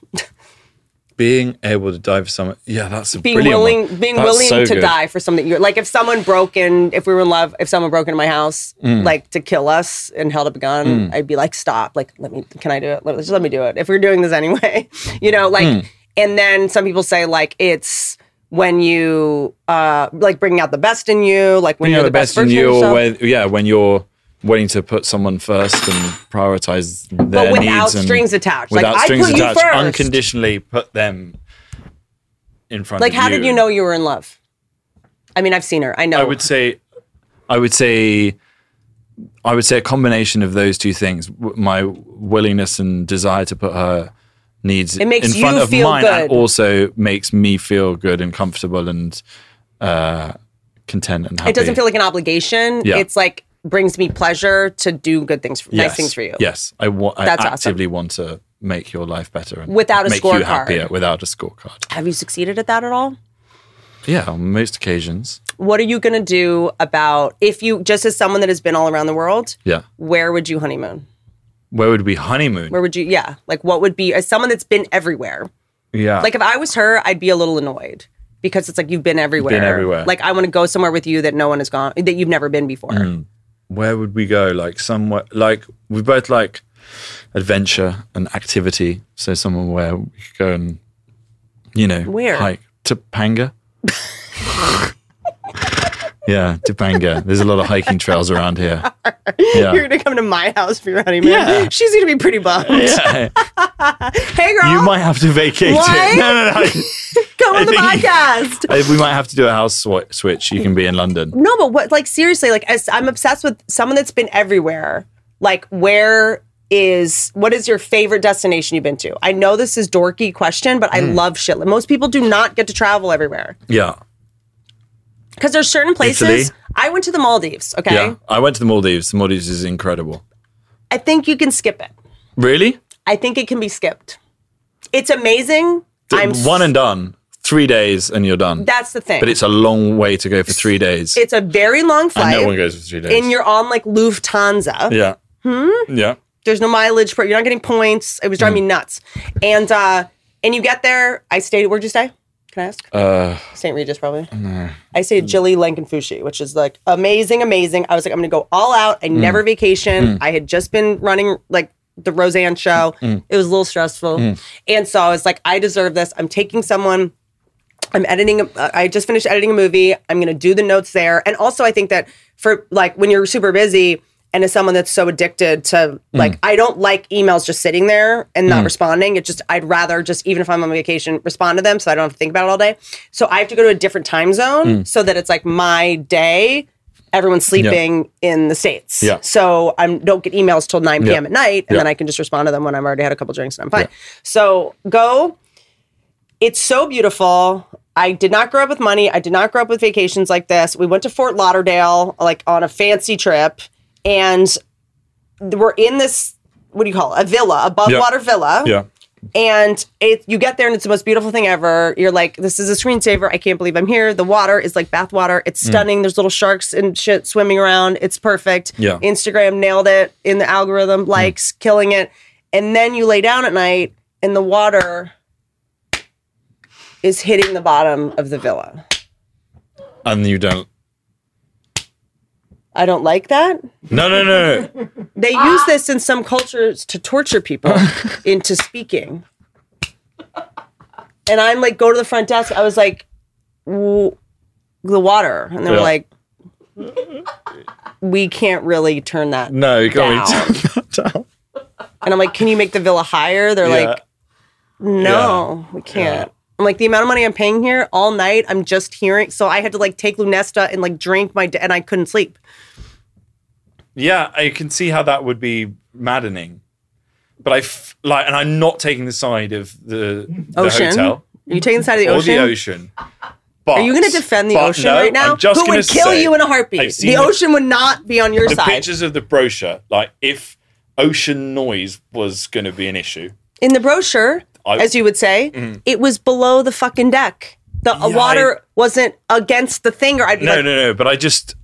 being able to dive for someone. Yeah, that's a Being brilliant one. willing, being That's willing so to good. die for something that you're like. If someone broke in, if we were in love, if someone broke into my house, Mm. like to kill us and held up a gun, I'd be like, stop. Like, let me. Can I do it? Let, just let me do it. If we're doing this anyway, you know, like. Mm. And then some people say like it's when you uh like bringing out the best in you, like when, When you're, the best, version of you, yourself. or when, yeah, when you're willing to put someone first and prioritize their but without needs and- strings attached. without like strings I put attached, you first. unconditionally put them in front. like of how did you know you were in love? I mean, I've seen her. I know. I would say, I would say, I would say a combination of those two things: W- my willingness and desire to put her needs It makes in front you of feel mine, and good. also makes me feel good and comfortable and uh, content and happy. it doesn't feel like an obligation. Yeah. It's like brings me pleasure to do good things, for, nice things for you. Yes, I want. I That's awesome. actively want to make your life better and Without a make you scorecard. happier without a scorecard. Have you succeeded at that at all? Yeah, on most occasions. What are you going to do about if you just as someone that has been all around the world? Yeah. Where would you honeymoon? Where would we honeymoon? Where would you? Yeah, like what would be as someone that's been everywhere? yeah. Like if I was her, I'd be a little annoyed because it's like you've been everywhere. everywhere. Like I want to go somewhere with you that no one has gone that you've never been before. Mm, where would we go? Like somewhere, like we both like adventure and activity. So somewhere where we could go and, you know, Where? hike Topanga. Yeah, Topanga. There's a lot of hiking trails around here. Yeah. You're gonna come to my house for your honeymoon. Yeah. She's gonna be pretty bummed. Yeah. Hey girl, You might have to vacate Why? it. No, no, no. come on the I think- podcast. Uh, we might have to do a house swi- switch. You can be in London. No, but what? Like seriously, like as I'm obsessed with someone that's been everywhere. Like, where is what is your favorite destination you've been to? I know this is dorky question, but I Hmm. love shit. Like, Most people do not get to travel everywhere Yeah. because there's certain places. Italy? I went to the Maldives. Okay, Yeah. I went to the Maldives. The Maldives is incredible. I think you can skip it. Really? I think it can be skipped. It's amazing. Th- I'm One s- and done. Three days and you're done. that's the thing. but it's a long way to go for three days. it's a very long and flight. no one goes for three days. and you're on like Lufthansa. yeah. Hmm? Yeah. There's no mileage. Per, you're not getting points. It was driving me nuts. And uh, and you get there. I stayed. Where'd you stay? Can I ask? Uh, St. Regis, probably. I stayed at Jilly Lankan Fushi, which is like amazing, amazing. I was like, I'm gonna go all out. I never vacation. I had just been running like the Roseanne show. It was a little stressful, and so I was like, I deserve this. I'm taking someone. I'm editing. a- uh, I just finished editing a movie. I'm gonna do the notes there. And also, I think that for like when you're super busy and as someone that's so addicted to like, I don't like emails just sitting there and not responding. It just I'd rather just even if I'm on vacation respond to them so I don't have to think about it all day. So I have to go to a different time zone so that it's like my day. Everyone's sleeping in the states, Yeah. so I don't get emails till 9 p.m. Yeah. at night, and Yeah. then I can just respond to them when I've already had a couple drinks and I'm fine. So go it's so beautiful. I did not grow up with money. I did not grow up with vacations like this. We went to Fort Lauderdale, like on a fancy trip, and we're in this what do you call it? A villa, above Yeah. water villa. Yeah. And it, you get there and it's the most beautiful thing ever. You're like, this is a screensaver. I can't believe I'm here. The water is like bath water. It's stunning. There's little sharks and shit swimming around. It's perfect. Yeah. Instagram nailed it in the algorithm, likes, killing it. And then you lay down at night and the water is hitting the bottom of the villa. And you don't. I don't like that. No, no, no, no. They use this in some cultures to torture people into speaking. And I'm like, go to the front desk. I was like, w- the water. And they were Yeah. like, we can't really turn that. No, you can't. Down. And I'm like, can you make the villa higher? They're Yeah. like, no, we can't. I'm like, the amount of money I'm paying here all night, I'm just hearing. So I had to like take Lunesta and like drink my, d- and I couldn't sleep. Yeah, I can see how that would be maddening. But I f- like, and I'm not taking the side of the, the Ocean. hotel Are you taking the side of the or ocean? the ocean. But, Are you going to defend the but ocean no, right now? I'm just Who gonna would kill say, you in a I've heartbeat? seen The ocean would not be on your the side. pictures of the brochure. Like, if ocean noise was going to be an issue, in the brochure, I- Mm. as you would say, it was below the fucking deck. The uh, Yeah, water wasn't against the thing, or I'd be no, like, no, no. But I just,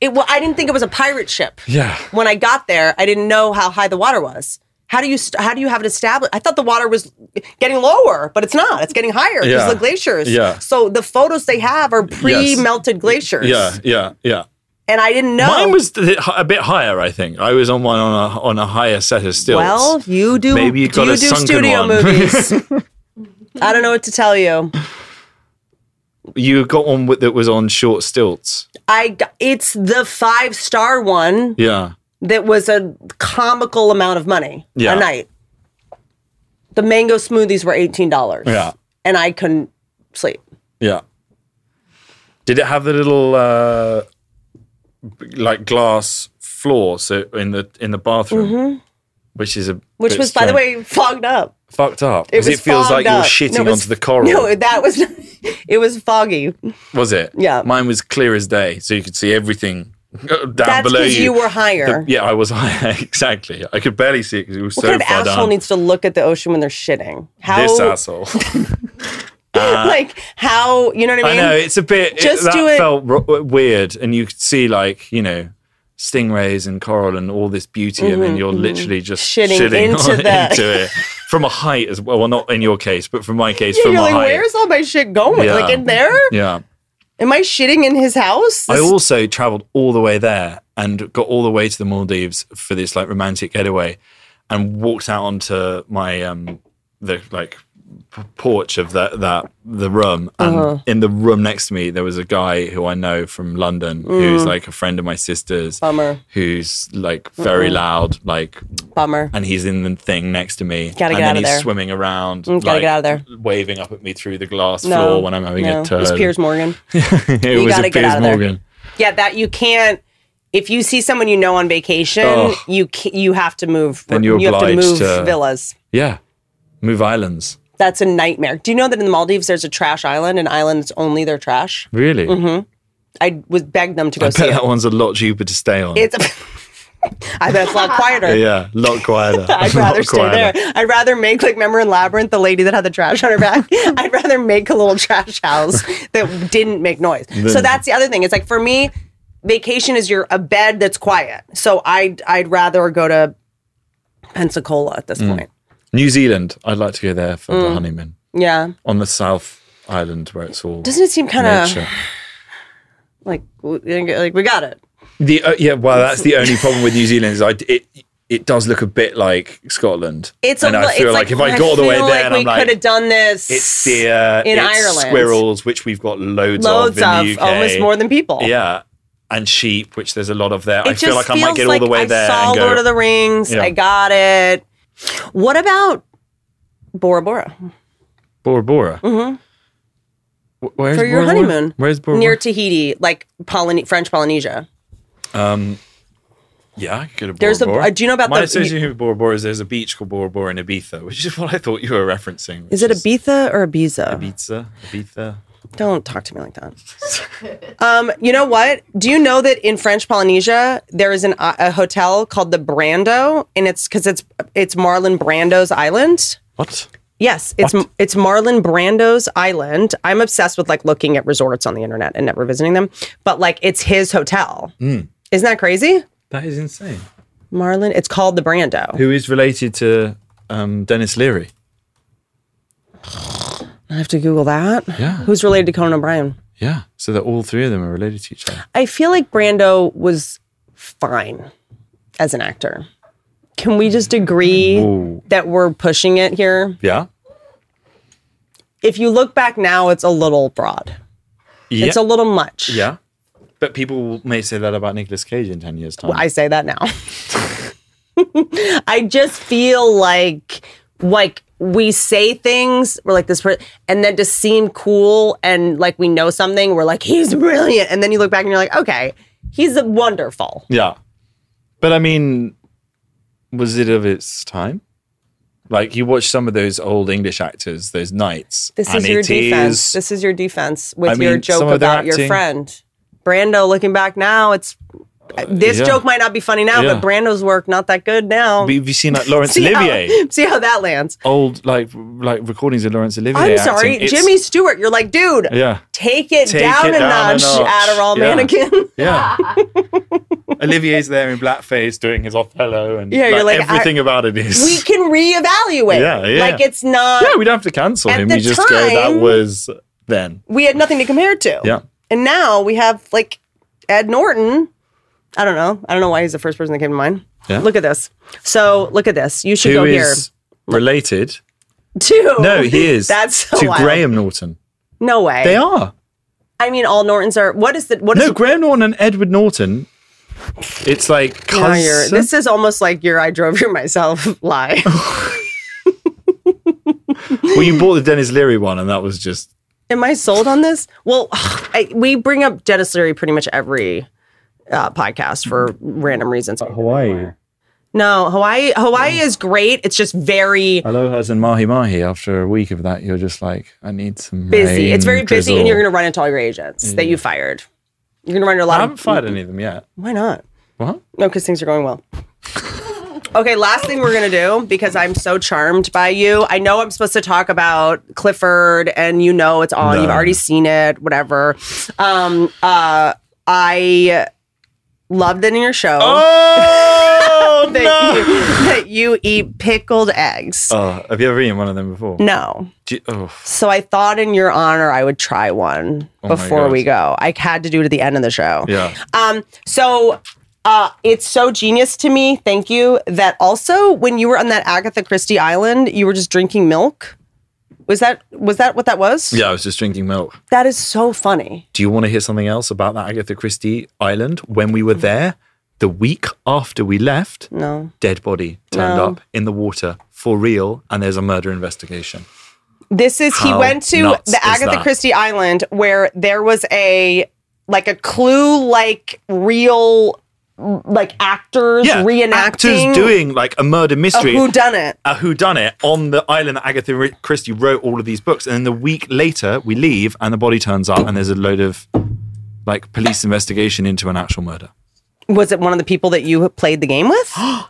It, well, I didn't think it was a pirate ship. yeah, When I got there, I didn't know how high the water was. How do you st- how do you have it established? I thought the water was getting lower, but it's not. It's getting higher because Yeah. the glaciers. Yeah. So the photos they have are pre-melted glaciers. yeah, yeah, yeah. And I didn't know. Mine was th- a bit higher, I think. I was on one on a on a higher set of stilts. Well, you do. Maybe you do got you a do sunken studio one. movies. I don't know what to tell you. you got one with, that was on short stilts. I g- it's the five star one Yeah, that was a comical amount of money Yeah. a night. The mango smoothies were eighteen dollars. Yeah. and I couldn't sleep. yeah. Did it have the little uh, b- like glass floor so in the in the bathroom, which is a Mm-hmm. Which bit was, by the strange. way, fogged up. fucked up It was because it feels like fogged up. you're shitting No, it was- onto the coral. No, that was. it was foggy. was it? Yeah. mine was clear as day, so you could see everything uh, down That's below because you. you. were higher. The- yeah, I was higher. exactly. I could barely see it because it was what so kind of far asshole down. needs to look at the ocean when they're shitting? How This asshole. like how you know what I I mean? know it's a bit. it- Just that do it- felt ro- uh, weird, and you could see like you know stingrays and coral and all this beauty, and then you're literally just Mm-hmm, Shitting shitting, into on- the- into it from a height as well. Well, not in your case, but from my case, Yeah, from you're a like, height. where's all my shit going? Yeah. Like in there? yeah. Am I shitting in his house? I This- also traveled all the way there and got all the way to the Maldives for this like romantic getaway and walked out onto my um the like p- porch of that that the room, and Uh-huh. in the room next to me there was a guy who I know from London, who's like a friend of my sister's, Mm. Bummer. who's like very loud, like, Bummer. and he's in the thing next to Gotta me, and get then out of he's there. Mm, swimming around, gotta get out of there. waving up at me through the glass No, floor when I'm having uh, no. a turn. It was Piers Morgan. it You was a gotta get Piers out of there. Morgan. Yeah, that you can't. If you see someone you know on vacation, Ugh. you ca you have to move. Then you're you have to obliged move to- villas. Yeah, move islands. That's a nightmare. Do you know that in the Maldives there's a trash island, an island that's only their trash? Really, I was begged them to go I see bet it. that one's a lot cheaper to stay on. It's. I bet it's a lot quieter. yeah, a lot quieter. I'd A lot rather stay quieter. there. I'd rather make like remember in Labyrinth the lady that had the trash on her back. I'd rather make a little trash house that didn't make noise. so that's the other thing. It's like for me, vacation is your a bed that's quiet. So I'd I'd rather go to Pensacola at Mm. this point. New Zealand. I'd like to go there for Mm. the honeymoon Yeah. on the South Island where it's all Doesn't it seem kind of nature. like w- like we got it? The uh, yeah, well, that's the only problem with New Zealand is I it it does look a bit like Scotland. It's and a, I li- feel it's like, if I got all the way feel there, like and we I'm like, could have done this. it's deer, in it's Ireland. squirrels, which we've got loads, loads of in the of UK. almost more than people. yeah, and sheep, which there's a lot of there. It I feel just like I feels might get all the like way I there saw and go. Lord of the Rings. Yeah. I got it. What about Bora Bora Bora Bora. Mm-hmm. Where's for your Bora Bora? honeymoon? Where's Bora? Near Bora? Tahiti, like Polyne- French Polynesia. Um, Yeah, I could go to Bora There's the- Bora. uh, do you know about My the- association with Bora Bora is there's a beach called Bora Bora in Ibiza, which is what I thought you were referencing. which Is it Ibiza or Ibiza? Ibiza? Ibiza. Don't talk to me like that. um, you know what? Do you know that in French Polynesia there is an, a hotel called the Brando, and it's because it's it's Marlon Brando's island. What? Yes, it's it's Marlon Brando's island. I'm obsessed with like looking at resorts on the internet and never visiting them, but like it's his hotel. Mm. Isn't that crazy? That is insane. Marlon, it's called the Brando. Who is related to um, Dennis Leary? I have to Google that. Yeah. Who's related to Conan O'Brien? Yeah. So that all three of them are related to each other. I feel like Brando was fine as an actor. Can we just agree Ooh. that we're pushing it here? Yeah. If you look back now, it's a little broad. Yeah. It's a little much. yeah. But people may say that about Nicolas Cage in 10 years' time. I say that now. I just feel like like we say things we're like this person and then to seem cool and like we know something we're like he's brilliant and then you look back and you're like okay he's wonderful yeah. But I mean, was it of its time? Like you watch some of those old English actors, those knights. this and is your it defense is- this is your defense with I mean, your joke some of their about your acting- friend brando looking back now it's this yeah. joke might not be funny now Yeah. but brando's work not that good now Have you seen like Laurence see, Olivier? how, see how that lands old like like recordings of Laurence Olivier. i'm acting. sorry It's- jimmy stewart you're like dude Yeah, take it Take down it a down a notch, notch. Adderall Yeah. mannequin. yeah. Olivier's there in blackface doing his Othello, and Yeah, you're like, I- everything about it is. we can reevaluate. Yeah, yeah. Like it's not. yeah, we don't have to cancel At him. the We just go. That time- was then. we had nothing to compare it to. Yeah. And now we have like Ed Norton. I don't know. I don't know why he's the first person that came to mind. Yeah. Look at this. So look at this. You should Who go is related? here. Two. No, he is. That's so to wild. Graham Norton. No way. They are. I mean, all Nortons are. What is the? What is? No, Graham Norton and Edward Norton. It's like Now you're- cousin. this is almost like your "I drove here myself" lie. well, you bought the Dennis Leary one, and that was just Am I sold on this? Well, I, we bring up Dennis Leary pretty much every uh, podcast for random reasons. Hawaii. No, Hawaii. Hawaii is great. It's just very Alohas and mahi mahi. After a week of that, you're just like, I need some busy. it's very rain, busy, drizzle. and you're going to run into all your agents that you fired. You're going to run into a I lot haven't of. fired any of them yet. Why not? What? No, because things are going well. okay, last thing we're going to do because I'm so charmed by you. I know I'm supposed to talk about Clifford, and you know it's on. You've No. already seen it. Whatever. Um. Uh. I loved it in your show. Oh That, you, that you eat pickled eggs. Oh, have you ever eaten one of them before? No. Do you- oh, f- So I thought in your honor I would try one Oh my before we go. I had to do it at the end of the show. yeah. Um so uh it's so genius to me. Thank you. That also when you were on that Agatha Christie island, you were just drinking milk. Was that was that what that was? Yeah, I was just drinking milk. That is so funny. Do you want to hear something else about that Agatha Christie island? When we were there, the week after we left, No. dead body turned No. up in the water for real, and there's a murder investigation. This is he How went to nuts the is Agatha that? Christie Island where there was a like a clue like real like actors reenacting actors doing like a murder mystery. who done it. a whodunit on the island that Agatha Ri- Christie wrote all of these books. And then the week later, we leave and the body turns up, and there's a load of like police investigation into an actual murder. Was it one of the people that you played the game with? Oh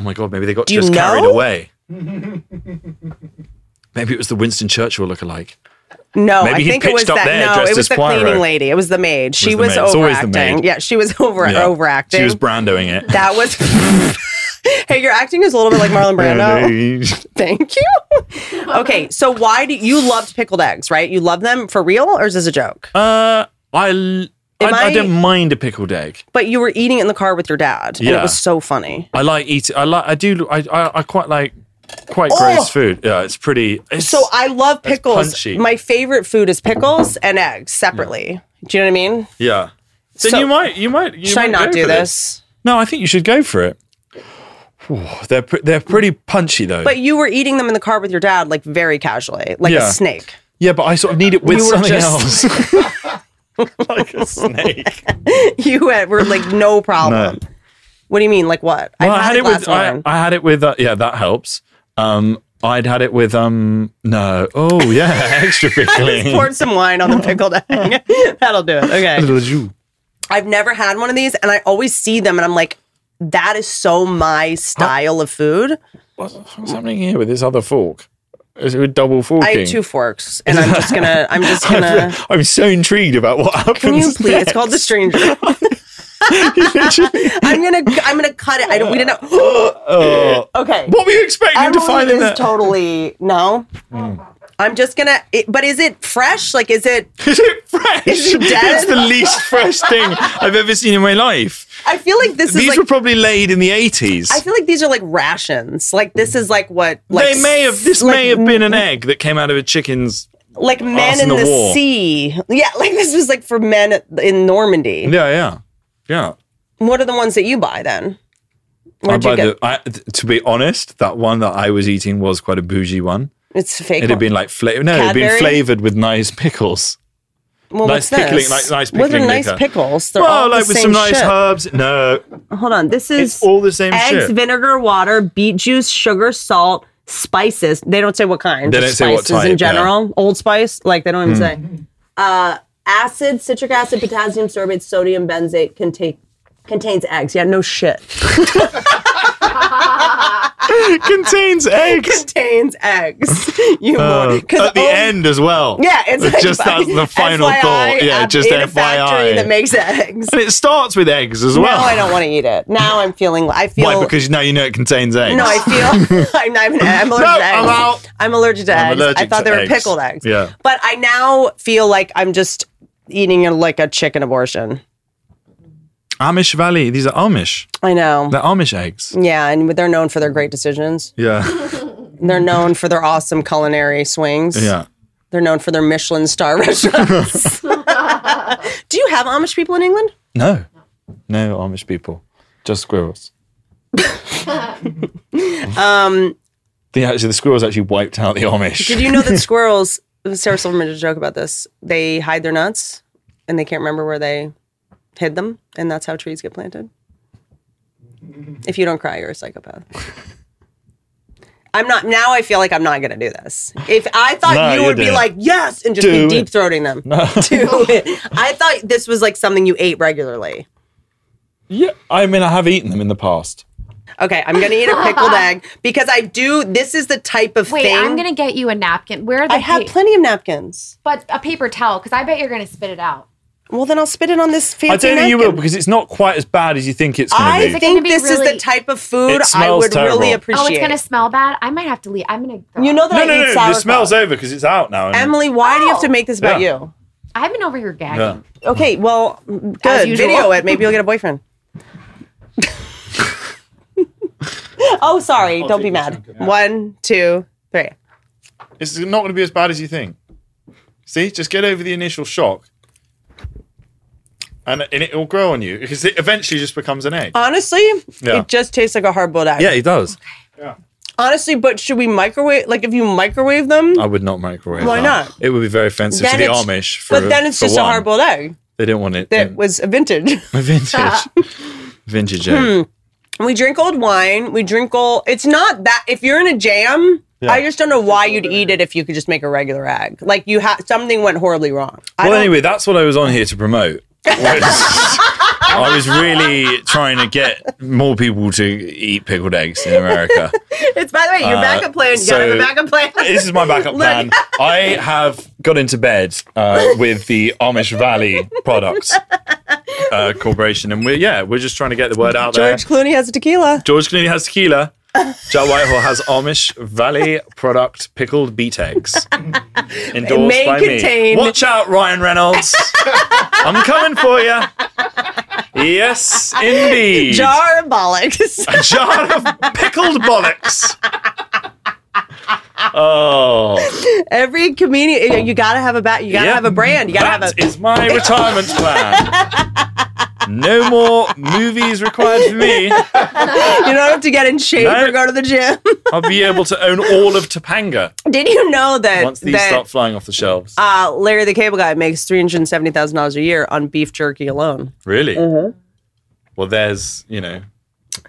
my God, maybe they got Do you just carried know? away. maybe it was the Winston Churchill lookalike. No, Maybe I he think it was pitched up that. there no, dressed it was as the Poirot. cleaning lady. It was the maid. She the was, maid. It's always the overacting. maid. Yeah, she was over Yeah. overacting. She was brandoing it. that was. hey, your acting is a little bit like Marlon Brando. Thank you. Okay, so why do you loved pickled eggs? Right, you love them for real, or is this a joke? uh, I, l- I, Am I I- don't mind a pickled egg. But you were eating it in the car with your dad, and Yeah. it was so funny. I like eating. I like. I do. I. I, I quite like quite gross food. Yeah, it's pretty. It's, Oh! So I love That's pickles. punchy. My favorite food is pickles and eggs separately. Do you know what I mean? Yeah. Then So- you might. You might. You Should I might not go do for this? No, I think you should go for it. Whew, they're pre- they're pretty punchy though. But you were eating them in the car with your dad, like very casually, like Yeah. a snake. yeah, but I sort of need it with You were something just- else. like a snake. you had, were like no problem. What do you mean? Like what? Well, I've I had it last with. I, time. I had it with. Uh, yeah, that helps. Um, I'd had it with. Um, no. Oh yeah, extra Just pickling. poured some wine on the pickled egg. That'll do it. Okay. I've never had one of these, and I always see them, and I'm like, that is so my style of food. What's what's happening here with this other fork? Is it with double forking? I have two forks, and I'm just gonna. I'm just gonna. I'm so intrigued about what happens. Can you please? It's called the stranger. I'm gonna. I'm gonna cut it. I don't. We didn't. okay. Uh, What were you expecting to Emily find in is that? totally no. Mm. I'm just gonna. It, but is it fresh? Like, is it? Is it fresh? Is it dead? It's the least fresh thing I've ever seen in my life. I feel like this These is were like. probably laid in the 80s. I feel like these are like rations. Like this is like what like they may have. This like, may have been an egg that came out of a chicken's. like men arse in in the, the war. sea. Yeah, like this was like for men at- in Normandy. Yeah, yeah, yeah. What are the ones that you buy then? I Where'd you buy get? the, I, th- to be honest, that one that I was eating was quite a bougie one. it's a fake. It had one. been like flavor. No, it had been Cadbury? flavored with nice pickles. well, what's nice this? pickling- like nice What are pickling nice liquor. pickles? They're well, all like the with same some nice shit. herbs. No, Hold on, this is It's all the same eggs, shit. vinegar, water, beet juice, sugar, salt, spices. They don't say what kind. They just don't say what spices in type, yeah. Hmm. general. Old Spice, like they don't even say. Uh, acid, citric acid, potassium sorbate, sodium benzate contain contains eggs. Yeah, no shit. it contains eggs. Contains eggs. You Uh, moron. 'Cause at the oh- end as well. Yeah, it's like, just that's the final FYI, thought. Yeah, I'm just uh, in a factory FYI. that makes eggs. and it starts with eggs as well. Now I don't want to eat it. Now I'm feeling. I feel. Why? Because now you know it contains eggs. No, I feel I'm, not even, I'm allergic No, to eggs. I'm out. I'm allergic to I'm eggs. I allergic thought to they were eggs. pickled eggs. Yeah. But I now feel like I'm just eating a, like a chicken abortion. Amish Valley. These are Amish. I know. They're Amish eggs. yeah, and they're known for their great decisions. Yeah, They're known for their awesome culinary swings. yeah. They're known for their Michelin star restaurants. Do you have Amish people in England? No, no Amish people. Just squirrels. um. The actually the squirrels actually wiped out the Amish. Did you know that squirrels? Sarah Silverman did a joke about this. They hide their nuts, and they can't remember where they hid them, and that's how trees get planted. If you don't cry, you're a psychopath. I'm not. Now I feel like I'm not gonna do this. If I thought No, you you would be do it. like yes and just Do be it. deep throating them, do it. I thought this was like something you ate regularly. yeah, I mean I have eaten them in the past. Okay, I'm gonna eat a pickled egg because I do. This is the type of Wait, thing. I'm gonna get you a napkin. Where are the I have pa- plenty of napkins. but a paper towel because I bet you're gonna spit it out. Well, then I'll spit it on this fancy. I don't think you will napkin. because it's not quite as bad as you think it's going to I be. it think gonna be this is the really- type of food It I smells would really terrible. appreciate. Oh, it's gonna smell bad. I might have to leave. I'm gonna. Go. you know that no, I no, eat no. sauerkraut. The smell's over because it's out now. and- Emily, why do you have to make this about Yeah. you? I've been over here gagging. Yeah. Okay, well, good. usual. Video it. Maybe you'll get a boyfriend. oh, sorry. Don't be mad. One, two, three. It's not going to be as bad as you think. See, just get over the initial shock, and, and it will grow on you because it eventually just becomes an egg. Honestly, Yeah. it just tastes like a hard boiled egg. yeah, it does. Honestly, but should we microwave? Like, if you microwave them, I would not microwave. Why that. not? It would be very offensive to then the it's- Amish. For, but then it's for just one. a hard boiled egg They didn't want it. that in- was a vintage. a vintage, vintage egg. Hmm. We drink old wine. We drink old. It's not that if you're in a jam. Yeah. I just don't know why you'd eat it if you could just make a regular egg. Like you have something went horribly wrong. Well, anyway, that's what I was on here to promote. was- I was really trying to get more people to eat pickled eggs in America. It's by the way, your Uh, backup plan. You gotta have a so- uh, backup plan. this is my backup Look. plan. I have got into bed uh, with the Amish Valley Products uh, Corporation, and we're yeah, we're just trying to get the word out there. George Clooney has a tequila. George Clooney has tequila. Jack Whitehall has Amish Valley product pickled beet eggs. Endorsed may by contain- me. Watch out, Ryan Reynolds. I'm coming for you. Yes, indeed. Jar of bollocks. A jar of pickled bollocks. Oh, Every comedian, you- you gotta have a bat. You gotta Yeah. have a brand. You gotta that have a. is my retirement plan. No more movies required for me. you don't have to get in shape No. or go to the gym. I'll be able to own all of Topanga Did you know that once these that start flying off the shelves. uh, Larry the Cable Guy makes three hundred seventy thousand dollars a year on beef jerky alone? Really? Uh-huh. Well, there's, you know,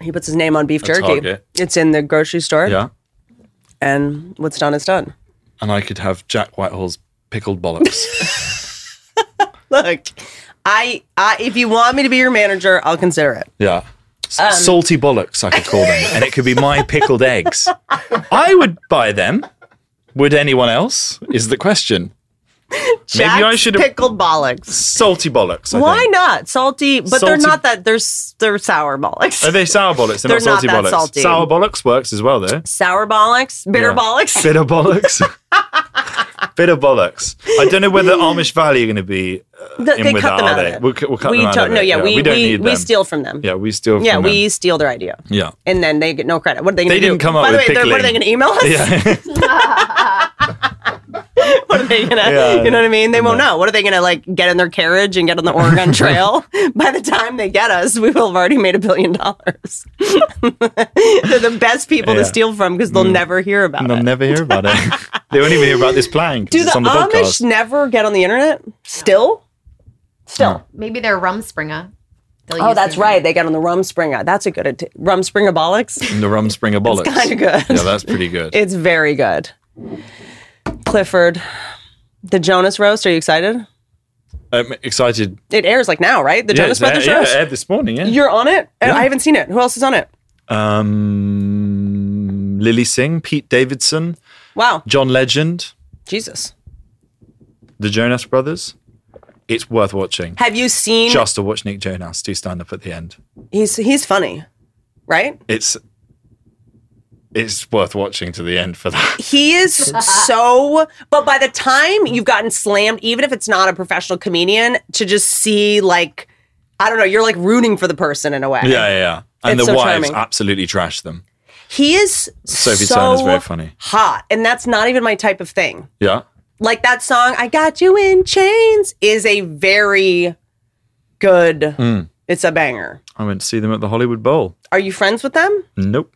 He puts his name on beef A jerky. Target. It's in the grocery store. yeah. And what's done is done. And I could have Jack Whitehall's pickled bollocks. Look, I, I if you want me to be your manager, I'll consider it. yeah. S- Um, Salty bollocks, I could call them. and it could be my pickled eggs. I would buy them. Would anyone else? Is the question. Maybe I Jack's should have. pickled bollocks. Salty bollocks. I Why think. not salty? But they're Salty- not that. They're s- they're sour bollocks. Are they sour bollocks? They're, They're not salty not that bollocks. salty. Sour bollocks works as well, though. sour bollocks, bitter Yeah. bollocks. Bitter bollocks. Bitter bollocks. I don't know whether Amish Valley are going to be uh, Th- in they with cut that, them are out of they? it. We'll, cu- we'll cut we them out don't. of it. No, yeah, we we don't we, need we them. steal from them. Yeah, we steal. Yeah, from we them. steal their idea. Yeah. And then they get no credit. What are they going They to do? didn't come up By the with way, they're- what are they pickling. going to email us? Yeah. What are they going to, Yeah. you know what I mean? They won't know. What are they going to like get in their carriage and get on the Oregon Trail? By the time they get us, we will have already made a billion dollars. they're the best people Yeah. to steal from because they'll never hear about and they'll it. never hear about it. they won't even hear about this plan do because the, it's on the Amish podcast. never get on the internet? Still? Still. Maybe they're Rumspringa. They'll Oh, use that's their- right. They got on the Rumspringa. That's a good idea. Rumspringa bollocks. And the Rumspringer bollocks. kinda good. Yeah, that's pretty good. It's very good. Clifford, the Jonas roast. Are you excited? I'm excited. It airs like now, right? The yeah, Jonas it's aired- Brothers yeah, roast. aired this morning. Yeah. You're on it. And Yeah. I haven't seen it. Who else is on it? um, Lily Singh, Pete Davidson, Wow, John Legend, Jesus. the Jonas Brothers. It's worth watching. Have you seen? Just to watch Nick Jonas do stand up at the end. he's he's funny, right? It's it's worth watching to the end for that. He is so. But by the time you've gotten slammed, even if it's not a professional comedian, to just see like, I don't know, you're like rooting for the person in a way. Yeah, yeah, yeah. And It's the so wives charming. absolutely trash them. He is Sophie so Turner's very funny. hot, and that's not even my type of thing. Yeah. like that song i got you in chains is a very good Mm. it's a banger I went to see them at the Hollywood Bowl. are you friends with them Nope.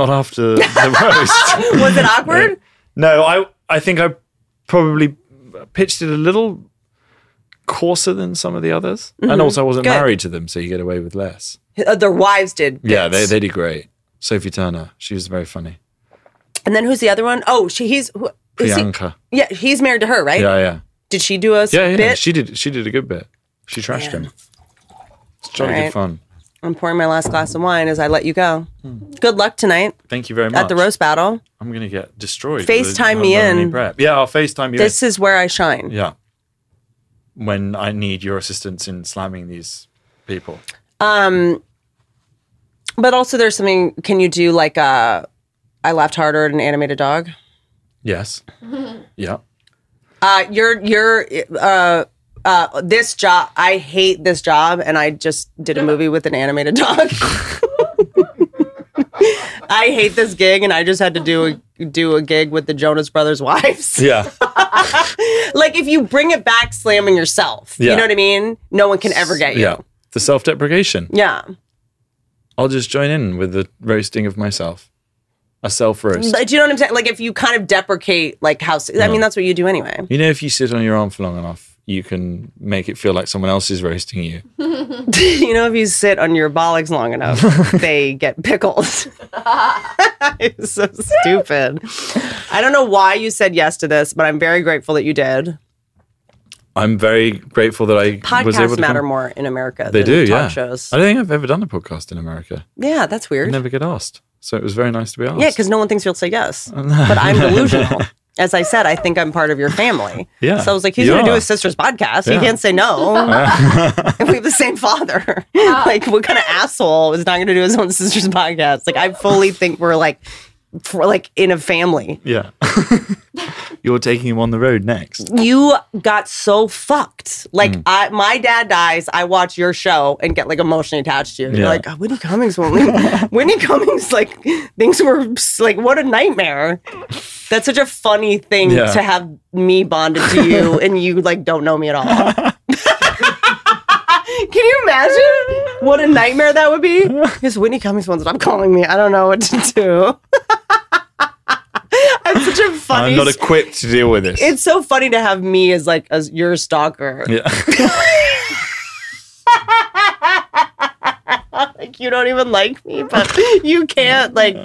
Not after the roast. was it awkward No, I I think I probably pitched it a little coarser than some of the others, and also I wasn't Mm-hmm. Good. married to them, so you get away with less. Uh, their wives did Yeah, they bits. they did great. Sophie Turner, she was very funny. and then who's the other one? Oh, she he's who, is he, Priyanka, yeah he's married to her right yeah, yeah, did she do a yeah, yeah. bit She did she did a good bit. She trashed him. It's jolly All good right. fun. i'm pouring my last glass of wine as i let you go good luck tonight Thank you very Hmm. much. at the roast battle I'm gonna get destroyed. with FaceTime me how many in. prep. Yeah, I'll FaceTime you. this is where i shine in. Yeah. When I need your assistance in slamming these people. but also there's something can you do like uh i laughed harder at an animated dog Yes. yeah. Uh, you're you're uh uh this job. I hate this job, and I just did a movie with an animated dog. I hate this gig, and I just had to do a, do a gig with the Jonas Brothers wives. Yeah. like if you bring it back, slamming yourself. Yeah. You know what I mean? No one can ever get you. Yeah. The self deprecation. Yeah. I'll just join in with the roasting of myself. A self roast. But do you know what I'm saying? Like if you kind of deprecate, like how I mean, that's what you do anyway. You know, if you sit on your arm for long enough, you can make it feel like someone else is roasting you. you know, if you sit on your bollocks long enough, they get pickles. it's so stupid. I don't know why you said yes to this, but I'm very grateful that you did. I'm very grateful that I was able Podcasts to. matter come- more in America. They than do, talk yeah. Shows. I don't think I've ever done a podcast in America. Yeah, that's I weird. never get asked. So it was very nice to be asked. Yeah, because no one thinks you'll say yes. but I'm delusional. As I said, I think I'm part of your family. Yeah, So I was like, he's you going to do are. his sister's podcast. He Yeah. can't say no. and we have the same father. like, what kind of asshole is not going to do his own sister's podcast? Like, I fully think we're like, for, like in a family. Yeah. You're taking him on the road next. You got so fucked. Like, Mm. I, my dad dies. I watch your show and get like emotionally attached to you. You're Yeah. like, oh, Whitney Cummings won't leave. Whitney Cummings, like, things were like, what a nightmare. That's such a funny thing Yeah. to have me bonded to you and you like don't know me at all. Can you imagine what a nightmare that would be? Because Whitney Cummings won't stop calling me. I don't know what to do. It's such a funny. I'm not equipped to deal with this. it's so funny to have me as like as your stalker. yeah. Like you don't even like me, but you can't like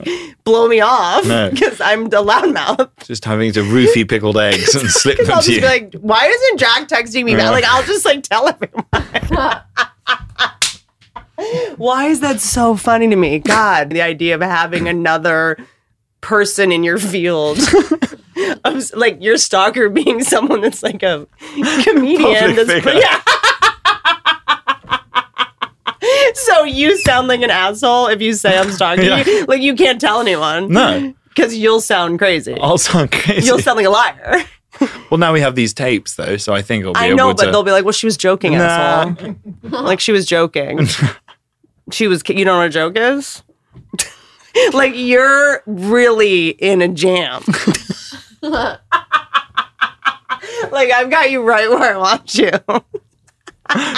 blow me off No. because I'm the loudmouth. Just having to roofie pickled eggs and slip Because them I'll to just be you. like, why isn't Jack texting me back? Like, I'll just like tell everyone. why is that so funny to me? God, the idea of having another person in your field. of s- like your stalker being someone that's like a comedian Public that's figure. yeah. so you sound like an asshole if you say I'm stalking you. Like you can't tell anyone. no. Oh, Because you'll sound crazy. I'll sound crazy. You'll sound like a liar. well, now we have these tapes, though, so I think I'll be I able know, but to. they'll be like, "Well, she was joking, asshole." like she was joking. she was. You know what a joke is? like you're really in a jam. like I've got you right where I want you,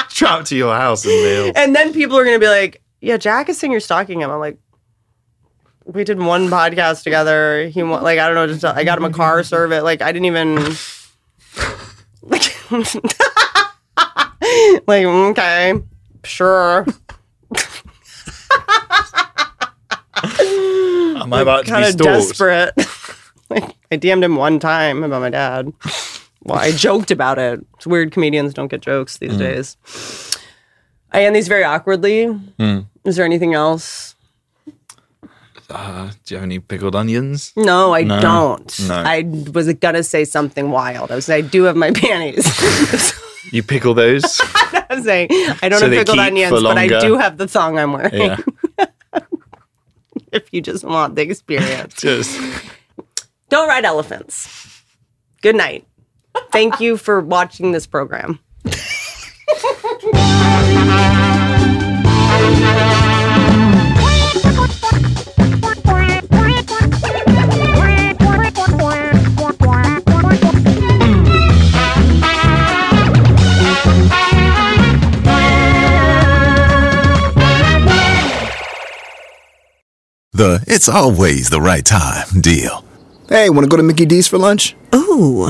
trapped to your house in the hills. and then people are gonna be like, "Yeah, Jack is saying you're stalking him." I'm like. We did one podcast together. He wa- like I don't know. Just I got him a car service. Like I didn't even like like okay sure Am I about to be kind of stalked? desperate like i dm'd him one time about my dad well i joked about it it's weird comedians don't get jokes these days i end these very awkwardly is there anything else Uh, do you have any pickled onions? no i No. don't No. i was gonna say something wild i was i do have my panties You pickle those? i'm saying i don't So have they pickled keep onions for but i longer? do have the thong i'm wearing yeah. if you just want the experience Just Don't ride elephants. Good night. Thank you for watching this program. The it's always the right time deal. Hey, want to go to Mickey D's for lunch? Ooh,